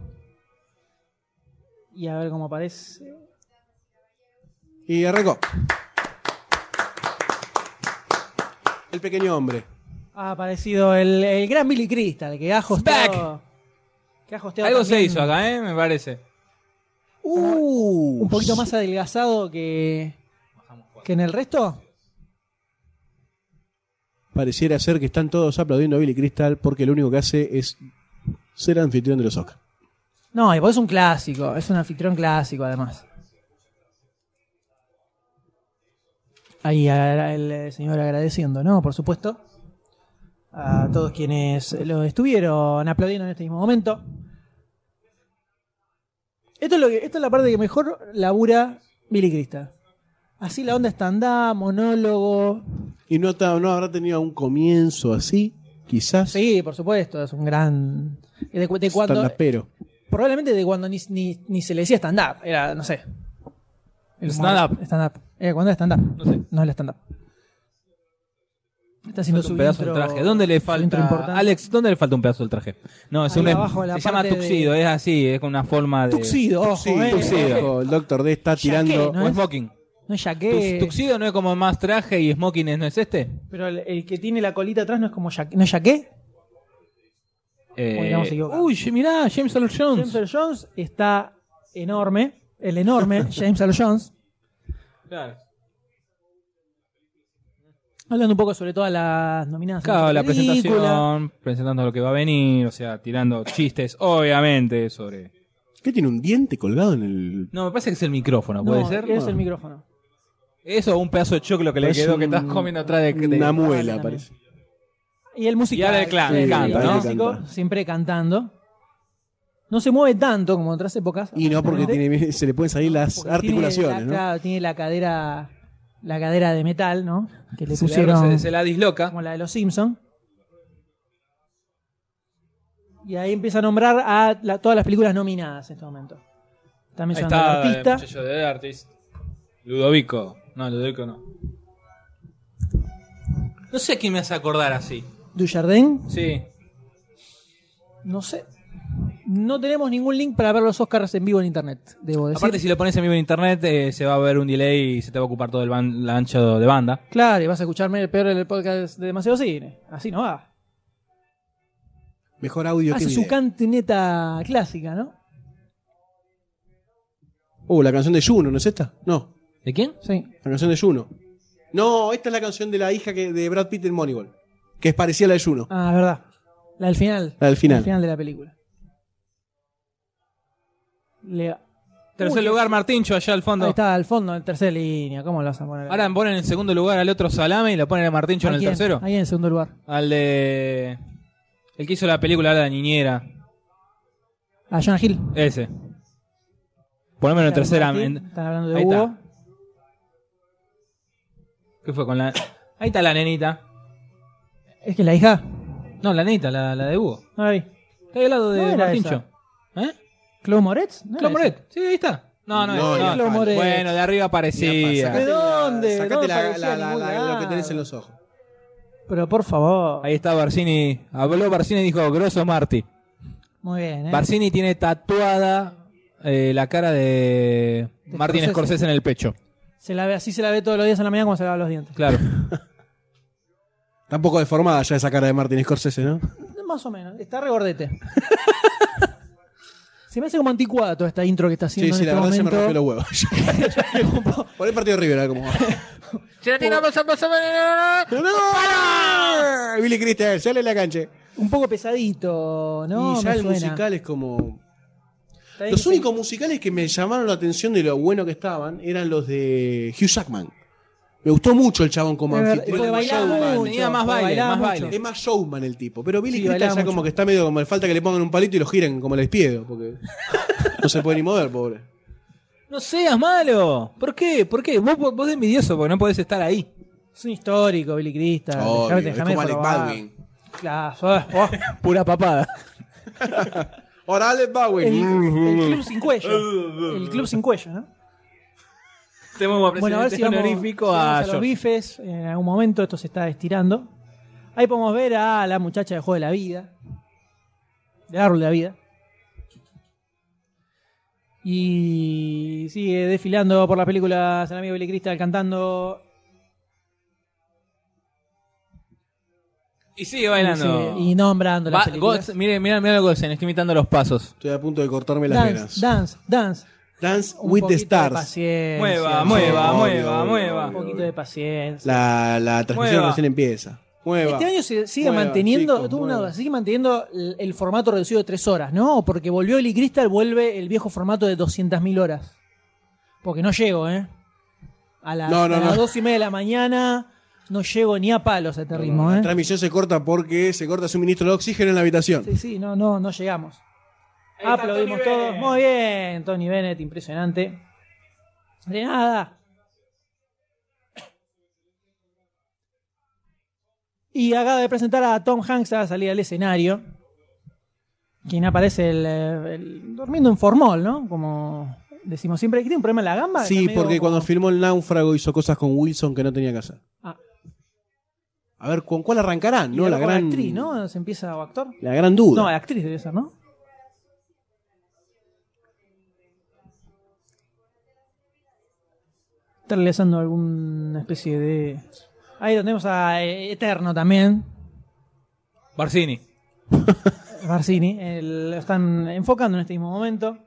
y a ver cómo aparece Y arrancó. El pequeño hombre. ha aparecido el, el gran Billy Crystal que ha hosteado que ha hosteado Algo se también hizo acá, ¿eh? Me parece. Uh, un poquito más adelgazado que que en el resto Pareciera ser que están todos aplaudiendo a Billy Crystal porque lo único que hace es ser anfitrión de los Oscars. no y vos es un clásico es un anfitrión clásico además ahí agra- el eh, señor agradeciendo no por supuesto a todos quienes lo estuvieron aplaudiendo en este mismo momento. Esto es, lo que, esta es la parte que mejor labura Billy Crystal. Así la onda stand-up, monólogo. Y no, ta- no habrá tenido un comienzo así, quizás. Sí, por supuesto, es un gran. De, cu- de cuando, Pero. probablemente de cuando ni, ni- ni se le decía stand-up. Era, no sé. El humor- Stand-up. Stand-up. Era cuando era stand-up. No sé. No era stand-up. Está haciendo Falta su un pedazo intro- del traje. ¿Dónde le su falta? intro importante. Alex, ¿dónde le falta un pedazo del traje? No, es Ahí un. em- abajo, la se llama parte de- tuxido, es así, es con una forma de. Tuxido, ojo, Sí, eh. sí, ojo, el doctor D está Jaque, tirando. ¿no O es? Eh, smoking. No es Tux- jaque. Tuxedo no es como más traje y smoking no es este. Pero el, el que tiene la colita atrás no es como jaque. ¿No es jaque? Eh, digamos, se equivoca. uy, mirá, James Earl Jones. James Earl Jones está enorme. El enorme James Earl Jones. Claro. Hablando un poco sobre todas las nominadas. a Claro, la película. presentación, presentando lo que va a venir, o sea, tirando chistes, obviamente, sobre... ¿Qué tiene un diente colgado en el.? No, me parece que es el micrófono, No, ¿puede ser? Es el micrófono. Eso o un pedazo de choclo que le Parece quedó que un- estás comiendo atrás de... de- Una Ah, muela, también. parece. Y el músico. Y ahora el clan, el canta, ¿no? Canta. siempre cantando. No se mueve tanto como en otras épocas. Y no porque Obviamente, tiene, se le pueden salir las Pues, porque articulaciones, tiene la, ¿no? Claro, tiene la cadera, la cadera de metal, ¿no? Que le Se, pusieron la, se- se la disloca. como la de los Simpson. Y ahí empieza a nombrar a la- todas las películas nominadas en este momento. También Ahí son al está el artista. muchacho de The Artist. Ludovico. No, Ludovico no. No sé a quién me hace acordar así. Dujardin, Sí. no sé. No tenemos ningún link para ver los Oscars en vivo en internet, debo decir. Aparte, si lo pones en vivo en internet, eh, se va a ver un delay y se te va a ocupar todo el, ban- el ancho de banda. Claro, y vas a escucharme el peor en el podcast de Demasiado Cine. Así no va. Mejor audio que Hace su video. cantineta clásica, ¿no? Oh, la canción de Juno, ¿no es esta? No, ¿De quién? Sí. la canción de Juno. No, esta es la canción de la hija que, de Brad Pitt en Moneyball. Que es parecida a la de Juno. Ah, es verdad. La del final. La del La final. del final de la película. Le- Tercer Uy, lugar, Martincho, allá al fondo. Ahí está, al fondo, en tercera línea. ¿Cómo lo vas a poner? Ahora ponen en segundo lugar al otro Salame y lo ponen a Martincho ¿A en el quién? tercero. Ahí en el segundo lugar. Al de. El que hizo la película de la niñera. A Jonah Hill. Ese. Ponémelo en Está tercera. Martín, en- Están hablando de Ahí Hugo. está. ¿Qué fue con la.? Ahí está la nenita. Es que la hija. No, la nenita, la, la de Hugo. No la vi. Está ahí al lado de No era Martincho. ¿Eh? ¿Chloe Moretz? No Clau era esa. Moret. Sí, ahí está. No, no, No, no, no, Clau Moret. Bueno, de arriba Mirá, aparecía. sacate ¿De dónde? La, sacate No la- aparecía la- la- en ningún la- lo que lado. tenés en los ojos. Pero por favor. Ahí está Barcini. Habló Barcini y dijo, grosso Marty. Muy bien, ¿eh? Barcini tiene tatuada eh, la cara de De Martin Scorsese. Scorsese en el pecho. Se la ve, así se la ve todos los días en la mañana cuando se lava los dientes. Claro. Tampoco deformada ya esa cara de Martin Scorsese, ¿no? Más o menos, está regordete. se me hace como anticuada toda esta intro que está Sí, haciendo sí, en la este verdad se me momento. rompió los huevos. Por el partido de River, a ver cómo va. ¡No! Billy Crystal, sale la cancha. Un poco pesadito, ¿no? y ya Me el suena. musical es como. Está bien Los que únicos musicales que me llamaron la atención de lo bueno que estaban eran los de Hugh Jackman. Me gustó mucho el chabón como Es verdad, anfitrión. porque Es más bailaba showman. mucho, Tenía más porque baile, bailaba más mucho. baile. Es más showman el tipo. Pero Billy Sí, Crystal ya bailaba mucho. como que está medio como le falta que le pongan un palito y lo giren como el despiedo. Porque no se puede ni mover, pobre. No seas malo. ¿Por qué? ¿Por qué? Vos, vos de envidioso porque no podés estar ahí. Es un histórico, Billy Crystal. Dejame- Obvio, es dejame como Alec jorobar. Baldwin. Claro, ah, ah. Pura papada. Ahora Alec El, Baldwin. el club sin cuello. El club sin cuello, ¿no? Tenemos Bueno, a ver si vamos, si honorífico vamos a, a los George. bifes. En algún momento esto se está estirando. Ahí podemos ver a la muchacha de Juego de la Vida. De Árbol de la Vida. Y sigue desfilando por las películas el amigo Billy Crystal cantando. Y sigue bailando. Sí, y nombrando las Va- películas. Gods- mire, mira, mira lo que Goldstein, está imitando los pasos. Estoy a punto de cortarme las Dance, venas. dance, dance. Dance Un with the poquito de Stars. paciencia, Mueva, Eh, sí. mueva, obvio, mueva, obvio, mueva. Un poquito de paciencia. La, la transmisión Mueva. recién empieza. Mueva. Este año se sigue Muevan, manteniendo, chicos, tuvo una muevan. duda, sigue manteniendo el, el formato reducido de tres horas, ¿no? Porque volvió Eli Crystal, vuelve el viejo formato de 200.000 horas. Porque no llego, ¿eh? A las, No, no, a las no. dos y media de la mañana no llego ni a palos a este ritmo, La ¿eh? transmisión se corta porque se corta suministro de oxígeno en la habitación. Sí, sí, no, no, no llegamos. Ahí está Aplaudimos Tony todos. Bennett. Muy bien, Tony Bennett, impresionante. De nada. Y acaba de presentar a Tom Hanks a salir al escenario. Quien aparece el, eh, el- durmiendo en formol, ¿no? Como decimos siempre. ¿Tiene un problema en la gamba? Sí, Está medio porque como- cuando filmó El Náufrago hizo cosas con Wilson que no tenía que hacer. Ah. A ver, ¿con cuál arrancarán? y ¿No? ahora La con gran, actriz, ¿no? Se empieza o actor. la gran duda. No, actriz debe ser, ¿no? está realizando alguna especie de. Ahí lo tenemos a eh, Eterno también, Barcini. Barcini. el- lo están enfocando en este mismo momento.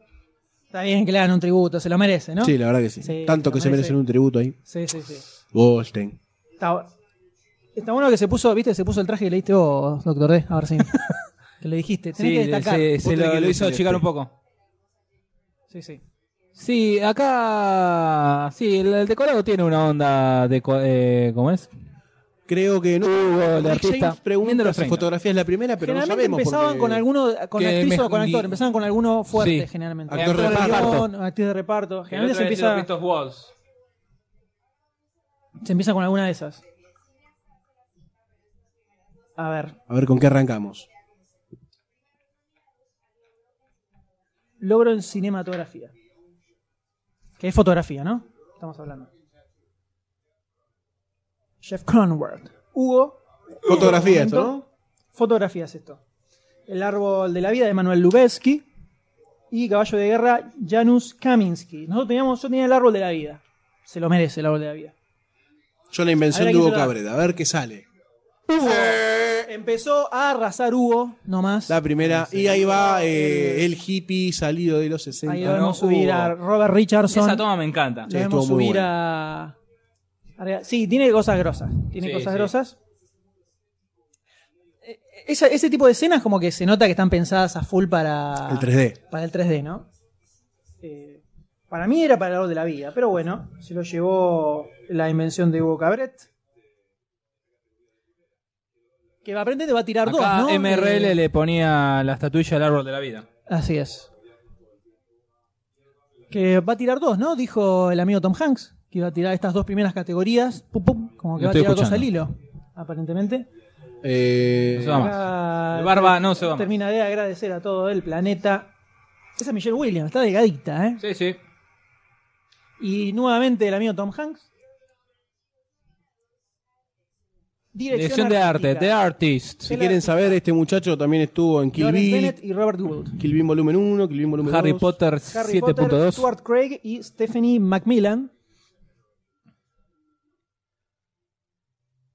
Está bien que le hagan un tributo, se lo merece, ¿no? Sí, la verdad que sí. Sí, Tanto lo que se merece. merecen un tributo ahí. sí, sí. sí. Goldstein. Está, bu- está bueno que se puso, viste, se puso el traje que le diste vos, Doctor D, a ver si. que le dijiste, tenés que destacar. se, se Vos tenés lo, que lo hizo decirle, achicar sí. un poco. Sí, sí. Sí, acá. Sí, el, el decorado tiene una onda de. co- Eh, ¿Cómo es? Creo que no. el Rick artista. Viendo James pregunta los si 30. fotografía es la primera, pero no generalmente sabemos. empezaban porque- con alguno, con que actriz o me- con actor, ni- empezaban con alguno fuerte, Sí. generalmente. Actor de guión, reparto. actriz de reparto. El Generalmente otro se había sido empieza, Christoph Waltz. se empieza con alguna de esas. A ver. A ver con qué arrancamos. Logro en cinematografía. Que es fotografía, ¿no? Estamos hablando. Jeff Cronworth. Hugo. Fotografía, esto, ¿no? Fotografía es esto. El árbol de la vida de Manuel Lubezki. Y caballo de guerra Janusz Kaminski. Nosotros teníamos, yo tenía el árbol de la vida. Se lo merece el árbol de la vida. Yo la Habrá invención de que Hugo hacerla. Cabrera, a ver qué sale. Hugo empezó a arrasar Hugo, nomás. La primera, y ahí va eh, el hippie salido de los 60. Ahí ¿no? lo vemos Hugo. subir a Robert Richardson. Esa toma me encanta. Sí, Lo vemos estuvo muy subir bueno. a... arriba. Sí, tiene cosas grosas. Tiene Sí, cosas sí. grosas. Eh, esa- ese tipo de escenas como que se nota que están pensadas a full para El 3D. para el 3D, ¿no? Eh, para mí era para el lado de la vida, pero bueno, se lo llevó la invención de Hugo Cabret. Que va a aprender, te va a tirar dos, Acá ¿no? MRL Eh, le ponía la estatuilla al árbol de la vida. Así es. Que va a tirar dos, ¿no? Dijo el amigo Tom Hanks, que iba a tirar estas dos primeras categorías, pum, pum, como que Lo va a estoy tirar dos escuchando. al hilo, aparentemente. Eh, No se va más. Acá El barba no se va más. Termina de agradecer a todo el planeta. Esa es Michelle Williams, está delgadita, ¿eh? Sí, sí. Y nuevamente el amigo Tom Hanks. Dirección de arte, artística. The Artist. si quieren saber, este muchacho también estuvo en Kill Lawrence Bill, Bennett y Robert Wood. Kill Bill volumen 1, Kill Bill volumen Harry 2. Potter Harry Potter, 7.2. Stuart Craig y Stephanie Macmillan.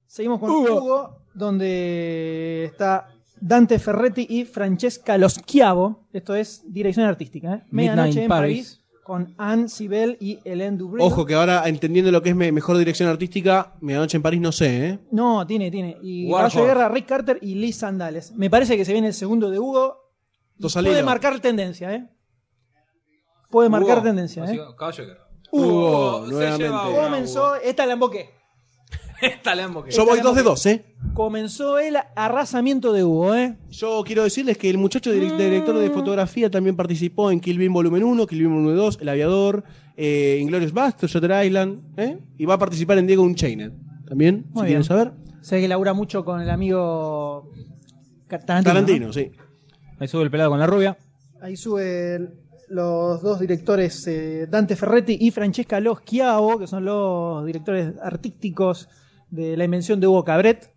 Seguimos con Hugo. donde está Dante Ferretti y Francesca Loschiavo. Esto es dirección artística. ¿eh? Medianoche en París. con Anne Sibel y Hélène Dubril. Ojo que ahora, entendiendo lo que es me- mejor dirección artística, Medianoche en París no sé, ¿eh? No, tiene, tiene. Y Warhol. Caballo de Guerra, Rick Carter y Liz Sandales. Me parece que se viene el segundo de Hugo. Dos al Puede hilo. marcar tendencia, ¿eh? Puede marcar tendencia, Así ¿eh? que, Caballo de guerra. Hugo, Hugo, se lleva nuevamente. una. Comenzó, esta la emboqué. Esta la emboqué. Yo voy dos de dos, ¿eh? Comenzó el arrasamiento de Hugo, ¿eh? Yo quiero decirles que el muchacho direc- director de fotografía también participó en Kill Bill Volumen 1, Kill Bill Volumen 2, El Aviador, eh, Inglorious Bastos, Shutter Island, ¿eh? y va a participar en Diego Unchained también, si bien. quieren saber. Sé que labura mucho con el amigo Ca- Tarantino. Tarantino, sí. Ahí sube el pelado con la rubia. ¿no? Ahí sube el- los dos directores, eh, Dante Ferretti y Francesca Loschiavo, que son los directores artísticos de la invención de Hugo Cabret.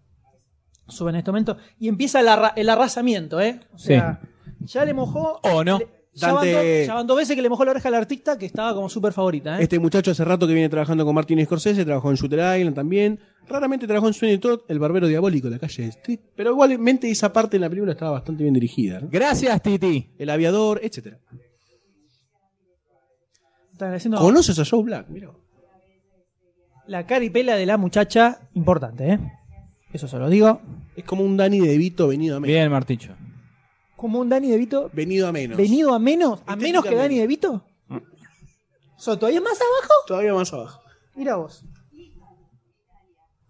Suben en este momento. Y empieza el, arra- el arrasamiento, ¿eh? O sea, ya le mojó. O no. le- ya, van Dante- dos, ya van dos veces que le mojó la oreja al artista, que estaba como súper favorita, ¿eh? Este muchacho hace rato que viene trabajando con Martin Scorsese, trabajó en Shooter Island también. Raramente trabajó en Sweeney Todd, El Barbero Diabólico, La Calle Street, pero igualmente esa parte en la película estaba bastante bien dirigida. ¿no? Gracias, Titi. El Aviador, etcétera. Están haciendo- ¿Conoces a Joe Black? Mirá. La caripela de la muchacha, importante, ¿eh? Eso se lo digo. Es como un Danny DeVito venido a menos. Bien, Marticho. Como un Dani DeVito Venido a menos. venido a menos, a menos que Estéticamente. Dani DeVito. ¿Soto todavía más abajo? Todavía más abajo. Mira vos.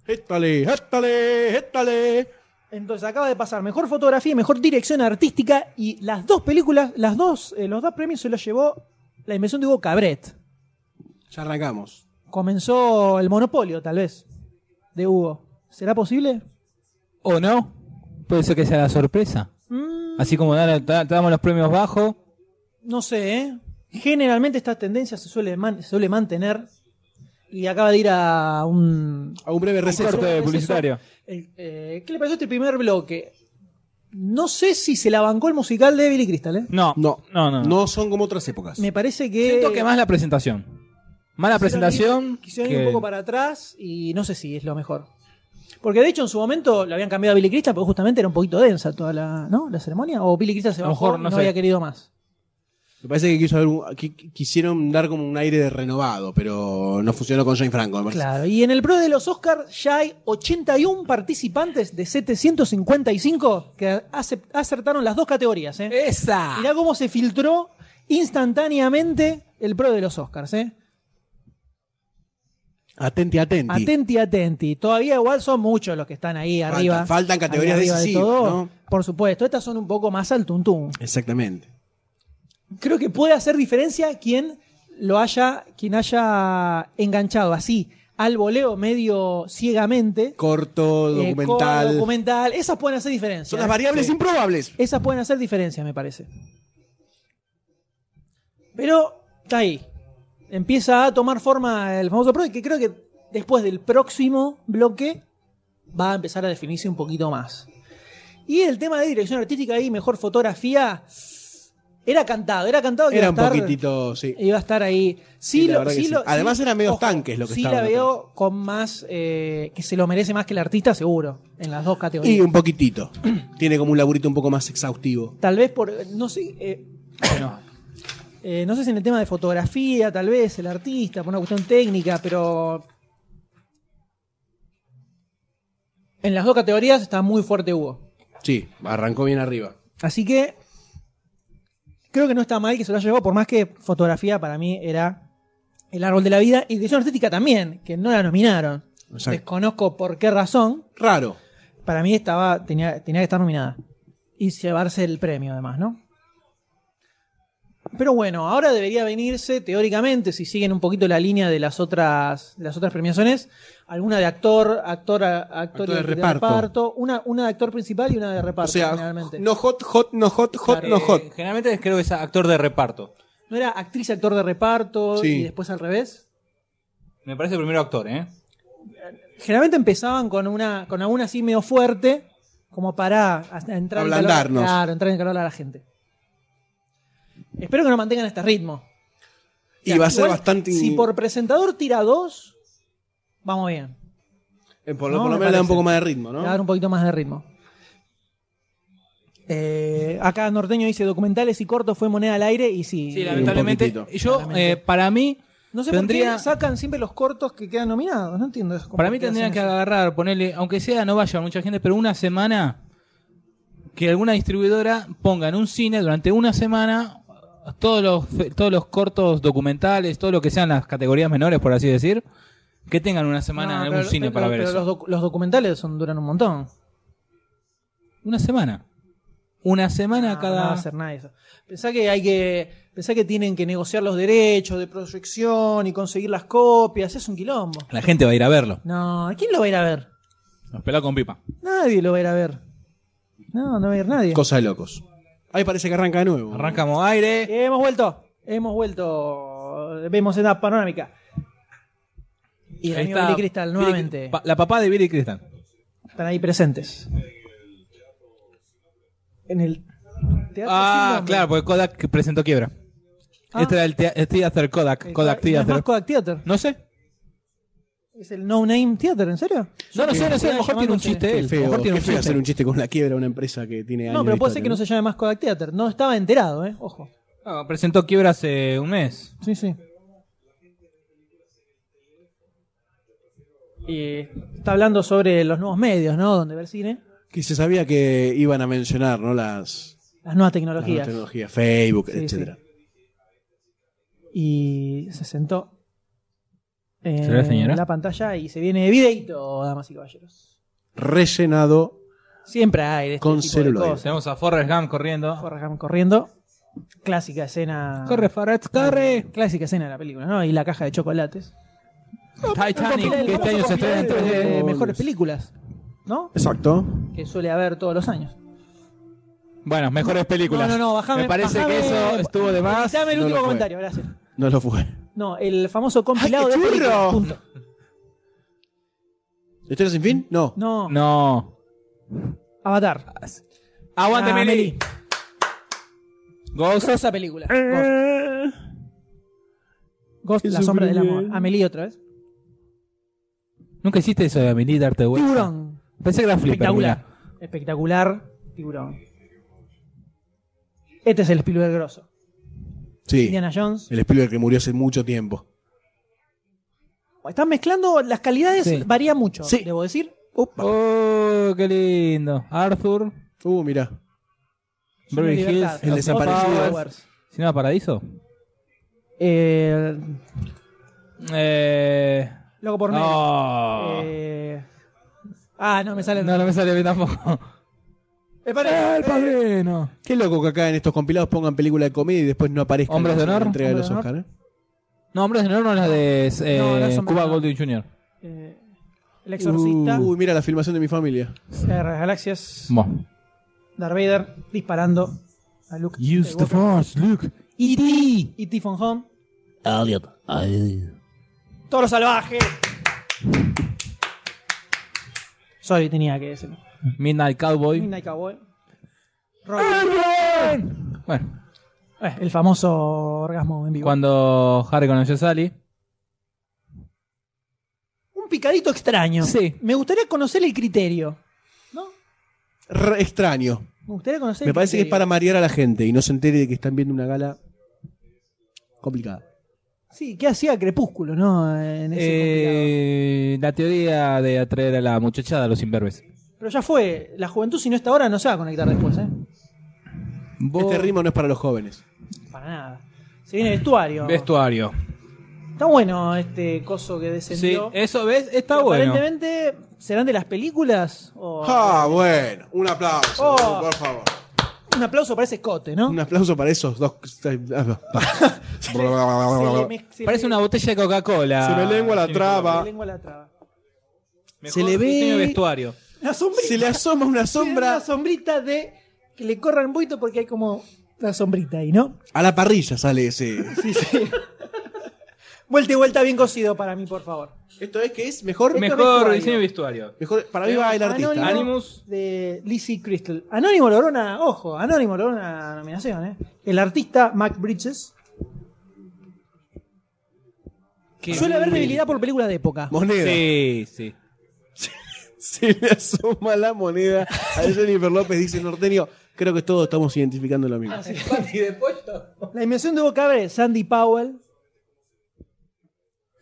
Éstale, éstale, éstale. Entonces acaba de pasar mejor fotografía, y mejor dirección artística y las dos películas, las dos, eh, los dos premios se los llevó la invención de Hugo Cabret. Ya arrancamos. Comenzó el monopolio, tal vez, de Hugo. ¿Será posible? ¿O no? Puede ser que sea la sorpresa. Mm, Así como da- da- damos los premios bajos. No sé, ¿eh? Generalmente esta tendencia se suele, man- se suele mantener. Y acaba de ir a un. A un breve Un receso. corte receso. publicitario. el- eh, ¿Qué le pareció este primer bloque? No sé si se la bancó el musical de Billy Crystal, ¿eh? No. No. No, no. No son como otras épocas. Me parece que. Siento que más la presentación. Mala Quisieron presentación. ir- quisieron ir que- un poco para atrás y no sé si es lo mejor. Porque de hecho en su momento le habían cambiado a Billy Crystal porque justamente era un poquito densa toda la, ¿no? la ceremonia. O Billy Crystal se A lo bajó mejor, y no no sé. había querido más. Me parece que, quiso haber- que- que quisieron dar como un aire de renovado, pero no funcionó con Jane Franco. me parece. Claro. Y en el Pro de los Oscars ya hay 81 participantes de 755 que acep- acertaron las dos categorías. ¿eh? Ah. ¡Esa! Mirá cómo se filtró instantáneamente el Pro de los Oscars. ¿eh? Atenti, atenti. Atenti, atenti. Todavía igual son muchos los que están ahí Faltan- arriba. faltan categorías ahí de arriba ese sí, todo. ¿no? Por supuesto, estas son un poco más al tuntún. Exactamente. Creo que puede hacer diferencia quien lo haya, quien haya enganchado así al voleo medio ciegamente. Corto, eh, con documental. documental. Esas pueden hacer diferencia. Son ¿eh? las variables Sí. improbables. Esas pueden hacer diferencia, me parece. Pero está ahí. Empieza a tomar forma el famoso pro, y que creo que después del próximo bloque va a empezar a definirse un poquito más. Y el tema de dirección artística y mejor fotografía era cantado, era cantado que Era un iba a estar, poquitito, sí. iba a estar ahí. Sí, Sí, la lo- verdad que sí sí. lo- Además sí, eran medios ojo, tanques lo que Sí estaban la acá. veo con más eh, que se lo merece más que el artista seguro en las dos categorías. Y un poquitito. Tiene como un laburito un poco más exhaustivo. Tal vez por. No sé. eh, bueno, eh, no sé si en el tema de fotografía, tal vez, el artista, por una cuestión técnica, pero. En las dos categorías está muy fuerte Hugo. Sí, arrancó bien arriba. Así que. Creo que no está mal que se lo haya llevado, por más que fotografía para mí era el árbol de la vida y dirección artística también, que no la nominaron. Exacto. Desconozco por qué razón. Raro. Para mí estaba, tenía, tenía que estar nominada. Y llevarse el premio, además, ¿no? Pero bueno, ahora debería venirse, teóricamente, si siguen un poquito la línea de las otras, de las otras premiaciones, alguna de actor, actor, a- actor, Actor de y reparto. una, una de actor principal y una de O reparto, sea, generalmente. no hot, hot, no hot, hot, Eh, no hot. Generalmente creo que es actor de reparto. ¿No era actriz, actor de reparto Sí. y después al revés? Me parece el primero actor, ¿eh? Generalmente empezaban con una, con alguna así medio fuerte, como para hasta entrar en calor, Ablandarnos. claro, entrar en calor a la gente. Espero que no mantengan este ritmo. Y O sea, va a ser igual, bastante. Si por presentador tira dos, vamos bien. eh, por, lo- no, por lo me menos le da un parece. poco más de ritmo, Le va a dar ¿no? un poquito más de ritmo. Eh, acá Norteño dice documentales y cortos fue moneda al aire y sí. Sí, eh, lamentablemente. poquitito. Yo, Claramente. eh, para mí, no sé por tendría- qué sacan siempre los cortos que quedan nominados. No entiendo eso. para mí ¿Por qué tendrían hacen que eso? agarrar, ponerle, aunque sea no vaya mucha gente, pero una semana que alguna distribuidora ponga en un cine durante una semana todos los fe- todos los cortos documentales, todo lo que sean las categorías menores, por así decir, que tengan una semana No, en algún pero- cine pero- para ver pero eso. Los, docu- los documentales son, duran un montón. Una semana. Una semana No, cada. no va a ser nada de eso. Pensá que hay que. Pensá que tienen que negociar los derechos de proyección y conseguir las copias. Es un quilombo. La gente va a ir a verlo. No, ¿quién lo va a ir a ver? Los pelados con pipa. Nadie lo va a ir a ver. No, no va a ir nadie. Cosa de locos. Ahí parece que arranca de nuevo. Arrancamos aire. Eh, Hemos vuelto. Hemos vuelto. Vemos en la panorámica. Y el Ahí amigo está Billy Crystal Billy- nuevamente. pa- la papá de Billy Crystal. Están ahí presentes. En el teatro sin Ah, nombre. claro, porque Kodak presentó quiebra. Ah. Este era el thea- el Theater Kodak. El Kodak Kodak- no es Theater. más Kodak Theater. No sé. Es el No Name Theater, ¿en serio? No, no sé, no sé. A lo mejor Llamándose- tiene un chiste Qué él. A lo feo, mejor tiene qué un feo hacer chiste. un chiste con la quiebra de una empresa que tiene años No, pero de puede ser que no historia, se llame más Kodak Theater. No estaba enterado, ¿eh? Ojo. Ah, presentó quiebra hace un mes. Sí, sí. Y está hablando sobre los nuevos medios, ¿no? Donde ver cine. Que se sabía que iban a mencionar, ¿no? Las, Las nuevas las tecnologías. nuevas tecnologías, Facebook, Sí, etcétera. Y se sentó en ¿Será la señora? la pantalla y se viene videito, damas y caballeros. Rellenado Siempre hay de este Con tipo celuloid. de cosas. Tenemos a Forrest Gump corriendo. Forrest Gump corriendo. Clásica escena. Corre, Forrest, corre. Clásica escena de la película, ¿no? Y la caja de chocolates. Titanic, que este año se estrena en de 3D. mejores películas, ¿no? Exacto. Que suele haber todos los años. Bueno, mejores películas. No, no, no, bajame. Me parece bajame. que eso estuvo de más. Dame el no último lo fue. comentario, gracias. No lo fue. No, el famoso compilado de películas, punto. ¿Historia sin fin? No. No, No. Avatar. Aguante, Ah, Meli. Meli. Ghost. Eh. Grosa película. Ghost, La Sombra del Amor. Amelie otra vez. Nunca hiciste eso de Amelie darte vuelta. Tiburón. Pensé que era flipper. Espectacular. mirá. Espectacular. Tiburón. Este es el Spielberg grosso. Sí. Indiana Jones. El Spielberg que murió hace mucho tiempo. Están mezclando, las calidades Sí. varía mucho, Sí. debo decir. Oh, qué lindo. Arthur, Uh, mirá. Beverly Libertad. Hills, El desaparecido. Powers. ¿Cinema Paradiso. Eh, Eh. Loco por negro. oh. Eh, ah, no me sale. Eh, No, no me sale bien tampoco. El padre- El padrino. Qué loco que acá en estos compilados pongan película de comedia y después no aparezca Hombres de en la honor, entrega de hombres los de Oscar. ¿eh? No, hombre, no, no es la de eh, No, no son Cuba verdad. Golding Jr. eh, el exorcista. Uy, mira Uh, la filmación de mi familia. Guerras Galaxias. Bueno. Darth Vader disparando a Luke. Skywalker. Force, Luke. E E E.T. E.T. Phone Home. Toro Salvaje. Sorry, tenía que decirlo. Midnight Cowboy. Midnight Cowboy. Robin. ¡Ah! Bueno, Eh, el famoso orgasmo en vivo. cuando Harry conoció a Sally. Un picadito extraño. Sí. Me gustaría conocer el criterio. Re extraño. Me gustaría conocer el Me parece que es criterio. para marear a la gente y no se entere de que están viendo una gala complicada. Sí, ¿qué hacía Crepúsculo, no? En ese Eh, la teoría de atraer a la muchachada a los imberbes. compilado. Pero ya fue. La juventud, si no está ahora, no se va a conectar después, ¿eh? Vos- Este ritmo no es para los jóvenes. Para nada. Se viene vestuario. Vestuario. Está bueno este coso que Sí, descendió. eso ves, está Que bueno. Aparentemente, ¿serán de las películas? O- Ah, bueno. Un aplauso, Oh. por favor. Un aplauso para ese escote, ¿no? Un aplauso para esos dos. Se le se mez- se Parece le- una botella de Coca-Cola. Ah, me lengua la se le traba. lengua la traba. Se le ve- diseño de vestuario. La sombrita. Se le asoma una Una sombra sombrita de que le corran un poquito porque hay como una sombrita ahí, ¿no? a la parrilla sale ese. Sí, sí. vuelta y vuelta bien cocido para mí, por favor. Esto es que es mejor. Mejor vestuario. diseño de vestuario. mejor para mí va el artista. Anónimo Animus. de Lizzie Crystal. Anónimo logró una, ojo, Anónimo logró una nominación, ¿eh? El artista Mac Bridges. Que- Suele haber debilidad por películas de época. Moneda. Sí, sí. Se le asoma la moneda a Jennifer López, dice Norteño. Creo que todos estamos identificando lo mismo. La dimensión de Boca Abre, Sandy Powell.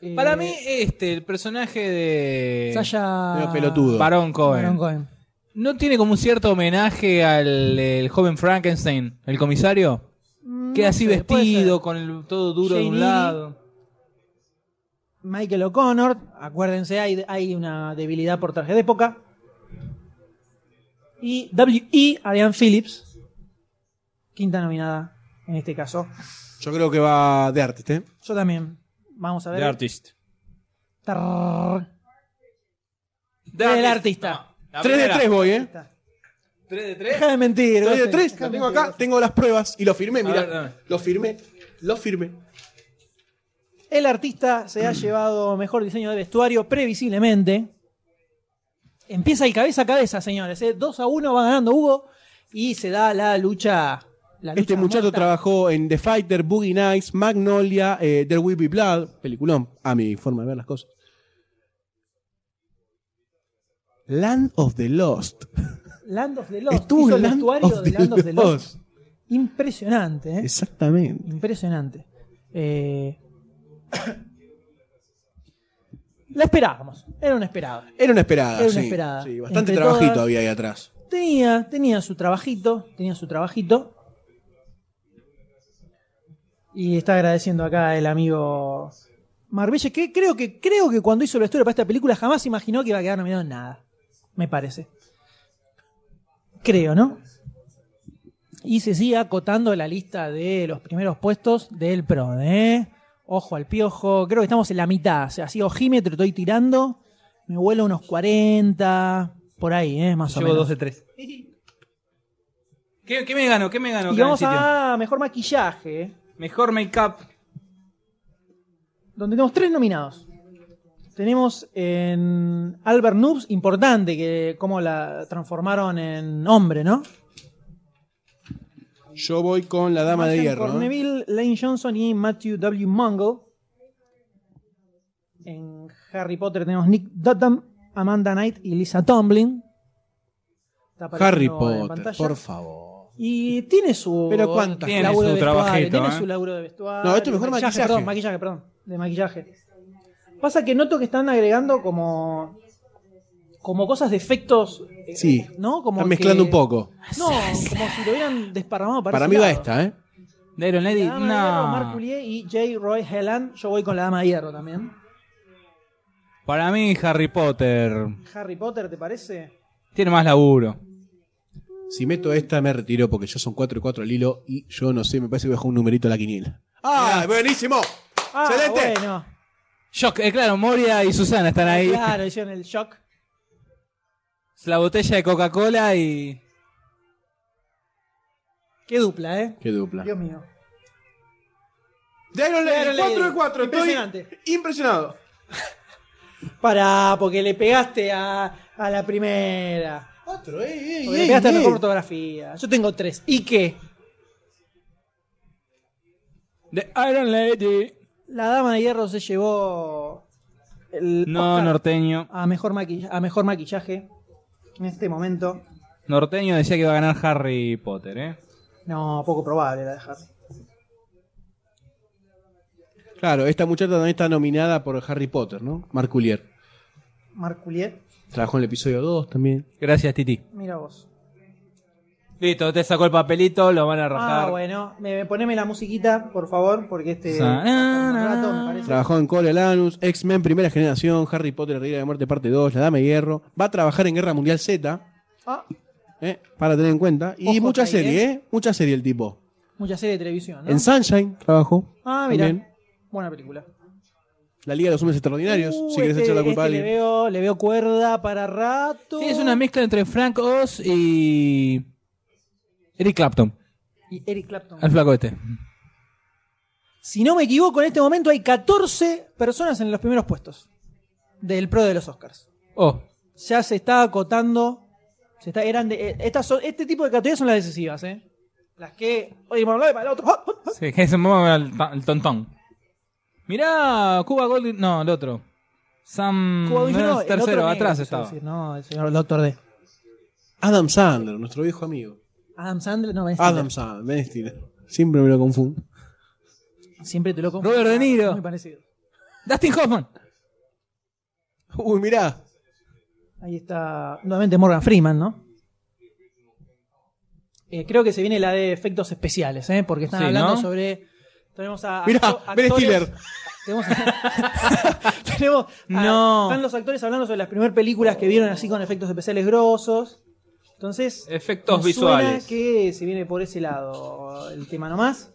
Eh, Para mí, este, el personaje de. Sasha. Medio pelotudo. Barón Cohen. Baron Cohen. ¿No tiene como un cierto homenaje al el joven Frankenstein, el comisario? Queda No así sé, puede vestido, ser. con el todo duro de Jane un Eyre. lado. Michael O'Connor, acuérdense, hay, hay una debilidad por traje de época. Y W.E. Adrian Phillips, quinta nominada en este caso. Yo creo que va de artista, ¿eh? Yo también. Vamos a ver. The Artist. Tarrr. The El artista. La 3 de primera. 3 voy, ¿eh? ¿Tres de tres? Deja de mentir. 3 de Goste, 3. deja La de tengo mentir, acá, tengo las pruebas y lo firmé, ver, a ver. mira. Lo firmé, lo firmé. Goste. El artista se ha llevado mejor diseño de vestuario, previsiblemente. Empieza el cabeza a cabeza, señores. 2 a 1 va ganando Hugo y se da la lucha. la lucha Este muchacho muerta. trabajó en The Fighter, Boogie Nights, Magnolia, eh, There Will Be Blood, peliculón, a mi forma de ver las cosas. Land of the Lost. Land of the Lost. Estuvo Hizo en el Land vestuario of de the Land of the Lost. Lost. Impresionante, ¿eh? Exactamente. Impresionante. Eh, La esperábamos. Era una esperada. Era una esperada. Era una sí, esperada. sí, bastante Entre trabajito todas- había ahí atrás. Tenía, tenía su trabajito, tenía su trabajito. Y está agradeciendo acá el amigo Marbelle, que creo que, creo que cuando hizo el vestuario para esta película jamás imaginó que iba a quedar nominado en nada. Me parece. Creo, ¿no? Y se sigue acotando la lista de los primeros puestos del PRO, ¿eh? Ojo al piojo, creo que estamos en la mitad. O sea, así ojímetro estoy tirando. Me vuelo unos 40, por ahí, ¿eh? Más o Llevo menos. dos de tres. ¿Qué, qué me gano? ¿Qué me gano? Y acá en el vamos sitio? a mejor maquillaje, Mejor make-up. donde tenemos tres nominados. Tenemos en Albert Noobs, importante, que cómo la transformaron en hombre, ¿no? Yo voy con la dama de Marsha hierro. ¿eh? Corneville, Lane Johnson y Matthew W. Mungle. En Harry Potter tenemos Nick Dottam, Amanda Knight y Lisa Tomlin. Está apareciendo Harry en Potter, pantalla. por favor. Y tiene su. Pero cuántas tiene cosas. laburo de Tiene su vestuario, trabajito, Tiene ¿eh? su laburo de vestuario. No, esto es mejor maquillaje. Perdón, maquillaje, perdón. De maquillaje. Pasa que noto que están agregando como. Como cosas de efectos. eh, Sí. ¿No? Como Están mezclando que- un poco. No, como si lo hubieran desparramado para Para ese mí va lado. esta, ¿eh? De Iron Lady, La Dama de Hierro, Marc no. Coulier y J. Roy Helan. Yo voy con la Dama de Hierro también. Para mí, Harry Potter Harry Potter, ¿te parece? tiene más laburo. Si meto esta, me retiro porque ya son 4 y 4 al hilo y yo no sé, me parece que bajó un numerito a la quiniela. ¡Ah, buenísimo! Ah, ¡Excelente! bueno. Shock, eh, claro, Moria y Susana están ahí. Claro, hicieron el shock. La botella de Coca-Cola y. Qué dupla, ¿eh? Qué dupla. Dios mío. De Iron Lady, Iron Lady. 4 de 4. Impresionante. Estoy impresionado. Para, porque le pegaste a, a la primera. 4, eh, Porque le pegaste a la mejor ortografía. Yo tengo tres. ¿Y qué? The Iron Lady. La Dama de Hierro se llevó el No, Oscar norteño. a, mejor maquilla- a mejor maquillaje en este momento. Norteño decía que iba a ganar Harry Potter, ¿eh? No, poco probable la de Harry. Claro, esta muchacha también está nominada por Harry Potter, ¿no? Marculier. Marc Coulier, Trabajó en el episodio 2 también. Gracias, Titi. mira vos. Listo, te sacó el papelito, lo van a Ah, bueno, me, poneme la musiquita, por favor, porque este. Sa- un rato, me parece. Trabajó en Cole Lanus, X-Men Primera Generación, Harry Potter, Reina de la Muerte Parte 2, La Dama de Hierro. Va a trabajar en Guerra Mundial Z, Ah, ¿eh? para tener en cuenta. Y Ojo mucha que ahí, serie, ¿eh? Mucha serie el tipo. mucha serie de televisión, ¿no? En Sunshine trabajó. Ah, mira. También. Buena película. La Liga de los Hombres Extraordinarios, Uh, si querés este- echar la culpa a este le alguien. veo, le veo cuerda para rato. Sí, es una mezcla entre Frank Oz y. Eric Clapton, Y Eric Clapton. el flaco este. Si no me equivoco, en este momento hay 14 personas en los primeros puestos del pro de los Oscars. Oh, Ya se está acotando. Se está, eran de- eh, estas son- este tipo de categorías son las decisivas, ¿eh? Las que. Oye, para un lado y para el otro. ¡Ah, ah, ah! sí, que se mueva el, ta- el tontón. Mirá, Cuba Gold. No, el otro. Sam. Como diciendo, Mm, no, el el tercero, otro negro, atrás quiso estaba. decir, no, el señor Doctor D. Adam Sandler, nuestro viejo amigo. Adam Sandler, no, Ben Adam Sandler, Ben Stiller. Siempre me lo confundo. Stiller. Siempre te lo compro. Robert De Niro. Muy parecido. Dustin Hoffman. Uy, mirá. Ahí está nuevamente Morgan Freeman, ¿no? Eh, creo que se viene la de efectos especiales, ¿eh? Porque están Sí, hablando ¿no? sobre. Tenemos a. Mirá, acto- Ben actores- Stiller. Tenemos. tenemos a- No. Están los actores hablando sobre las primeras películas que vieron así con efectos especiales grosos. Entonces. Efectos me suena visuales. que se viene por ese lado el tema nomás.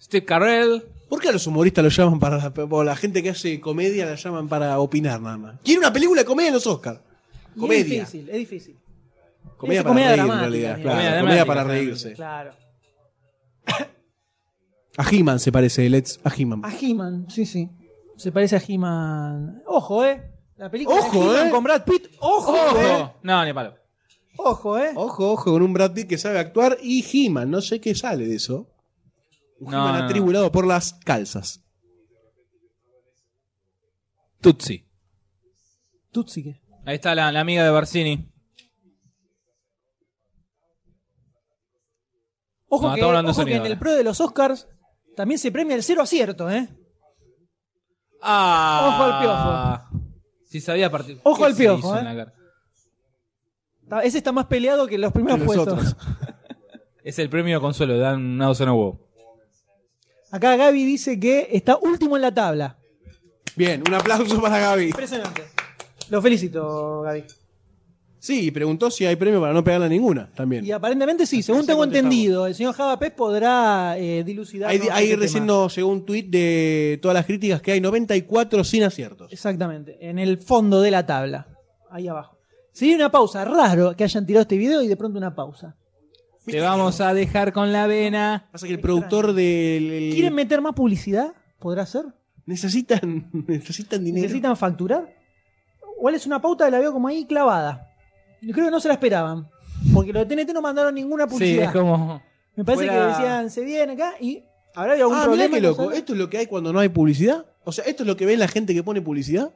Steve Carell. ¿Por qué a los humoristas los llaman para. o la gente que hace comedia la llaman para opinar nada más? Quiere una película de comedia en los Oscars. Y es Comedia. difícil, es difícil. Comedia Es para comedia reír, en dramática, realidad. mira. Claro, Comedia comedia, dramática, para claramente, reírse. Claro. A He-Man se parece, Let's. A He-Man. A He-Man, sí, sí. Se parece a He-Man. Ojo, eh. La película Ojo, de He-Man eh. con Brad Pitt. Ojo, eh. Ojo. No, ni palo. Ojo, eh. Ojo, ojo, con un Brad Pitt que sabe actuar y He-Man. No sé qué sale de eso. Un No, He-Man no, no. atribulado por las calzas. Tutsi. Tutsi, ¿qué? Ahí está la, la amiga de Barcini. Ojo, No, que, estamos hablando de ojo sonido que en el ahora. pro de los Oscars también se premia el cero acierto, eh. Ah. Ojo al piojo. Si sabía partir. Ojo ¿Qué al se piojo, hizo en eh. la cara? Está- Ese está más peleado que los primeros Que los puestos. otros. Es el premio de consuelo, dan una docena de huevos. Acá Gaby dice que está último en la tabla. Bien, un aplauso para Gaby. Impresionante. Lo felicito, Gaby. Sí, y preguntó si hay premio para no pegarla ninguna también. Y aparentemente sí, según tengo contestamos. entendido, el señor Java Pez podrá eh, dilucidar. Ahí, ahí recién nos llegó un tuit de todas las críticas que hay 94 sin aciertos. Exactamente, en el fondo de la tabla, ahí abajo. Sería una pausa, raro que hayan tirado este video y de pronto una pausa. Te vamos a dejar con la vena. Pasa que el productor del. ¿Quieren meter más publicidad? ¿Podrá ser? Necesitan, necesitan dinero. ¿Necesitan facturar? ¿Cuál es una pauta que la veo como ahí clavada? Yo creo que no se la esperaban, porque los de TNT no mandaron ninguna Sí, publicidad. es como. Me parece fuera- que decían, se viene acá y habrá algún Ah, mirá problema. qué no loco. sale? ¿Esto es lo que hay cuando no hay publicidad? O sea, ¿esto es lo que ven la gente que pone publicidad?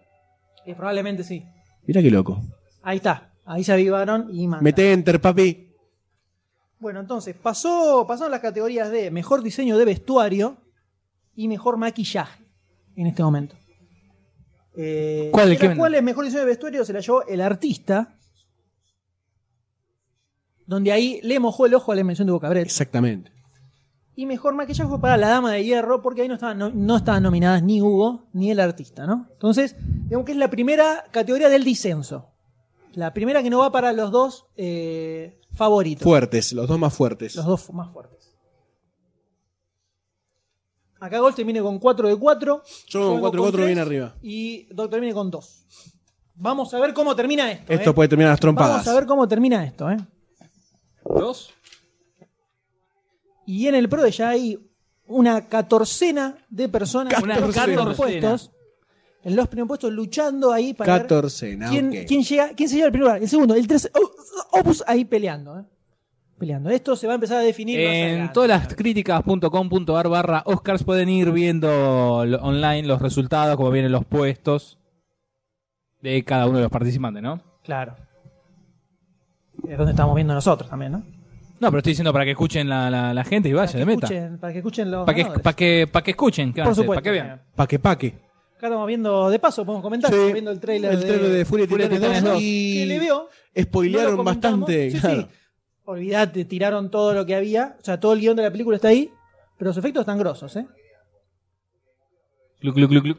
Eh, probablemente sí. Mirá qué loco. Ahí está. Ahí se avivaron y mandaron. Mete enter, papi. Bueno, entonces, pasó, pasaron las categorías de mejor diseño de vestuario y mejor maquillaje en este momento. Eh, ¿Cuál, de qué las ven- cuales mejor diseño de vestuario se la llevó el artista, donde ahí le mojó el ojo a la invención de Bocabret. Exactamente. Y mejor maquillaje fue para la dama de hierro, porque ahí no estaban, no, no estaban nominadas ni Hugo ni el artista, ¿no? Entonces, digamos que es la primera categoría del disenso. La primera que no va para los dos eh, favoritos. Fuertes, los dos más fuertes. Los dos más fuertes. Acá Goldstein viene con 4 de 4. Yo con 4 de 4 bien arriba. Y Doctor viene con 2. Vamos a ver cómo termina esto. Esto ¿eh? puede terminar las trompadas. Vamos a ver cómo termina esto. ¿eh? Dos. Y en el PRO ya hay una catorcena de personas en los Catorcena. primeros puestos. En los primeros puestos luchando ahí para ver 14, no, quién, ok. quién llega, quién se lleva el primer lugar. El segundo, el tercero. oh, Opus ahí peleando. ¿eh? Peleando. Esto se va a empezar a definir. más En adelante. todas las críticas.com.ar barra Oscars pueden ir viendo lo- online los resultados, como vienen los puestos de cada uno de los participantes, ¿no? Claro. Es donde estamos viendo nosotros también, ¿no? No, pero estoy diciendo para que escuchen la, la- la gente y vaya, que le meta. Escuchen, para que escuchen los. Para que, ganadores. pa' que, pa' que escuchen, ¿qué van a Por hacer? supuesto. Pa' que vean. Paque, paque. Acá estamos viendo, de paso, podemos comentar. Sí, estamos viendo el trailer, el trailer de Furia de Furia de Titanes 2 Titanes 2. y Que le veo. spoilearon no lo comentamos. bastante, Sí, claro. sí. Olvidate, tiraron todo lo que había. O sea, todo el guión de la película está ahí. Pero los efectos están grosos, ¿eh? Cluc, cluc, cluc, cluc.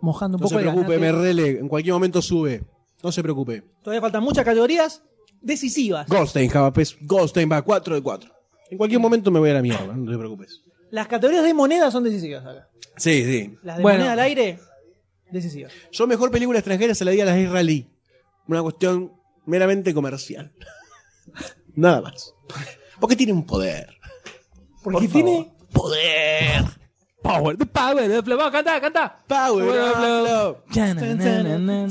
Mojando un No se poco el preocupe, ganate. MRL, en cualquier momento sube. No se preocupe. Todavía faltan muchas categorías decisivas. Goldstein, Javapes, Goldstein va 4 de 4. En cualquier momento me voy a la mierda, no te preocupes. Las categorías de moneda son decisivas acá. Sí, sí. Las de Bueno. moneda al aire, decisivas. Yo mejor película extranjera se la di a las israelí. Una cuestión meramente comercial. Nada más. Porque tiene un poder. Porque tiene. Poder. Power, the power, the flow. Vamos, cantá, cantá. Power. Power of love. love. Ya, na, na, na, na.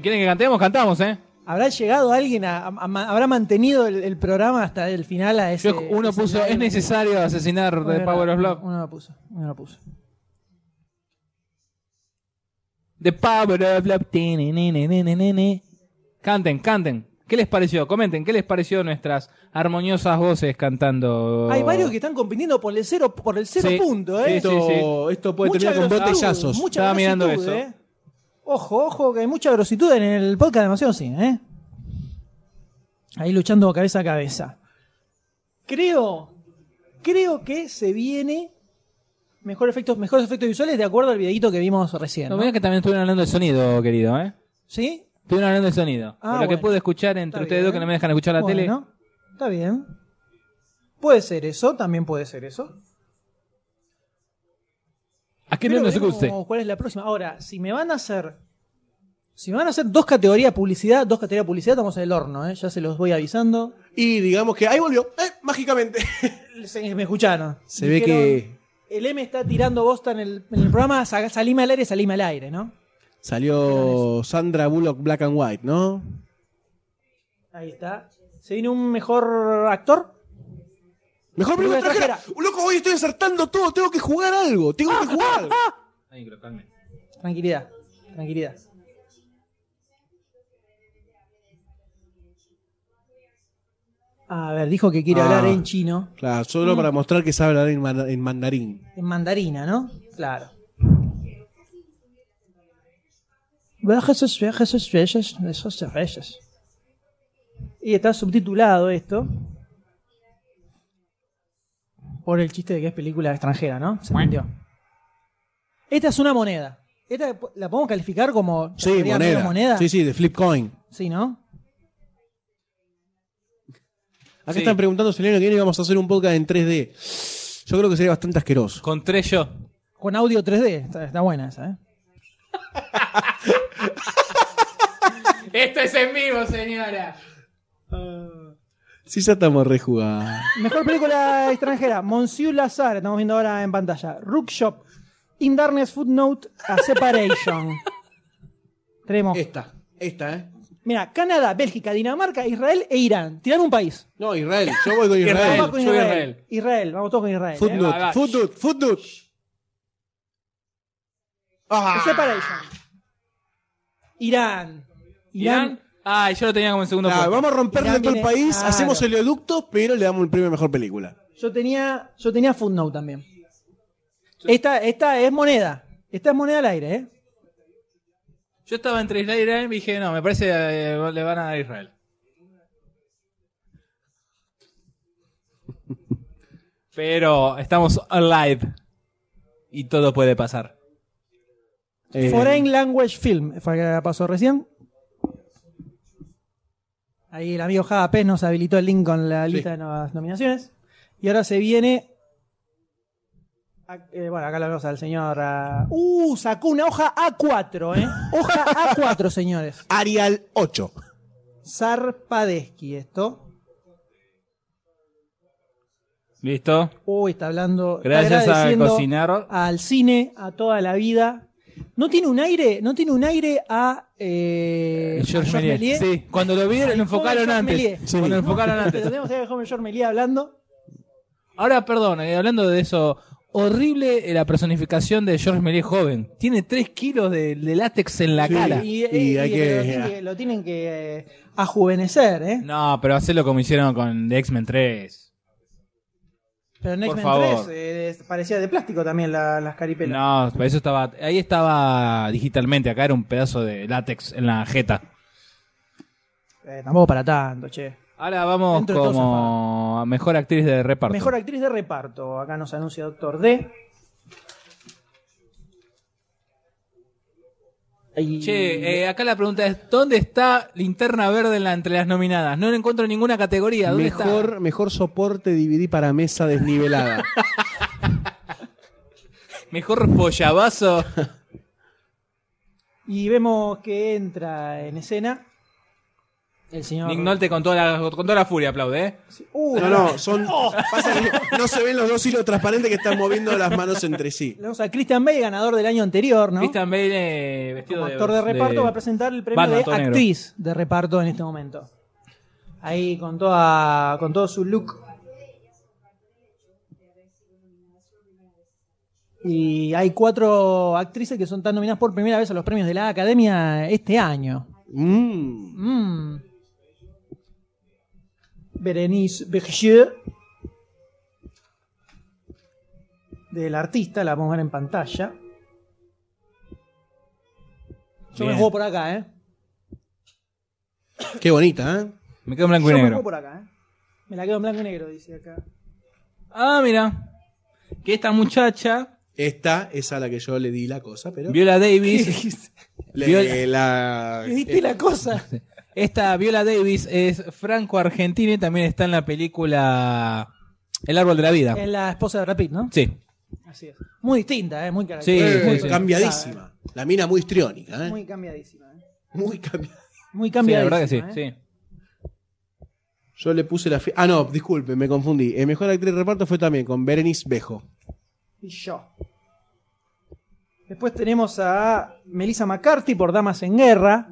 ¿Quieren que cantemos? Cantamos, ¿eh? ¿Habrá llegado alguien? A, a- a- ¿Habrá mantenido el, el programa hasta el final a ese? Yo- uno ese puso, nivel? es necesario asesinar Bueno, de era- Power of Love. Uno lo puso, uno lo puso. The Power of Love. Ti, ni, ni, ni, ni, ni, ni, ni. Canten, canten. ¿Qué les pareció? Comenten, ¿qué les pareció nuestras armoniosas voces cantando? Hay varios que están compitiendo por el cero, por el cero Sí, punto, ¿eh? sí, Esto, esto puede Mucha terminar con grositud, botellazos. Mucha Estaba mirando grositud, eso. ¿eh? Ojo, ojo, que hay mucha grositud en el podcast de demasiado cine, ¿eh? Ahí luchando cabeza a cabeza. Creo, creo que se viene mejor efectos, mejores efectos visuales de acuerdo al videito que vimos recién. No, ¿no? mirá que también estuvieron hablando del sonido, querido, ¿eh? ¿Sí? Estuvieron hablando del sonido. Por Ah, lo que bueno. pude escuchar entre Está ustedes bien. dos que no me dejan escuchar la tele. Bueno, Está bien. Puede ser eso, también puede ser eso. ¿A qué Pero no nos veremos guste? ¿Cuál es la próxima? Ahora, si me van a hacer. Si me van a hacer dos categorías publicidad, dos categorías publicidad, estamos en el horno, ¿eh? ya se los voy avisando. Y digamos que ahí volvió, eh, mágicamente. Se- eh, me escucharon. Se ve Dijeron, que El M está tirando bosta en el, en el programa, sa- salime al aire, salime al aire, ¿no? salió Sandra Bullock Black and White, ¿no? Ahí está. ¿Se viene un mejor actor? Mejor película Película extranjera. Loco, hoy estoy acertando todo, tengo que jugar algo, tengo que jugar. algo. Ahí, creo, calme. Tranquilidad, tranquilidad. A ver, dijo que quiere Ah. hablar en chino. Claro, solo para mostrar que sabe hablar en, man- en mandarín. En mandarina, ¿no? Claro. Y está subtitulado esto. Por el chiste de que es película extranjera, ¿no? Se entendió. Esta es una moneda. Esta la podemos calificar como Sí, categoría medio moneda. Sí, sí, de flip coin. Sí, ¿no? Acá Sí. están preguntando si el año que viene vamos a hacer un podcast en 3D. Yo creo que sería bastante asqueroso. Con tres yo. Con audio 3D. Está, está buena esa, ¿eh? Esto es en vivo, señora. Sí, ya estamos rejugados. Mejor película extranjera, Monsieur Lazar, estamos viendo ahora en pantalla. Rook Shop, In Darkness Footnote, A Separation. Tenemos. Esta, esta, ¿eh? Mira, Canadá, Bélgica, Dinamarca, Israel e Irán. Tiran un país. No, Israel. Yo voy con Israel. Israel. Vamos con yo Israel. Israel. Israel, vamos todos con Israel. ¿eh? va, Footnote, va. footnote, footnote. Ah. The Separation. Irán. Irán. Ah, yo lo tenía como en segundo Claro, puesto. vamos a romperle Irán todo el tiene- país, claro. hacemos oleoductos, pero le damos el premio a mejor película. Yo tenía, yo tenía Footnote también. Esta, esta es moneda. Esta es moneda al aire, ¿eh? Yo estaba entre Israel y Irán y dije, no, me parece eh, le van a dar a Israel. Pero estamos alive y todo puede pasar. Eh, Foreign Language Film, fue la que pasó recién. Ahí el amigo Java Pérez nos habilitó el link con la lista de nuevas nominaciones. Y ahora se viene. a- eh, bueno, acá lo vemos al señor. ah, uh, sacó una hoja A4, ¿eh? Hoja A4, señores. Arial 8. Zarpadeski, esto. ¿Listo? Uy, está hablando. está Gracias a agradeciendo cocinar. Al cine, a toda la vida. No tiene un aire, no tiene un aire a. Eh, a George Georges Méliès. Méliès. Sí, cuando lo vieron Al lo enfocaron joven antes. Georges Méliès. Cuando lo No, enfocaron Pero antes. tenemos ahí al joven George Méliès hablando. Ahora, perdón, eh, hablando de eso, horrible eh, la personificación de George Méliès joven. Tiene 3 kilos de, de látex en la Sí. cara. Y, eh, y y- hay y que- lo, tienen que, lo tienen que eh, ajuvenecer, ¿eh? No, pero hacerlo como hicieron con The X-Men 3. Pero en Por X-Men favor. 3 eh, parecía de plástico también la- las caripelas. No, para eso estaba. Ahí estaba digitalmente, acá era un pedazo de látex en la jeta. Eh, tampoco para tanto, che. Ahora vamos Dentro de todo como a mejor actriz de reparto. Mejor actriz de reparto. Acá nos anuncia Doctor D. Y- Che, eh, acá la pregunta es: ¿dónde está Linterna Verde en la- entre las nominadas? No le encuentro ninguna categoría. ¿Dónde está? Mejor, mejor soporte dividí para mesa desnivelada. Mejor pollavazo. Y vemos que entra en escena el señor. Nick Nolte con toda la, con toda la furia aplaude, ¿eh? Uh, No, no, son. pasa que no se ven los dos hilos transparentes que están moviendo las manos entre sí. le vemos a Christian Bale, ganador del año anterior, ¿no? Christian Bale eh, vestido Como actor de reparto va a presentar el premio Batman, de todo negro. actriz de reparto en este momento. Ahí con toda con todo su look. Y hay cuatro actrices que son tan nominadas por primera vez a los premios de la Academia este año. Mm. Mm. Berenice Bergier. Del artista, la vamos a ver en pantalla. Yo me Bien. juego por acá, ¿eh? Qué bonita, ¿eh? Me quedo en blanco Yo y me negro. juego por acá, ¿eh? Me la quedo en blanco y negro, dice acá. Ah, mira. Que esta muchacha, Esta es a la que yo le di la cosa, pero. Viola Davis. Le, Viola- la- este, eh, Le diste la cosa. Esta Viola Davis es franco-argentina y también está en la película El árbol de la vida. Es la esposa de Brad Pitt, ¿no? Ah. Sí. Así es. Muy distinta, ¿eh? Muy eh, característica. Sí, eh, sí, sí. cambiadísima. La mina muy histriónica, ¿eh? Muy cambiadísima, ¿eh? Muy cambiadísima. Muy Sí, la cambiadísima. verdad que sí. ¿eh? sí. Yo le puse la. fi- Ah, no, disculpe, me confundí. El mejor actriz de reparto fue también con Berenice Bejo. y yo. Después tenemos a Melissa McCarthy por Damas en Guerra.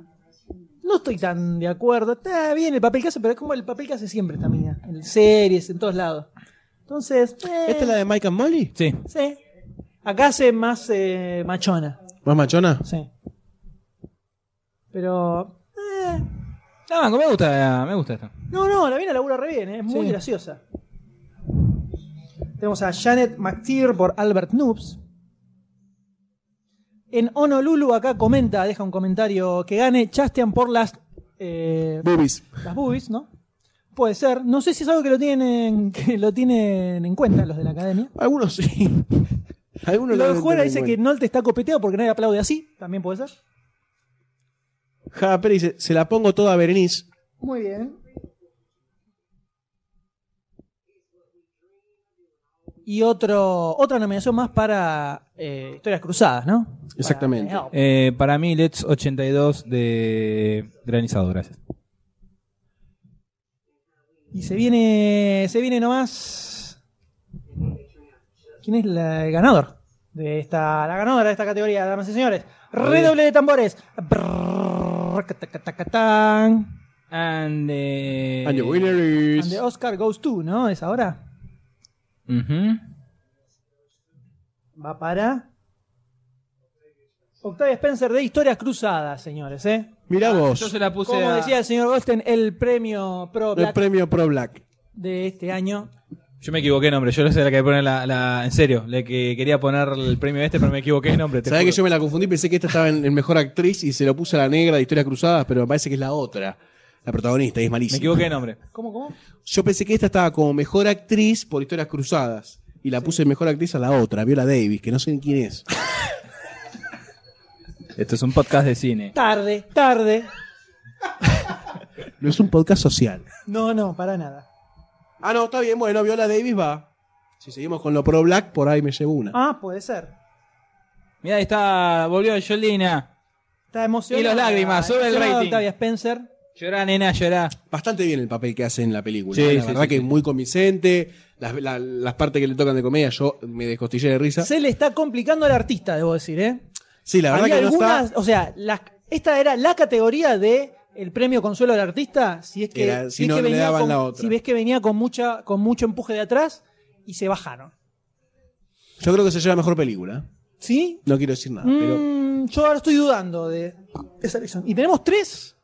No estoy tan de acuerdo. Está bien el papel que hace, pero es como el papel que hace siempre esta mina. En series, en todos lados. Entonces, eh, ¿Esta es la de Mike and Molly? Sí. sí. Acá hace más eh, machona. ¿Más machona? Sí. Pero... eh, La banco, me gusta, me gusta esta. no, no, la mina labura re bien. eh, Es muy Sí. graciosa. Tenemos a Janet McTeer por Albert Noobs. En Honolulu acá comenta, deja un comentario que gane Chastian por las eh, Boobies. las boobies, ¿no? Puede ser. No sé si es algo que lo tienen que lo tienen en cuenta los de la academia. Algunos sí. Algunos Lo de deben Juana tener dice en que cuenta. Nolte está copeteado porque nadie aplaude así. También puede ser. Java Pérez dice: Se la pongo toda a Berenice. Muy bien. Y otro, otra nominación más para eh, Historias Cruzadas, ¿no? Exactamente. Para- Eh, para mí, Let's 82 de Granizado, gracias. y se viene, se viene nomás. ¿Quién es la- el ganador de esta, la ganadora de esta categoría, damas y señores? Redoble de tambores. Brrrr, catacatacatán. And, eh, And the winner is- And the Oscar goes to, ¿no? Es ahora. Ujú. Va para Octavia Spencer de Historias Cruzadas, señores, ¿eh? Mirá vos, Yo se la puse Como a- decía el señor Goldstein, el premio Pro el Black premio Pro Black. de este año. Yo me equivoqué de nombre, yo no sé la que pone la, la- En serio, la que quería poner el premio este, pero me equivoqué de nombre. te Sabés que juro. yo me la confundí, pensé que esta estaba en, en Mejor Actriz y se lo puse a la negra de Historias Cruzadas, pero me parece que es la otra, la protagonista, y es malísima. Me equivoqué de nombre. ¿Cómo, cómo? Yo pensé que esta estaba como Mejor Actriz por Historias Cruzadas y la puse en Mejor Actriz a la otra, Viola Davis, que no sé ni quién es. Esto es un podcast de cine. Tarde, tarde. No es un podcast social. No, no, para nada. Ah, no, está bien, bueno, Viola Davis va. Si seguimos con lo Pro Black, por ahí me llevo una. Ah, puede ser. Mira, ahí está, volvió Yolina. Está emocionada. Y las lágrimas, sube el Emocionada rating. Octavia Spencer. Llorá, nena, llorá. Bastante bien el papel que hace en la película. Sí, ¿eh? la sí, verdad sí, que sí. es muy convincente. Las, la- las partes que le tocan de comedia, yo me descostillé de risa. Sí, Se le está complicando al artista, debo decir, ¿eh? la verdad Había que no algunas, está. o sea, las- esta era la categoría de el premio consuelo del artista, si es que, Era- si es no que le daban con, la otra. si ves que venía con mucha con mucho empuje de atrás y se bajaron. Yo creo que se lleva mejor película. ¿eh? ¿Sí? No quiero decir nada, pero. Mm, yo ahora estoy dudando de esa elección. Y tenemos tres,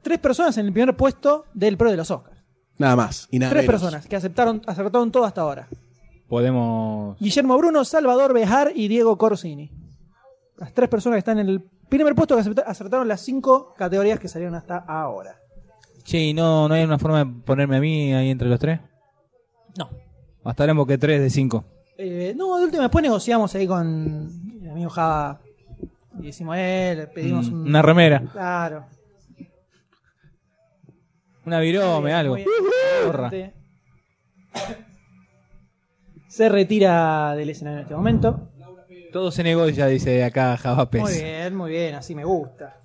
tres personas en el primer puesto del Pro de los Oscars. Nada más. Y nada tres menos. personas que aceptaron, acertaron todo hasta ahora. Podemos. Guillermo Bruno, Salvador Bejar y Diego Corsini. Las tres personas que están en el primer puesto que acepta- acertaron las cinco categorías que salieron hasta ahora. Che, ¿y no, no hay una forma de ponerme a mí ahí entre los tres? No. Hasta ahora emboqué tres de cinco. Eh, no, de última, después negociamos ahí con el amigo Java y decimos, eh, le pedimos Mm, un... Una remera, Claro. una virome, algo. Muy bien. Porra. Se retira del escenario en este momento. Todo se negocia, dice acá Javapes. Muy bien, muy bien, así me gusta.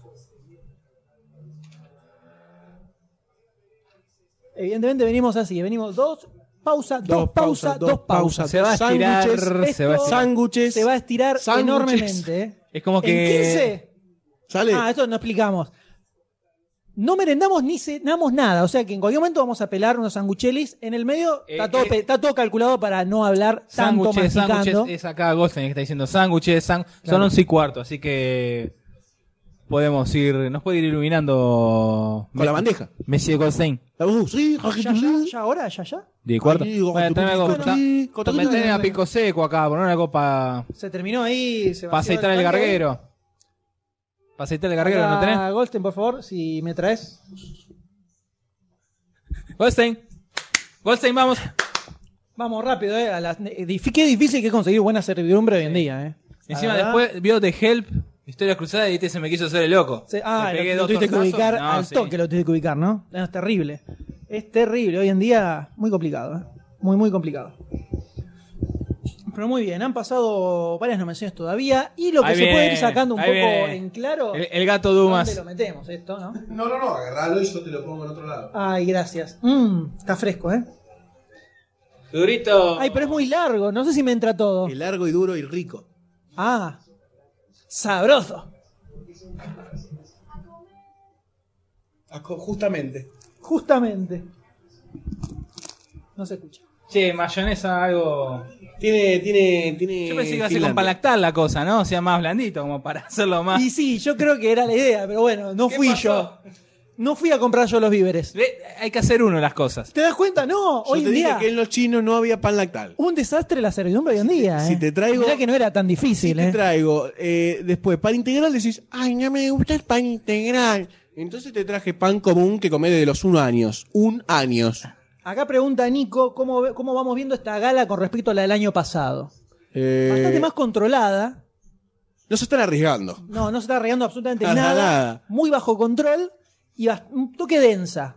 Evidentemente venimos así, venimos dos, pausa, dos, pausas, dos, pausas. Se va a estirar, sándwiches, se va a esto- estirar. Sándwiches. Se va a estirar Sándwiches. enormemente. ¿eh? Es como que. ¿En 15? ¿Sale? Ah, esto no explicamos. No merendamos ni cenamos nada, o sea que en cualquier momento vamos a pelar unos sanguchelis. En el medio Eh, está, todo, eh. pe- está todo calculado para no hablar tanto Sándwiches, masticando. sándwiches. Es acá Goldstein que está diciendo sándwiches. san- Son Claro. once y cuarto, así que. Podemos ir. Nos puede ir iluminando. Con la bandeja. Messi de Goldstein. La voz, sí, Ya, ya, ya, ahora, ya, ya. De cuarto. Ahí, con Bueno, tu tráeme algo. pico, sí, con tu Meteme pico. a pico seco acá, poner una copa. Se terminó ahí. Se Para vació aceitar el tanque. garguero. Para aceitar el garguero, ¿no Acá, tenés? Goldstein, por favor, si me traes. Goldstein. Goldstein, vamos. Vamos rápido, eh. a las- eh, dif- qué difícil que es conseguir buena servidumbre hoy en día, eh. La Encima verdad. después vio The Help, Historias Cruzadas, y este se me quiso hacer el loco. Se- ah, Le lo, pegué lo dos tuviste que tortazos. ubicar No, al sí. toque, lo tuviste que ubicar, ¿no? No, Es terrible. Es terrible. Hoy en día, muy complicado, ¿eh? Muy, muy complicado. Pero muy bien, han pasado varias nominaciones todavía. Y lo que Ahí se puede ir viene, sacando un ahí poco viene. en claro. El, el gato ¿Dónde Dumas. lo metemos esto, no? No, no, no, agarralo y yo te lo pongo en otro lado. Ay, gracias. Mm, está fresco, ¿eh? Durito. Ay, pero es muy largo. No sé si me entra todo. Es largo y duro y rico. Ah, sabroso. Aco- Ah, Justamente. Justamente. No se escucha. Che, mayonesa, algo. Tiene, tiene, tiene. Yo pensé que iba a ser Finlandia. con palactal la cosa, ¿no? O sea, más blandito, como para hacerlo más. Y sí, yo creo que era la idea, pero bueno, no ¿Qué fui pasó? yo. No fui a comprar yo los víveres. Ve, Hay que hacer uno las cosas. ¿Te das cuenta? No, Yo hoy te en dije día. que en los chinos no había pan lactal. Un desastre la servidumbre hoy en día. si eh. te traigo- Mirá que no era tan Si difícil, te ¿eh? traigo eh, después pan integral, decís, ay, no me gusta el pan integral. Entonces te traje pan común que comés desde los un años. Un años. Acá pregunta Nico cómo, ve- cómo vamos viendo esta gala con respecto a la del año pasado. Eh, Bastante más controlada. No se están arriesgando. No, no se está regando absolutamente Nada, nada, nada. Muy bajo control y bas- un toque densa.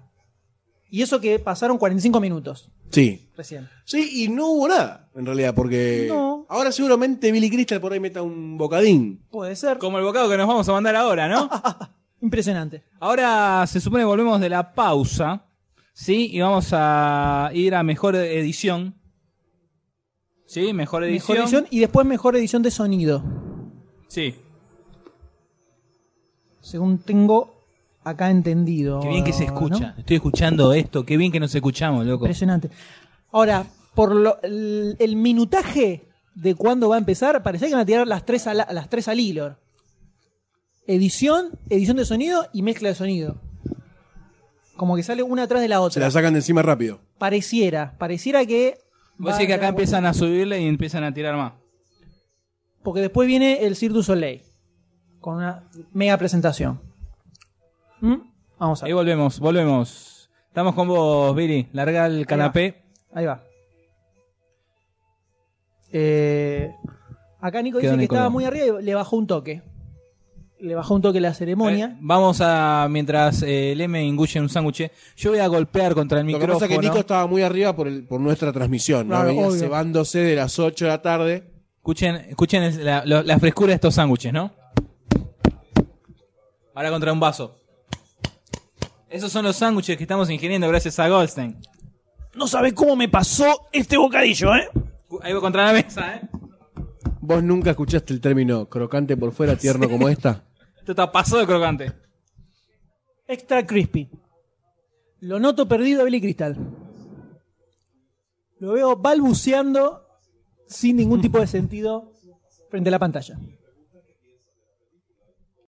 Y eso que pasaron 45 minutos Sí. recién. Sí, y no hubo nada, en realidad, porque. No. Ahora seguramente Billy Crystal por ahí meta un bocadín. Puede ser. Como el bocado que nos vamos a mandar ahora, ¿no? Impresionante. Ahora se supone que volvemos de la pausa, ¿sí? Y vamos a ir a mejor edición. ¿Sí? Mejor edición. Mejor edición y después mejor edición de sonido. Sí. Según tengo acá entendido. Qué bien que se ¿no? escucha. Estoy escuchando esto. Qué bien que nos escuchamos, loco. Impresionante. Ahora, por lo- el, el minutaje de cuándo va a empezar, parecía que van a tirar las tres, al, las tres al hilo. edición, edición de sonido y mezcla de sonido. Como que sale una atrás de la Se otra. la sacan de encima rápido. Pareciera, pareciera que. Vos va decís que a acá dar vuelta. empiezan a subirle y empiezan a tirar más. Porque después viene el Cirque du Soleil. Con una mega presentación. ¿Mm? Vamos a Ahí ver. volvemos, volvemos. Estamos con vos, Billy. Larga el canapé. Ahí va. Eh, acá Nico Quedó dice que Nicolás. estaba muy arriba y le bajó un toque. Le bajó un toque la Eh, ceremonia. vamos a, mientras eh, el M engulle un sándwich, yo voy a golpear contra el Lo que micrófono. pasa es que Nico estaba muy arriba por, el, por nuestra transmisión. ¿no? Claro, Venía obvio. cebándose de las 8 de la tarde. Escuchen, escuchen el- la, lo- la frescura de estos sándwiches, ¿no? Ahora contra un vaso. Esos son los sándwiches que estamos ingiriendo gracias a Goldstein. No sabes cómo me pasó este bocadillo, ¿eh? Cu- Ahí voy contra la mesa, ¿eh? ¿Vos nunca escuchaste el término crocante por fuera, tierno como esta? Esto está pasado de crocante. Extra crispy. Lo noto perdido a Billy Crystal. Lo veo balbuceando sin ningún tipo de sentido frente a la pantalla.